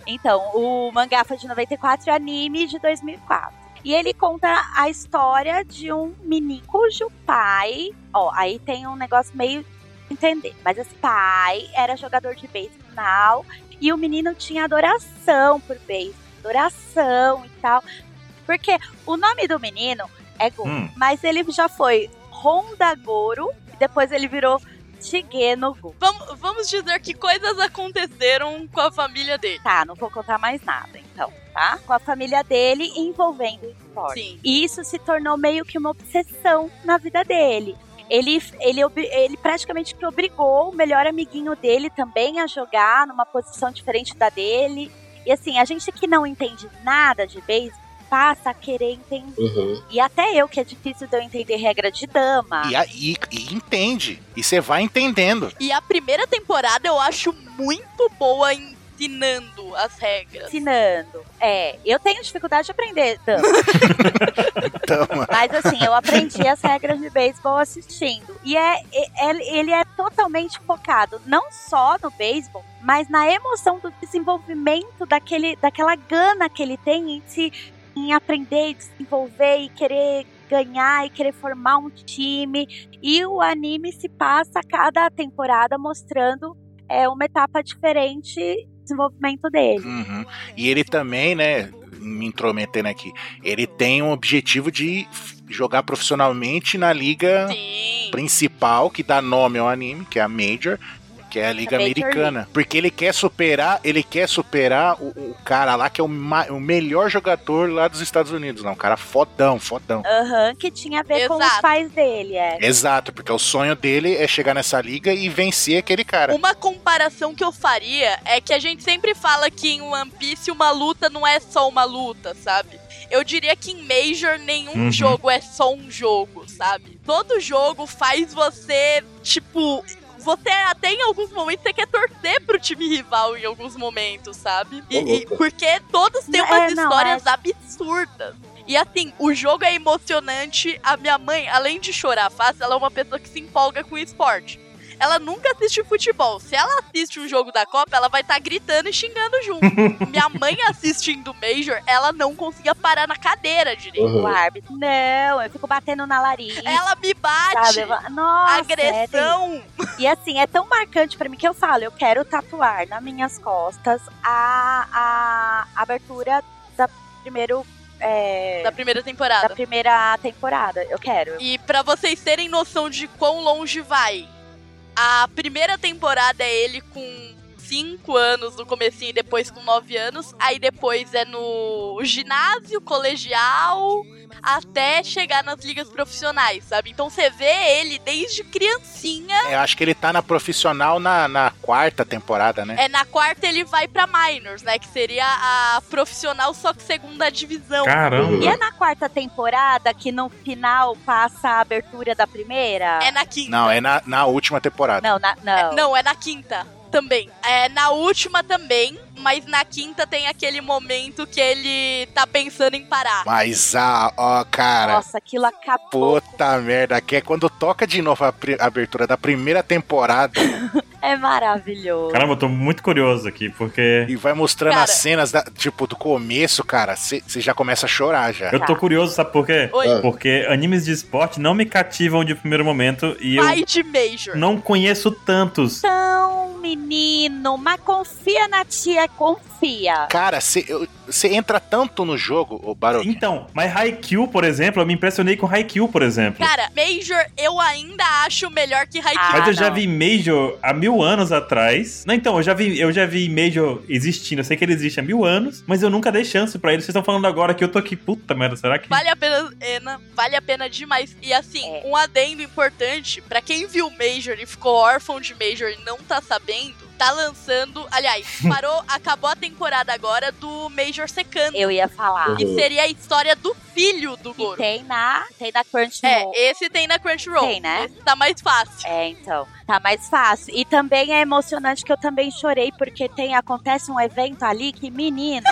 S5: então, o mangá foi de 94 e o anime de 2004. E ele conta a história de um menino cujo pai. Ó, aí tem um negócio meio entender. Mas esse pai era jogador de beisebol e o menino tinha adoração por beisebol, adoração e tal. Porque o nome do menino é Goro,
S2: Hum.
S5: mas ele já foi Honda Goro e depois ele virou Tigeno Goro.
S1: Vamos, vamos dizer que coisas aconteceram com a família dele.
S5: Tá, não vou contar mais nada então, tá? Com a família dele envolvendo esporte.
S1: Sim.
S5: E isso se tornou meio que uma obsessão na vida dele. Ele, ele, obri- ele praticamente que obrigou o melhor amiguinho dele também a jogar numa posição diferente da dele. E assim, a gente que não entende nada de beisebol passa a querer entender.
S3: Uhum.
S5: E até eu, que é difícil de eu entender regra de dama.
S4: E, a- e- e entende. E você vai entendendo.
S1: E a primeira temporada eu acho muito boa ensinando as regras.
S5: Ensinando. É, eu tenho dificuldade de aprender dama.
S4: Então,
S5: Mas assim, eu aprendi as regras de beisebol assistindo. E é, é- é- ele é totalmente focado não só no beisebol, mas na emoção do desenvolvimento daquele, daquela gana que ele tem em, se, em aprender e desenvolver e querer ganhar e querer formar um time. E o anime se passa a cada temporada mostrando é, uma etapa diferente do desenvolvimento dele.
S4: Uhum. E ele também, né, me intrometendo aqui, ele tem um objetivo de f- jogar profissionalmente na liga
S1: Sim.
S4: principal, que dá nome ao anime, que é a Major, que é a liga
S5: A Major
S4: americana. Porque ele quer superar, ele quer superar o, o cara lá que é o, ma- o melhor jogador lá dos Estados Unidos, não, um cara fodão, fodão.
S5: Aham, que tinha a ver com os
S1: Exato.
S5: pais dele, é.
S4: Exato, porque o sonho dele é chegar nessa liga e vencer aquele cara.
S1: Uma comparação que eu faria é que a gente sempre fala que em One Piece uma luta não é só uma luta, sabe? Eu diria que em Major nenhum
S2: Uhum.
S1: jogo é só um jogo, sabe? Todo jogo faz você, tipo. Você até em alguns momentos você quer torcer pro time rival em alguns momentos, sabe? E-
S3: Ô,
S1: e-
S3: louco.
S1: porque todos têm
S5: Não,
S1: umas
S5: é, não,
S1: histórias absurdas. E assim, o jogo é emocionante. A minha mãe, além de chorar fácil, ela é uma pessoa que se empolga com esporte ela nunca assiste futebol. Se ela assiste um jogo da Copa, ela vai estar gritando e xingando junto. Minha mãe assistindo Major, ela não conseguia parar na cadeira direito.
S5: O
S3: Uhum.
S5: árbitro. Não, eu fico batendo na lariz.
S1: Ela me bate.
S5: sabe? Eu falo, Nossa, é terrível.
S1: Agressão.
S5: e assim, é tão marcante pra mim que eu falo, eu quero tatuar nas minhas costas a, a abertura da primeiro é,
S1: Da
S5: da,
S1: primeira temporada.
S5: primeira temporada. Eu quero.
S1: E pra vocês terem noção de quão longe vai, a primeira temporada é ele com 5 anos no comecinho e depois com 9 anos. Aí depois é no ginásio, colegial, até chegar nas ligas profissionais, sabe? Então você vê ele desde criancinha.
S4: Eu acho que ele tá na profissional na, na quarta temporada, né?
S1: É, na quarta ele vai pra Minors, né? Que seria a profissional, só que segunda divisão.
S5: E
S2: Caramba.
S5: é na quarta temporada que no final passa a abertura da primeira?
S1: É na quinta.
S4: Não, é na, na última temporada.
S5: Não, na- não.
S1: Não, é na quinta também. É na última também, mas na quinta tem aquele momento que ele tá pensando em parar.
S4: Mas, ah, ó, cara.
S5: Nossa, aquilo acabou.
S4: Puta merda, que é quando toca de novo a pri- abertura da primeira temporada
S5: É maravilhoso.
S2: Caramba, eu tô muito curioso aqui, porque.
S4: e vai mostrando
S1: Cara.
S4: as cenas, da- tipo, do começo, cara, você já começa a chorar já.
S5: Tá.
S2: Eu tô curioso, sabe por quê?
S1: Oi,
S3: Ah.
S2: Porque animes de esporte não me cativam de primeiro momento e eu
S1: pai de Major.
S2: não conheço tantos.
S5: Então, menino, mas confia na tia, confia.
S4: Cara, você entra tanto no jogo, ô Barulho.
S2: Então, mas Haikyuu, por exemplo, eu me impressionei com Haikyuu, por exemplo.
S1: Cara, Major eu ainda acho melhor que Haikyuu.
S5: Ah,
S2: Mas eu já
S5: não.
S2: vi Major há mil anos atrás. Não, então, eu já vi, eu já vi Major existindo. Eu sei que ele existe há mil anos, mas eu nunca dei chance pra ele. Vocês estão falando agora que eu tô aqui. Puta merda, será que.
S1: Vale a pena, Ana, vale a pena demais. E assim,
S5: É.
S1: um adendo importante, pra quem viu Major e ficou órfão de Major e não tá sabendo, tá lançando, aliás, parou, acabou a temporada agora do Major secando,
S5: Eu ia falar.
S3: Uhum.
S1: que seria a história do filho do
S5: E
S1: Goro.
S5: tem na, tem na Crunchyroll.
S1: É, esse tem na Crunchyroll.
S5: Tem, né?
S1: Esse tá mais fácil.
S5: É, então, tá mais fácil. E também é emocionante que eu também chorei, porque tem, acontece um evento ali que, menino,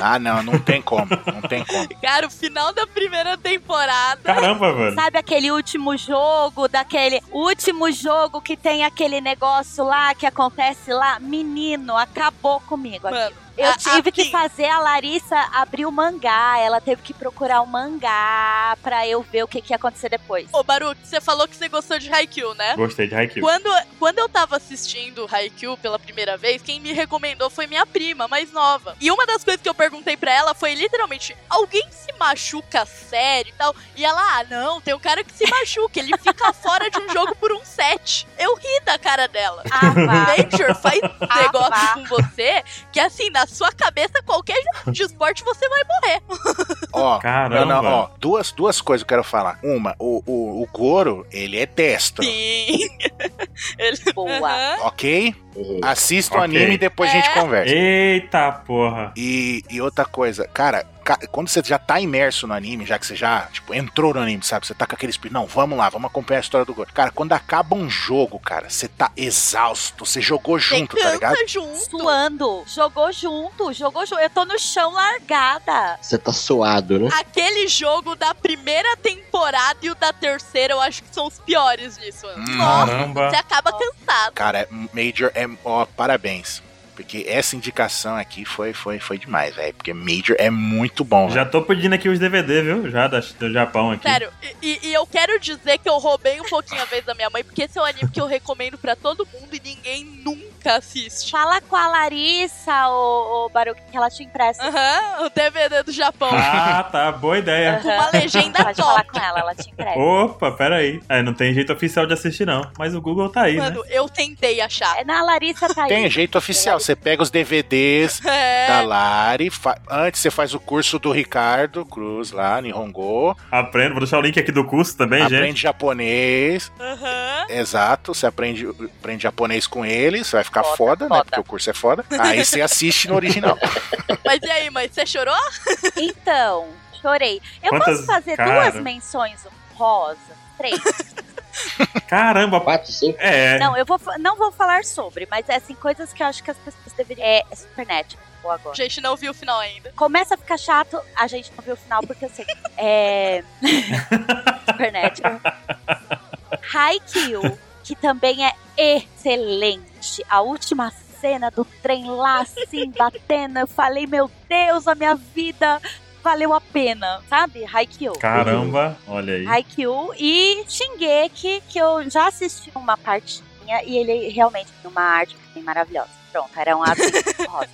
S4: Ah, não, não tem como, não tem como.
S1: Cara, o final da primeira temporada.
S2: Caramba, velho.
S5: sabe aquele último jogo, daquele último jogo que tem aquele negócio lá, que acontece lá? Menino, acabou comigo. aqui.
S1: Mano,
S5: Eu
S1: A-
S5: tive
S1: aqui.
S5: que fazer a Larissa abrir o mangá. Ela teve que procurar o mangá pra eu ver o que, que ia acontecer depois.
S1: Ô, Baruch, você falou que você gostou de Haikyuu, né?
S2: Gostei de Haikyuu.
S1: Quando, quando eu tava assistindo Haikyuu pela primeira vez, quem me recomendou foi minha prima, mais nova. E uma das coisas que eu perguntei pra ela foi literalmente: alguém se machuca sério e tal? E ela, ah, não, tem um cara que se machuca, ele fica fora de um jogo por um set. Eu ri da cara dela.
S5: Ah, vá.
S1: Nature faz
S5: Ah,
S1: negócio
S5: vá.
S1: com você que, assim, na sua cabeça, qualquer jogo de esporte você vai morrer.
S4: Ó,
S2: Caramba.
S4: não, não, ó, duas, duas coisas que eu quero falar. Uma, o, o, o Goro, ele é destro,
S1: Sim. Ele-
S5: Boa.
S1: Aham.
S4: ok?
S3: Uhum.
S4: Assista o
S2: Ok.
S4: anime e depois a gente
S1: É.
S4: conversa.
S2: Eita porra.
S4: E, e outra coisa, cara, ca- quando você já tá imerso no anime, já que você já, tipo, entrou no anime, sabe? Você tá com aquele espírito, não, vamos lá, vamos acompanhar a história do Goro. Cara, quando acaba um jogo, cara, você tá exausto, você jogou
S1: Você
S4: junto, tá ligado?
S1: canta junto.
S5: Suando. Jogou junto, jogou junto. Eu tô no chão largada.
S3: Você tá suado, né?
S1: Aquele jogo da primeira temporada e o da terceira, eu acho que são os piores disso.
S4: Hum.
S1: Nossa,
S2: Caramba.
S1: você acaba cansado.
S4: Cara, é- Major é, ó, parabéns. Porque essa indicação aqui foi, foi, foi demais, velho. Porque Major é muito bom,
S2: Já tô pedindo aqui os DVD, viu? Já da, do Japão aqui.
S1: Sério, e- e, e eu quero dizer que eu roubei um pouquinho a vez da minha mãe, porque esse é um anime que eu recomendo pra todo mundo e ninguém nunca assiste.
S5: Fala com a Larissa, ô, ô Baruque, que ela te empresta.
S1: Aham, o DVD do Japão.
S2: Ah, tá. Boa ideia.
S1: Com uma legenda
S5: Pode
S1: top.
S5: falar com ela, ela te
S1: É.
S5: empresta.
S2: Opa, peraí. É, não tem jeito oficial de assistir, não. Mas o Google tá aí, né?
S1: Mano, eu tentei achar.
S5: É na Larissa tá aí.
S4: Tem jeito oficial, você pega os DVDs
S1: É.
S4: da Lari, fa- antes você faz o curso do Ricardo Cruz lá, Nihongo,
S2: Aprenda. Vou deixar o link aqui do curso também,
S4: aprende
S2: gente.
S4: japonês,
S1: Aham.
S4: exato, você aprende, aprende japonês com ele, você vai ficar
S5: Foda,
S4: foda, né,
S5: foda.
S4: porque o curso é foda, aí você assiste no original.
S1: Mas e aí, mãe, você chorou?
S5: Então, chorei. Eu
S2: Quantas-
S5: posso fazer
S2: cara.
S5: duas menções um rosa? Três.
S2: Caramba.
S3: 4, 5,
S2: É.
S5: Não, eu vou, fa- não vou falar sobre, mas é assim, coisas que eu acho que as pessoas deveriam. É, é Supernatural vou
S1: A
S5: agora.
S1: gente não viu o final ainda.
S5: Começa a ficar chato, a gente não viu o final, porque eu sei. É. Supernatural. Haikyuu, que também é excelente. A última cena do trem lá, assim, batendo. Eu falei, meu Deus, a minha vida valeu a pena, sabe? Haikyuu.
S2: Caramba. Olha aí.
S5: Haikyuu e Shingeki, que eu já assisti uma partinha e ele realmente tem uma arte bem maravilhosa. Pronto, era um ato rosa.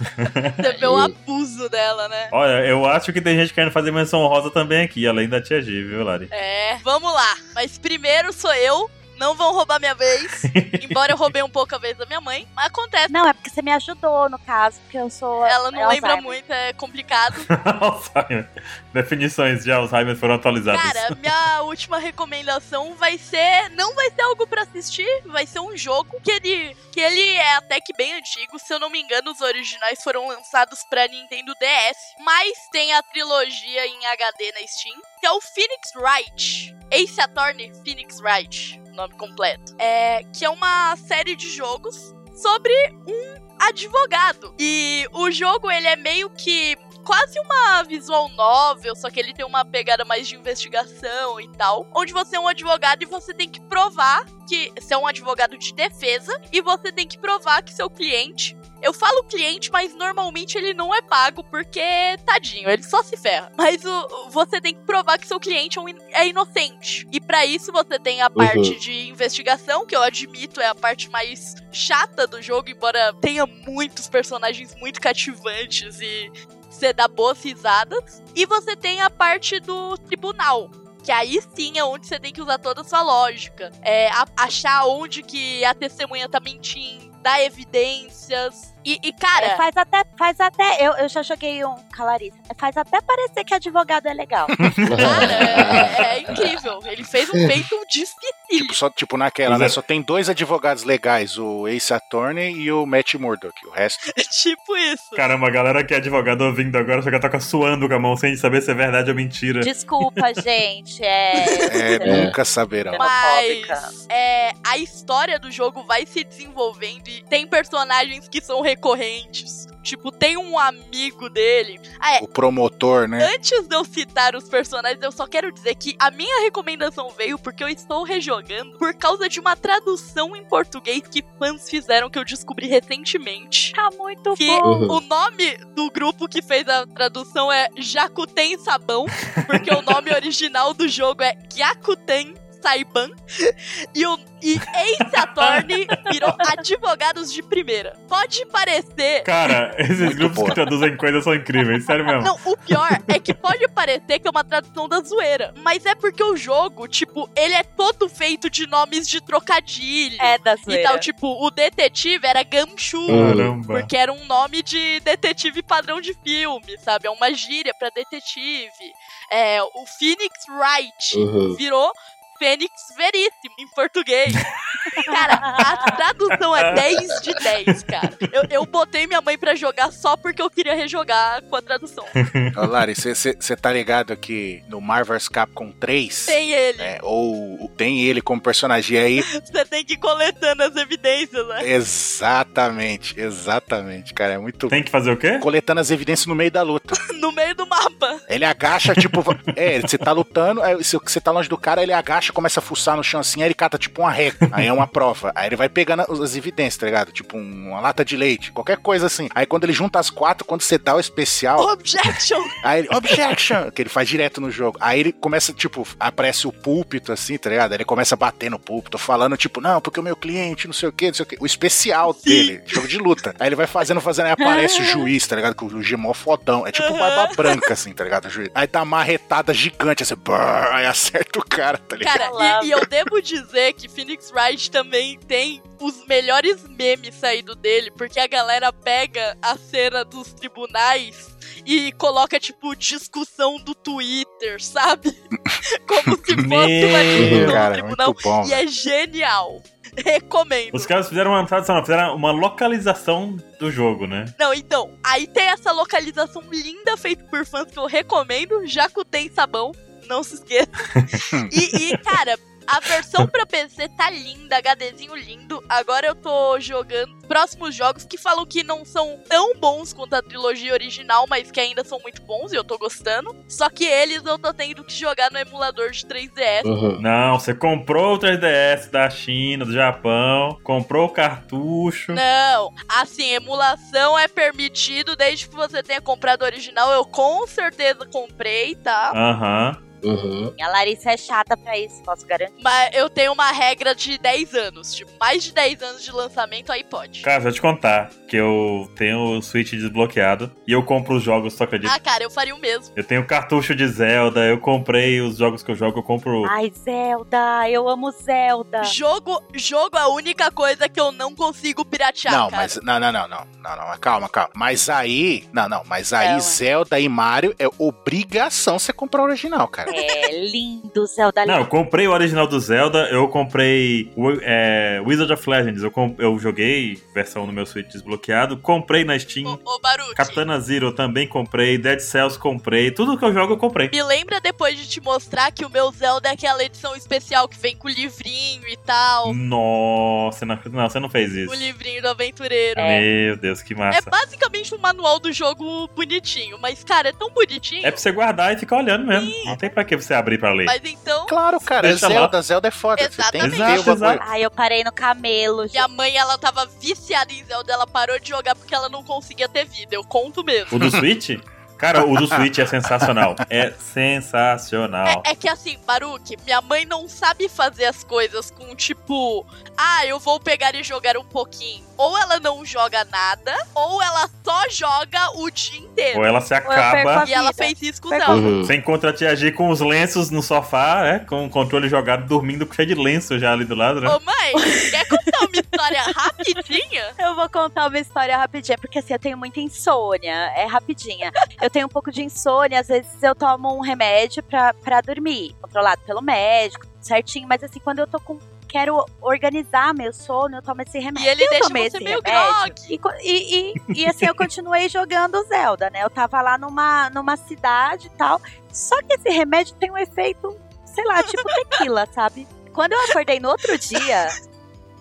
S1: Você vê o abuso dela, né?
S2: Olha, eu acho que tem gente querendo fazer menção rosa também aqui, além da Tia G, viu, Lari?
S1: É, vamos lá. Mas primeiro sou eu. Não vão roubar minha vez. Embora eu roubei um pouco a vez da minha mãe. Mas acontece.
S5: Não, é porque você me ajudou, no caso, porque eu sou.
S1: Ela
S5: é
S1: não lembra
S5: Alzheimer.
S1: muito, é complicado.
S2: Alzheimer. Definições de Alzheimer foram atualizadas.
S1: Cara, minha última recomendação vai ser. Não vai ser algo pra assistir, vai ser um jogo que ele, que ele é até que bem antigo. Se eu não me engano, os originais foram lançados pra Nintendo DS. Mas tem a trilogia em HD na Steam, que é o Phoenix Wright. Ace Attorney Phoenix Wright, nome completo. É, que é uma série de jogos sobre um advogado. E o jogo, ele é meio que quase uma visual novel, só que ele tem uma pegada mais de investigação e tal, onde você é um advogado e você tem que provar que você é um advogado de defesa e você tem que provar que seu cliente eu falo cliente, mas normalmente ele não é pago porque tadinho, ele só se ferra. Mas o, você tem que provar que seu cliente é um in- é inocente. E pra isso você tem a parte de investigação, que eu admito é a parte mais chata do jogo, embora tenha muitos personagens muito cativantes e você dá boas risadas. E você tem a parte do tribunal. Que aí sim é onde você tem que usar toda a sua lógica. É a- achar onde que a testemunha tá mentindo, dar evidências. E, e,
S5: É,
S1: cara,
S5: Faz até, faz até. Eu, eu já joguei um calarice. Faz até parecer que advogado é legal.
S1: cara, é, é incrível. Ele fez um feito difícil.
S4: Só, tipo, naquela, né?
S2: Exato.
S4: Só tem dois advogados legais, o Ace Attorney e o Matt Murdock. O resto,
S1: tipo isso.
S2: Caramba, a galera que é advogado ouvindo agora só que toca suando com a mão sem saber se é verdade ou mentira.
S5: Desculpa, gente. É.
S4: é,
S3: É.
S4: nunca saberão.
S1: Mas é, a história do jogo vai se desenvolvendo e tem personagens que são recorrentes. tipo, tem um amigo dele. Ah, é.
S4: O promotor, né?
S1: Antes de eu citar os personagens, eu só quero dizer que a minha recomendação veio porque eu estou rejogando por causa de uma tradução em português que fãs fizeram que eu descobri recentemente.
S5: Tá muito
S1: Que
S5: bom.
S1: o nome do grupo que fez a tradução é Jacuten Sabão, porque o nome original do jogo é Gyakuten Saiban. E, o, e Ace Attorney virou advogados de primeira. Pode parecer.
S2: Cara, esses
S4: Muito
S2: grupos
S4: boa.
S2: que traduzem coisas são incríveis, sério mesmo.
S1: Não, o pior é que pode parecer que é uma tradução da zoeira. Mas é porque o jogo, tipo, ele é todo feito de nomes de trocadilho.
S5: É da
S1: E
S5: zoeira.
S1: tal, tipo, o detetive era Gamshu.
S2: Caramba.
S1: Porque era um nome de detetive padrão de filme, sabe? É uma gíria pra detetive. É, o Phoenix Wright
S3: Uhum.
S1: virou Fênix Veríssimo em português. cara, a tradução é 10 de 10, cara. Eu, eu botei minha mãe pra jogar só porque eu queria rejogar com a tradução.
S4: Ô, Lari, você tá ligado aqui no Marvel's Capcom 3?
S1: Tem ele.
S4: né, ou tem ele como personagem. E aí,
S1: Você tem que ir coletando as evidências, né?
S4: exatamente, exatamente, cara. É muito.
S2: Tem que fazer o quê?
S4: Coletando as evidências no meio da luta.
S1: No meio do mapa.
S4: Ele agacha, tipo. va- é, você tá lutando, aí se você tá longe do cara, ele agacha, começa a fuçar no chão assim, aí ele cata tipo uma régua. Aí é uma prova. Aí ele vai pegando as- as evidências, tá ligado? Tipo um- uma lata de leite, qualquer coisa assim. Aí quando ele junta as quatro, quando você dá o especial,
S1: Objection!
S4: Aí ele, objection! Que ele faz direto no jogo. Aí ele começa, tipo, aparece o púlpito, assim, tá ligado? Aí Ele começa a bater no púlpito, falando, tipo, não, porque o meu cliente, não sei o quê, não sei o quê. O especial dele, jogo de luta. Aí ele vai fazendo, fazendo, aí aparece o juiz, tá ligado? Com o juiz é mó fodão. É tipo barba branca, assim, tá ligado? O juiz. Aí tá uma marretada gigante, assim, brrr, aí acerta o cara, tá ligado?
S1: Cara, e, e eu devo dizer que Phoenix Wright também tem os melhores memes saído dele, porque a galera pega a cena dos tribunais e coloca, tipo, discussão do Twitter, sabe? Como se fosse uma
S2: Meu,
S1: discussão do
S4: cara, é
S1: tribunal.
S4: muito bom.
S1: E é genial. Recomendo.
S2: Os caras fizeram uma tradução, não, fizeram uma localização do jogo, né?
S1: Não, então, aí tem essa localização linda feita por fãs que eu recomendo. Jacutei sabão, não se esqueça. e, e, cara, a versão pra PC tá linda, HDzinho lindo. Agora eu tô jogando próximos jogos que falam que não são tão bons quanto a trilogia original, mas que ainda são muito bons e eu tô gostando. Só que eles eu tô tendo que jogar no emulador de 3DS.
S3: Uhum.
S2: Não, você comprou o 3DS da China, do Japão, comprou o cartucho.
S1: Não, assim, emulação é permitido desde que você tenha comprado o original. Eu com certeza comprei, tá?
S2: Aham.
S3: Uhum.
S5: A Larissa é chata pra isso, posso garantir.
S1: Mas eu tenho uma regra de 10 anos. Tipo, mais de 10 anos de lançamento, aí pode.
S2: Cara, vou te contar que eu tenho o Switch desbloqueado e eu compro os jogos, só acredito.
S1: Ah, cara, eu faria o mesmo.
S2: Eu tenho cartucho de Zelda, eu comprei os jogos que eu jogo, eu compro.
S5: Ai, Zelda, eu amo Zelda.
S1: Jogo, jogo é a única coisa que eu não consigo piratear,
S4: Não,
S1: cara.
S4: mas. Não, não, não, não, não, não, mas calma, calma. Mas aí. Não, não, mas aí
S5: É, ué.
S4: Zelda e Mario é obrigação você comprar o original, cara.
S5: É lindo, Zelda
S2: Não,
S5: lindo.
S2: eu comprei o original do Zelda, eu comprei o, é, Wizard of Legends, eu, com- eu joguei versão no meu Switch desbloqueado, comprei na Steam,
S1: Ô, ô Baruch,
S2: Capitana Zero eu também comprei, Dead Cells comprei, tudo que eu jogo eu comprei.
S1: me lembra depois de te mostrar que o meu Zelda é aquela edição especial que vem com o livrinho e tal.
S2: Nossa, não, não, você não fez
S1: O
S2: isso.
S1: livrinho do aventureiro.
S2: Meu Deus, que
S1: É
S2: massa.
S1: basicamente um manual do jogo bonitinho, mas, cara, é tão bonitinho.
S2: É pra você guardar e ficar olhando mesmo. Não tem pra que você abrir pra ler.
S1: Mas então,
S4: Claro, cara,
S2: Deixa
S4: é Zelda, Zelda é foda. Você tem que
S2: Exatamente.
S4: ter o bagulho.
S2: Exato,
S5: Ai, eu parei no camelo.
S1: minha mãe, ela tava viciada em Zelda, ela parou de jogar porque ela não conseguia ter vida. Eu conto mesmo.
S2: O do Switch? Cara, o do Switch é sensacional. É sensacional.
S1: É, é que assim, Baruque, minha mãe não sabe fazer as coisas com tipo, ah, eu vou pegar e jogar um pouquinho. Ou ela não joga nada, ou ela só joga o dia inteiro.
S2: Ou ela se
S5: eu perco a-
S2: acaba.
S1: E ela
S5: Vida.
S1: fez isso com o
S5: Pega-
S1: Zelda.
S3: Uhum.
S2: Você encontra a Tia G com os lenços no sofá, é, com o controle jogado, dormindo, cheio de lenço já ali do lado, né?
S1: Ô mãe, quer contar uma história rapidinha?
S5: Eu vou contar uma história rapidinha, porque assim, eu tenho muita insônia, é rapidinha. Eu tenho um pouco de insônia, às vezes eu tomo um remédio pra, pra dormir, controlado pelo médico, tudo certinho, mas assim, quando eu tô com. Quero organizar meu sono, eu tomo esse remédio.
S1: E ele
S5: eu
S1: deixa
S5: tomei
S1: você
S5: esse
S1: meio
S5: remédio.
S1: grog.
S5: E, co- e, e, e, assim, eu continuei jogando Zelda, né? Eu tava lá numa, numa cidade e tal. Só que esse remédio tem um efeito, sei lá, tipo tequila, sabe? Quando eu acordei no outro dia,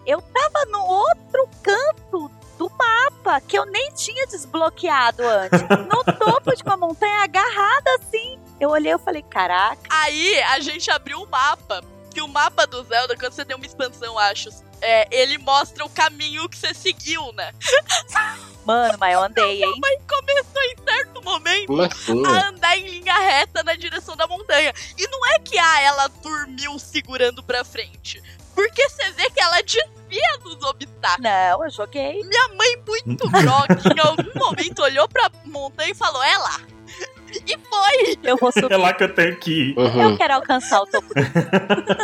S5: eu tava no outro canto do mapa, que eu nem tinha desbloqueado antes. no topo de uma montanha agarrada assim. Eu olhei e falei, caraca.
S1: Aí a gente abriu o mapa. Que o mapa do Zelda, quando você tem uma expansão, acho, é, ele mostra o caminho que você seguiu, né?
S5: Mano, mas eu andei, hein?
S1: Mas começou em certo momento
S3: Como assim?
S1: a andar em linha reta na direção da montanha. E não é que ah, ela dormiu segurando pra frente. Porque você vê que ela desvia dos obstáculos.
S5: Não, eu joguei.
S1: Minha mãe, muito grogue, em algum momento olhou pra montanha e falou: É lá. E foi.
S5: Eu vou
S2: É
S5: subir.
S2: lá que eu tenho que ir.
S3: Uhum.
S5: Eu quero alcançar o topo.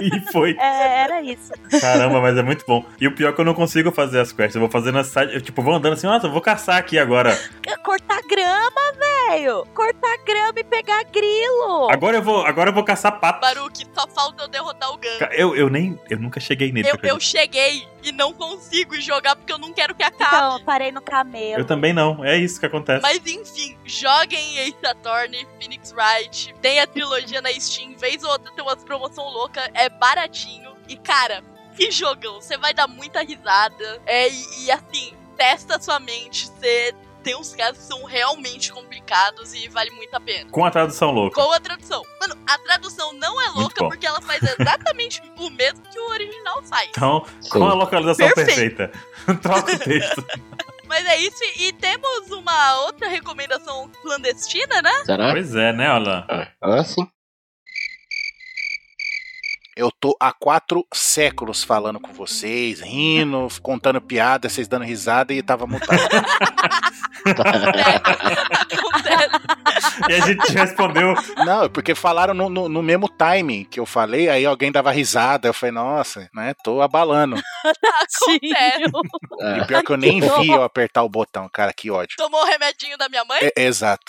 S2: e foi.
S5: É, era isso.
S2: Caramba, mas é muito bom. E o pior é que eu não consigo fazer as quests. Eu vou fazendo as side. Eu, tipo, vou andando assim, nossa, eu vou caçar aqui agora.
S5: Cortar grama, velho. Cortar grama e pegar grilo.
S2: Agora eu vou, agora eu vou caçar pato.
S1: Baruque, só falta eu derrotar o Gan.
S2: Ca- Eu, eu nem. Eu nunca cheguei nele.
S1: Eu,
S2: acredita?
S1: eu cheguei e não consigo jogar porque eu não quero que acabe.
S5: Então, eu parei no camelo.
S2: Eu também não. É isso que acontece.
S1: Mas enfim, joguem Ace Attorney, Phoenix Wright, tem a trilogia na Steam, vez ou outra tem umas promoção louca, é baratinho. E cara, que jogão, você vai dar muita risada. É, e, e, assim, testa a sua mente, você tem uns casos que são realmente complicados e vale muito a pena.
S2: Com a tradução louca.
S1: Com a tradução. Mano, a tradução não é louca
S2: bom.
S1: porque ela faz exatamente o mesmo que o original faz.
S2: Então,
S3: Sim.
S2: com a localização
S1: Perfeito.
S2: perfeita. Troca o texto.
S1: Mas é isso, e temos uma outra recomendação clandestina, né?
S3: Será?
S2: pois é, né, Alan?
S3: Ah, sim.
S4: Eu tô há quatro séculos falando com vocês, rindo, contando piada, vocês dando risada e tava mutado.
S1: Acontece.
S2: E a gente respondeu.
S4: Não, é porque falaram no, no- no mesmo timing que eu falei, aí alguém dava risada. Eu falei, nossa, né? Tô abalando.
S1: Acontece.
S3: Ah,
S4: E pior que eu nem vi eu apertar o botão, cara, que ódio.
S1: Tomou o remedinho da minha mãe?
S4: É, é exato.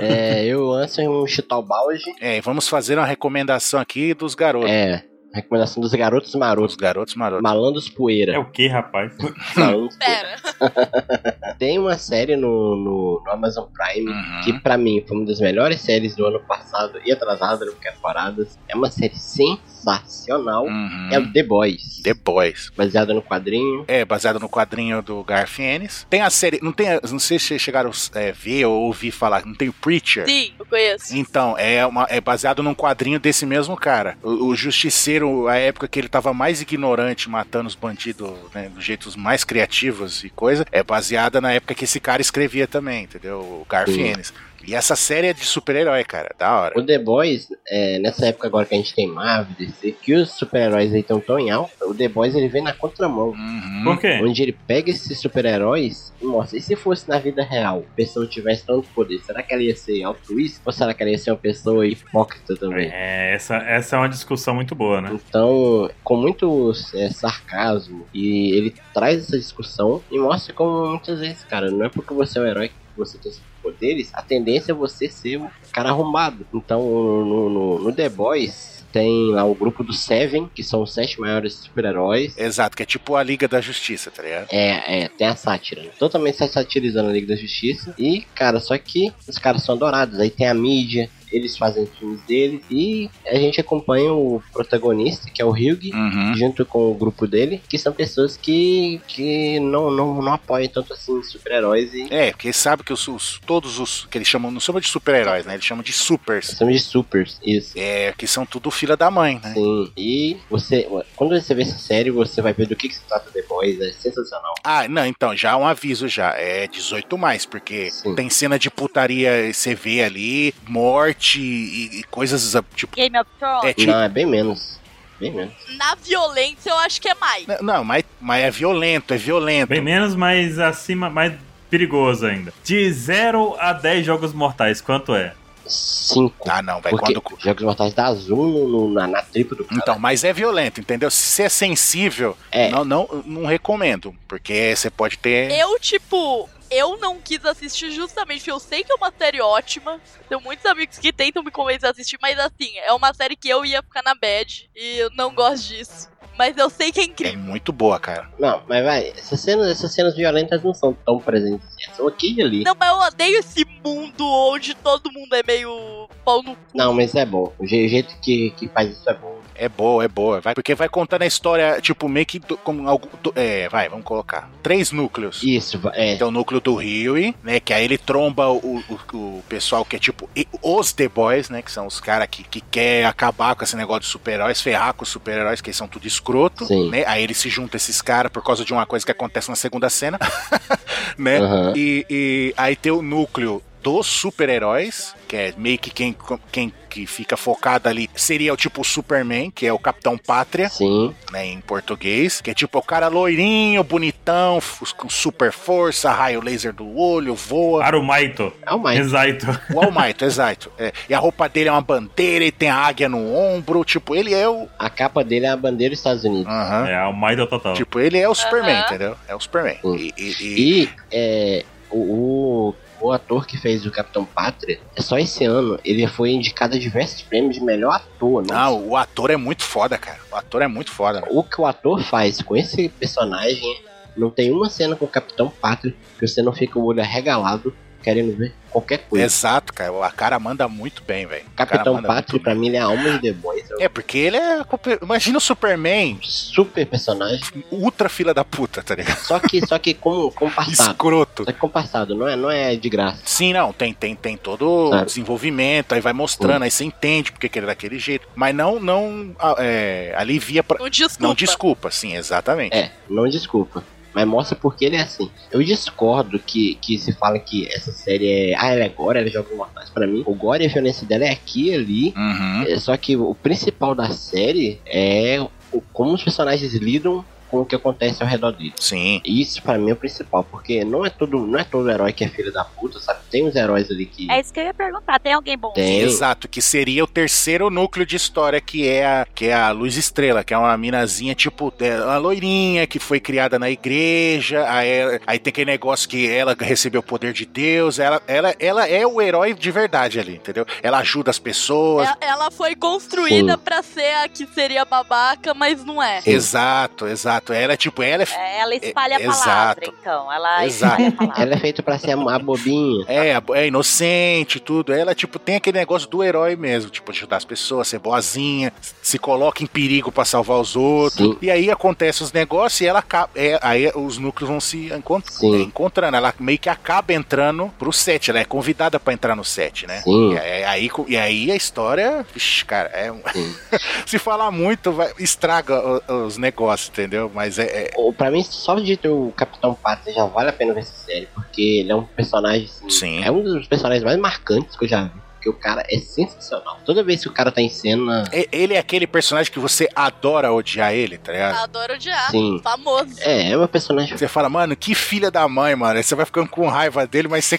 S3: é, eu, Ansem, um Chital Balde.
S4: É, e vamos fazer uma recomendação aqui dos garotos.
S3: É, recomendação dos garotos
S4: Os
S3: marotos.
S4: garotos marotos.
S3: Malandros
S2: É
S3: Poeira.
S2: o que, rapaz?
S3: Hum, Malandros Poeira.
S1: Pera.
S3: Tem uma série no, no, no Amazon Prime
S4: Uhum.
S3: que pra mim foi uma das melhores séries do ano passado e atrasada, não quero paradas. É uma série sensacional.
S4: Uhum.
S3: É o The Boys,
S4: The Boys.
S3: baseada no quadrinho.
S4: É, baseado no quadrinho do Garfienes. Tem a série. Não tem. a- Não sei se vocês chegaram a é, ver ou ouvir falar. Não tem o Preacher.
S1: Sim, eu conheço.
S4: Então, é, uma- é baseado num quadrinho desse mesmo cara. O, o Justiceiro, a época que ele tava mais ignorante, matando os bandidos né, dos jeitos mais criativos e coisa, é baseada na época que esse cara escrevia também, entendeu? O Garfienes. E essa série é de super-herói, cara. Da hora.
S3: O The Boys, é, nessa época agora que a gente tem Marvel, DC, que os super-heróis aí estão tão em alta, o The Boys ele vem na contramão.
S4: Uhum.
S2: Por quê?
S3: Onde ele pega esses super-heróis e mostra. E se fosse na vida real, a pessoa tivesse tanto poder, será que ela ia ser altruísta? Ou será que ela ia ser uma pessoa hipócrita também?
S2: É, essa, essa é uma discussão muito boa, né?
S3: Então, com muito é, sarcasmo, e ele traz essa discussão e mostra como muitas vezes, cara, não é porque você é um herói que você tem esses poderes, a tendência é você ser um cara arrombado. Então, no, no- no- no The Boys, tem lá o grupo do Seven, que são os sete maiores super-heróis.
S4: Exato, que é tipo a Liga da Justiça, tá ligado?
S3: É, é, tem a sátira. né? Totalmente sa- satirizando a Liga da Justiça. E, cara, só que os caras são adorados. Aí tem a mídia, eles fazem filmes dele. E a gente acompanha o protagonista, que é o Hugh,
S4: Uhum.
S3: junto com o grupo dele, que são pessoas que, que não, não, não apoiam tanto assim super-heróis e
S4: É, porque ele sabe que os, os- todos os. que eles chamam, não chama de super-heróis, né? Eles chamam de supers.
S3: são de supers. Isso.
S4: É, que são tudo filha da mãe, né?
S3: Sim, e você, quando você vê essa série, você vai ver do que, que se trata The Boys, é sensacional.
S4: Ah, não, então, já um aviso já. É 18 mais, porque
S3: Sim.
S4: tem cena de putaria e você vê ali, morte e, e coisas tipo.
S5: Game of Thrones.
S4: É tipo.
S3: Não, é bem menos. Bem menos.
S1: Na violência, eu acho que é mais.
S4: né, Não, mas, mas é violento, é violento.
S2: Bem menos, mas acima, mais perigoso ainda. De 0 a 10 jogos mortais, quanto é?
S3: Cinco.
S4: Ah, não, vai
S3: Porque
S4: quando.
S3: Jogos Mortais dá azul no- no- na, na tripa do cara.
S4: Então, mas é violento, entendeu? Se você é sensível,
S3: É.
S4: não, não, não recomendo. Porque você pode ter.
S1: Eu, tipo, eu não quis assistir justamente porque eu sei que é uma série ótima. Tenho muitos amigos que tentam me convencer a assistir, mas assim, é uma série que eu ia ficar na bad e eu não gosto disso. Mas eu sei que é
S4: É
S1: incrível.
S4: muito boa, cara.
S3: Não, mas vai, essas cenas, essas cenas violentas não são tão presentes assim, são aqui e ali. Não,
S1: Não, mas eu odeio esse mundo onde todo mundo é meio pau no cu.
S3: mas é bom. O je- jeito que, que faz isso é bom.
S4: É boa, é boa. Vai, porque vai contando a história, tipo, meio que do- como algo. do- é, vai, vamos colocar. Três núcleos.
S3: Isso, va- é.
S4: Tem Então, o núcleo do Huey, né? Que aí ele tromba o, o, o pessoal que é tipo e- os The Boys, né? Que são os caras que, que quer acabar com esse negócio de super-heróis, ferrar com os super-heróis, que eles são tudo escroto,
S3: Sim.
S4: né? Aí ele se junta a esses caras por causa de uma coisa que acontece na segunda cena, né?
S3: Aham.
S4: E, e aí tem o núcleo dos super-heróis, que é meio que quem, quem que fica focado ali seria o tipo Superman, que é o Capitão Pátria,
S3: Sim,
S4: né, em português, que é tipo o cara loirinho, bonitão, f- com super força, raio laser do olho, voa.
S2: Arumaito.
S3: é o Mike.
S2: Exato.
S4: O All Might, exato. É, E a roupa dele é uma bandeira e tem a águia no ombro, tipo, ele é o...
S3: A capa dele é a bandeira dos Estados Unidos.
S4: Aham.
S2: É, Arumaito total.
S4: Tipo, ele é o Superman,
S1: Aham.
S4: entendeu? É o Superman.
S3: Hum.
S4: E- e- e-
S3: E é, o, o, o ator que fez o Capitão Pátria, é só esse ano, ele foi indicado a diversos prêmios de melhor ator, né?
S4: Não, o ator é muito foda, cara. O ator é muito foda.
S3: O que o ator faz com esse personagem, não tem uma cena com o Capitão Pátria que você não fica o olho arregalado querendo ver qualquer coisa.
S4: Exato, cara. A cara manda muito bem, velho. O cara
S3: Capitão
S4: manda
S3: Pátria,
S4: muito
S3: pra
S4: bem.
S3: mim, ele é a alma de The Boys. É um
S4: É, porque ele é. Imagina o Superman,
S3: super personagem.
S4: ultra fila da puta, tá ligado?
S3: Só que, só que com, com passado.
S4: Escroto.
S3: Só que com passado, não é, não é de graça.
S4: Sim, não, tem, tem, tem todo o
S3: Sabe?
S4: desenvolvimento, aí vai mostrando, aí você entende porque que ele é daquele jeito. Mas não, não ah, é, alivia pra.
S1: Não desculpa.
S4: Não desculpa, sim, exatamente.
S3: É, não desculpa. Mas mostra porque ele é assim. Eu discordo que, que se fala que essa série é. Ah, ela é gore, ela joga mortais pra mim. O gore e a violência dela é aqui e ali.
S4: Uhum.
S3: É, só que o principal da série é o- como os personagens lidam com o que acontece ao redor dele.
S4: Sim.
S3: Isso pra mim é o principal, porque não é todo, não é todo herói que é filho da puta, sabe? Tem uns heróis ali que.
S5: É isso que eu ia perguntar. Tem alguém bom?
S3: tem.
S4: Exato, que seria o terceiro núcleo de história, que é a, que é a Luz Estrela, que é uma minazinha, tipo, é, uma loirinha que foi criada na igreja, aí, ela- aí tem aquele negócio que ela recebeu o poder de Deus, ela, ela, ela é o herói de verdade ali, entendeu? Ela ajuda as pessoas.
S1: E- É, Ela foi construída pra ser a que seria babaca, mas não é.
S3: Sim.
S4: Exato, exato. Ela, é tipo, ela é
S5: É, Ela espalha a
S4: É,
S5: palavra,
S4: exato.
S5: então. Ela
S4: Exato.
S5: espalha a palavra.
S3: Ela é feita pra ser a, a bobinha.
S4: É, é inocente e tudo. Ela, tipo, tem aquele negócio do herói mesmo, tipo, ajudar as pessoas, ser boazinha, se coloca em perigo pra salvar os outros.
S3: Sim.
S4: E aí acontece os negócios e ela acaba. é, aí os núcleos vão se encont- é,
S3: Sim.
S4: encontrando. Ela meio que acaba entrando pro set. Ela é convidada pra entrar no set, né?
S3: Sim.
S4: E aí, aí co- e aí a história. Ixi, cara, é um-
S3: Sim.
S4: se falar muito, vai- estraga o- os negócios, entendeu? Mas é- é
S3: Ou, Pra mim, só de ter o Capitão Pátria já vale a pena ver essa série, porque ele é um personagem. assim,
S4: Sim.
S3: É um dos personagens mais marcantes que eu já vi. Porque o cara é sensacional. Toda vez que o cara tá em cena.
S4: e- ele é aquele personagem que você adora odiar ele, tá ligado?
S1: Adoro odiar.
S3: Sim.
S1: Famoso.
S3: É, é um personagem.
S4: Você fala, mano, que filha da mãe, mano. Aí você vai ficando com raiva dele, mas você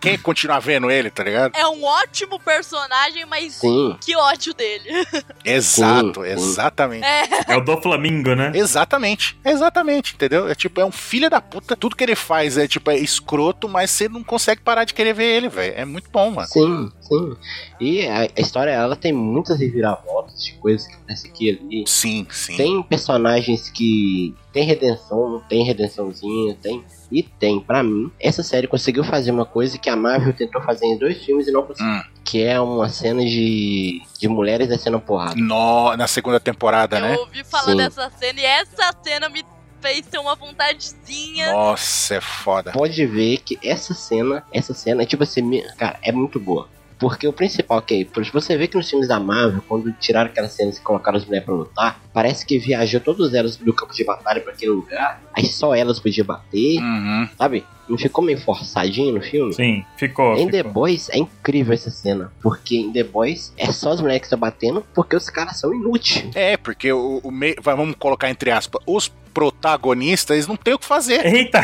S4: quer continuar vendo ele, tá ligado?
S1: É um ótimo personagem, mas
S3: Sim.
S1: que ódio dele.
S4: Exato,
S3: Sim, sim.
S4: exatamente.
S2: É o do Flamingo, né?
S4: Exatamente, exatamente, entendeu? É tipo, é um filho da puta. Tudo que ele faz é tipo, é escroto, mas você não consegue parar de querer ver ele, velho. É muito bom, mano.
S3: Sim, sim. E a, a história, ela tem muitas reviravoltas de coisas que acontecem aqui e ali.
S4: Sim, sim.
S3: Tem personagens que tem redenção, não tem redençãozinha, tem. E tem, pra mim, essa série conseguiu fazer uma coisa que a Marvel tentou fazer em dois filmes e não conseguiu.
S4: Hum.
S3: Que é uma cena de, de mulheres descendo a porrada.
S4: No- na segunda temporada,
S1: Eu
S4: né?
S1: ouvi falar
S3: É, Sim.
S1: dessa cena e essa cena me fez ter uma vontadezinha.
S4: Nossa, é foda.
S3: Pode ver que essa cena, essa cena, tipo assim, me- cara, é muito boa. Porque o principal, ok, por isso você vê que nos filmes da Marvel, quando tiraram aquelas cenas e colocaram as mulheres pra lutar, parece que viajou todas elas do campo de batalha pra aquele lugar, aí só elas podiam bater,
S4: Uhum.
S3: sabe? Não ficou meio forçadinho no filme?
S2: Sim, ficou.
S3: Em The
S4: então.
S2: ficou.
S3: Boys é incrível essa cena, porque em The Boys é só as mulheres que estão batendo porque os caras são inúteis.
S4: É, porque o, o meio. vai, Vamos colocar entre aspas. Os protagonistas, eles não têm o que fazer.
S2: Eita!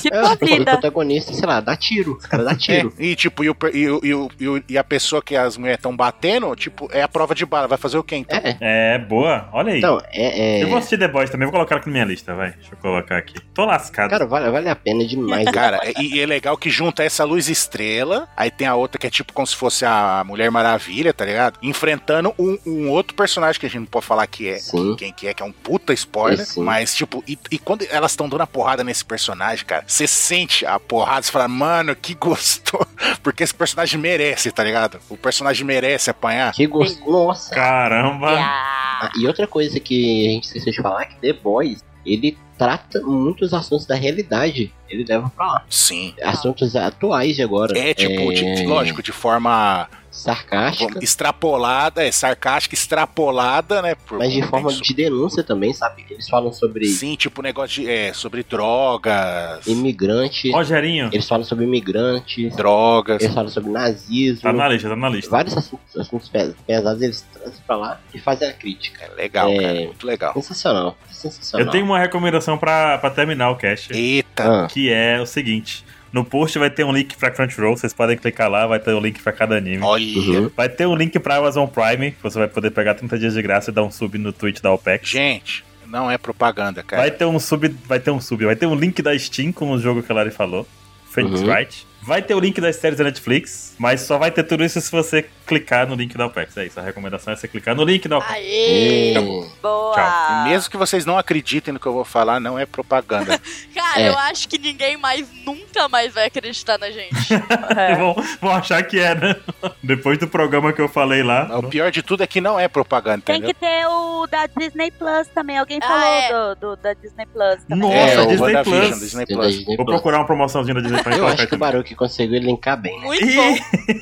S5: Que
S3: É, o
S5: vida.
S3: protagonista, sei lá, dá tiro, os caras dá tiro.
S4: É, e tipo, e, o per- e o- e o- e o- e a pessoa que as mulheres estão batendo, tipo, é a prova de bala. Vai fazer o quê? Então?
S3: É,
S2: É, boa. Olha aí.
S3: então, é. é-
S2: Eu vou assistir The Boys também, vou colocar aqui na minha lista, vai. Deixa eu colocar aqui. Tô lascado.
S3: Cara, vale, vale a pena demais.
S4: Cara, e, e é legal que junta essa luz estrela, aí tem a outra que é tipo como se fosse a Mulher Maravilha, tá ligado? Enfrentando um, um outro personagem que a gente não pode falar que é.
S3: Sim.
S4: Quem que é, que é um puta spoiler.
S3: Esse Sim.
S4: Mas, tipo, e, e quando elas estão dando a porrada nesse personagem, cara, você sente a porrada, você fala, mano, que gostoso. Porque esse personagem merece, tá ligado? O personagem merece apanhar.
S3: Que gostoso. Nossa.
S2: Caramba!
S3: Ah, e outra coisa que a gente esqueceu de falar é que The Boys, ele trata muitos assuntos da realidade. Ele leva pra lá.
S4: Sim.
S3: Assuntos atuais de agora.
S4: É, tipo, de- lógico, de forma
S3: Sarcástica,
S4: vamos, extrapolada, é sarcástica, extrapolada, né? por-
S3: mas de forma
S4: isso.
S3: de denúncia também, sabe? Eles falam sobre
S4: Sim, tipo, negócio de, é, sobre drogas,
S3: imigrante,
S2: Rogerinho,
S3: eles falam sobre imigrantes,
S4: drogas.
S3: eles falam sobre nazismo.
S2: tá na lista, tá na lista.
S3: Vários assuntos, assuntos pes- pesados eles trazem pra lá e fazem a crítica.
S4: É legal,
S3: É.
S4: cara, muito legal.
S3: Sensacional, é sensacional.
S2: Eu tenho uma recomendação pra, pra terminar o cast.
S4: Eita,
S3: Ah,
S2: que é o seguinte: no post vai ter um link pra Crunchyroll, vocês podem clicar lá, vai ter o link pra cada anime.
S4: olha.
S3: uhum.
S2: Vai ter um link pra Amazon Prime, que você vai poder pegar 30 dias de graça e dar um sub no tweet da OPEX.
S4: Gente, não é propaganda, cara.
S2: Vai ter um sub, vai ter um sub, vai ter um link da Steam com o jogo que a Lari falou, Phoenix
S3: Uhum.
S2: Wright. Vai ter o link das séries da Netflix, mas só vai ter tudo isso se você clicar no link da OPEX. É isso, a recomendação é você clicar no link da OPEX.
S1: Aê!
S5: Boa!
S2: Tchau.
S4: E mesmo que vocês não acreditem no que eu vou falar, não é propaganda.
S1: Cara,
S3: É.
S1: eu acho que ninguém mais, nunca mais vai acreditar na gente.
S2: E Vão, vão achar que é, né? Depois do programa que eu falei lá.
S4: o pior de tudo é que não é propaganda,
S5: Tem
S4: entendeu?
S5: que ter o da Disney Plus também. Alguém
S1: Ah,
S5: falou
S1: é.
S5: do, do- da Disney Plus também.
S2: Nossa,
S3: É, o
S2: Disney
S4: WandaVision,
S2: Plus.
S4: Disney
S3: Tem da
S4: Plus.
S3: Disney
S2: Vou
S3: Plus.
S2: procurar uma promoçãozinha da Disney pra
S3: Eu
S2: colocar
S3: acho que é o
S2: também.
S3: Baruque conseguiu linkar bem, né?
S1: Muito bom.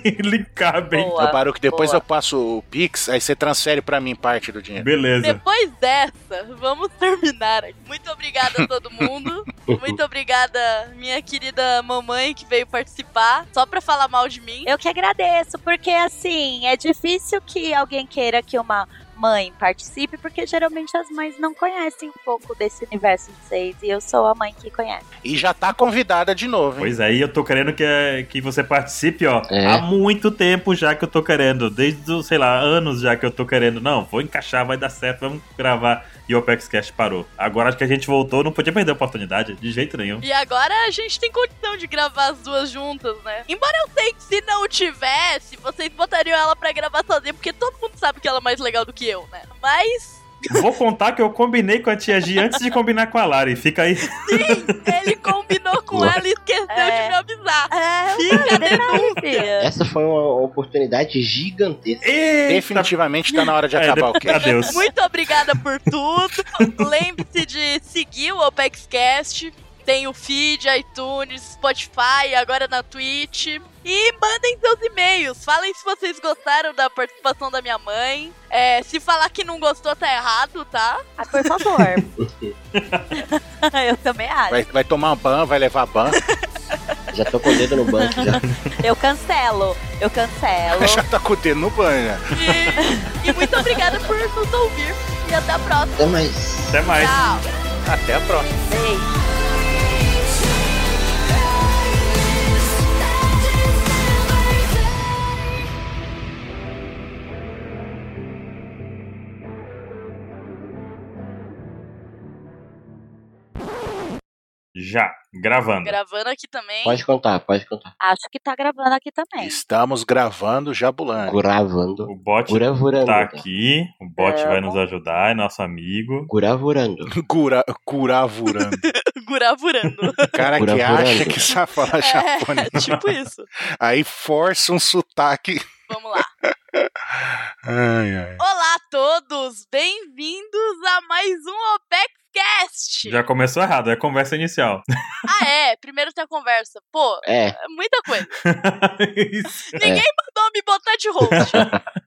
S2: Ih, linkar bem.
S5: Boa.
S4: Eu paro que depois
S5: boa.
S4: eu passo o Pix, aí você transfere pra mim parte do dinheiro.
S2: Beleza.
S1: Depois dessa, vamos terminar. aqui. Muito obrigada a todo mundo. Muito obrigada, minha querida mamãe que veio participar, só pra falar mal de mim.
S5: Eu que agradeço, porque assim, é difícil que alguém queira que uma mãe participe, porque geralmente as mães não conhecem um pouco desse universo de vocês. E eu sou a mãe que conhece.
S4: E já tá convidada de novo, hein?
S2: Pois aí, eu tô querendo que, que você participe, ó.
S3: É.
S2: Há muito tempo já que eu tô querendo. Desde, os, sei lá, anos já que eu tô querendo. Não, vou encaixar, vai dar certo, vamos gravar. E o Apex Cash parou. Agora que a gente voltou, não podia perder a oportunidade, de jeito nenhum.
S1: E agora a gente tem condição de gravar as duas juntas, né? Embora eu sei que se não tivesse, vocês botariam ela pra gravar sozinha, porque todo mundo sabe que ela é mais legal do que eu, né? Mas
S2: Vou contar que eu combinei com a tia G antes de combinar com a Lari. Fica aí.
S1: ele combinou com ela e esqueceu
S5: É.
S1: de me avisar.
S5: É,
S1: Fica a denúncia.
S3: Essa foi uma oportunidade gigantesca.
S2: Eita,
S4: Definitivamente tá na hora de
S2: É,
S4: acabar o cast.
S2: adeus.
S1: Muito obrigada por tudo. Lembre-se de seguir o OpexCast. Tem o feed, iTunes, Spotify, agora na Twitch. E mandem seus e-mails. Falem se vocês gostaram da participação da minha mãe. É, se falar que não gostou, tá errado, tá?
S5: ah, por favor. eu também acho.
S4: Vai, vai tomar ban, vai levar ban.
S3: Já tô com o dedo no banco já.
S5: Eu cancelo. Eu cancelo.
S4: já tá com o dedo no ban, né?
S1: E, e muito obrigada por nos ouvir. E até a próxima.
S3: Até mais.
S2: Até mais.
S1: Tchau.
S4: Até a próxima.
S5: Beijo.
S2: Já, gravando.
S1: Gravando aqui também.
S3: Pode contar, pode contar.
S5: Acho que tá gravando aqui
S4: É.
S5: também.
S4: Estamos gravando Jabulani.
S3: Gravando.
S2: O bot
S3: Guravurando.
S2: tá aqui. O bot
S5: É,
S2: vai
S5: bom.
S2: nos ajudar, é nosso amigo.
S3: Guravurando.
S4: Gura, curavurando.
S1: Guravurando.
S4: O cara que
S3: Curavurando.
S4: acha que sabe falar japonês.
S1: É, tipo isso.
S4: Aí força um sotaque.
S1: Vamos lá.
S4: Ai, ai.
S1: Olá a todos, bem-vindos a mais um OPEXcast!
S2: Já começou errado, é conversa inicial.
S1: Ah é, primeiro tem a conversa. Pô,
S3: É,
S1: é muita coisa. Ninguém mandou me botar de host.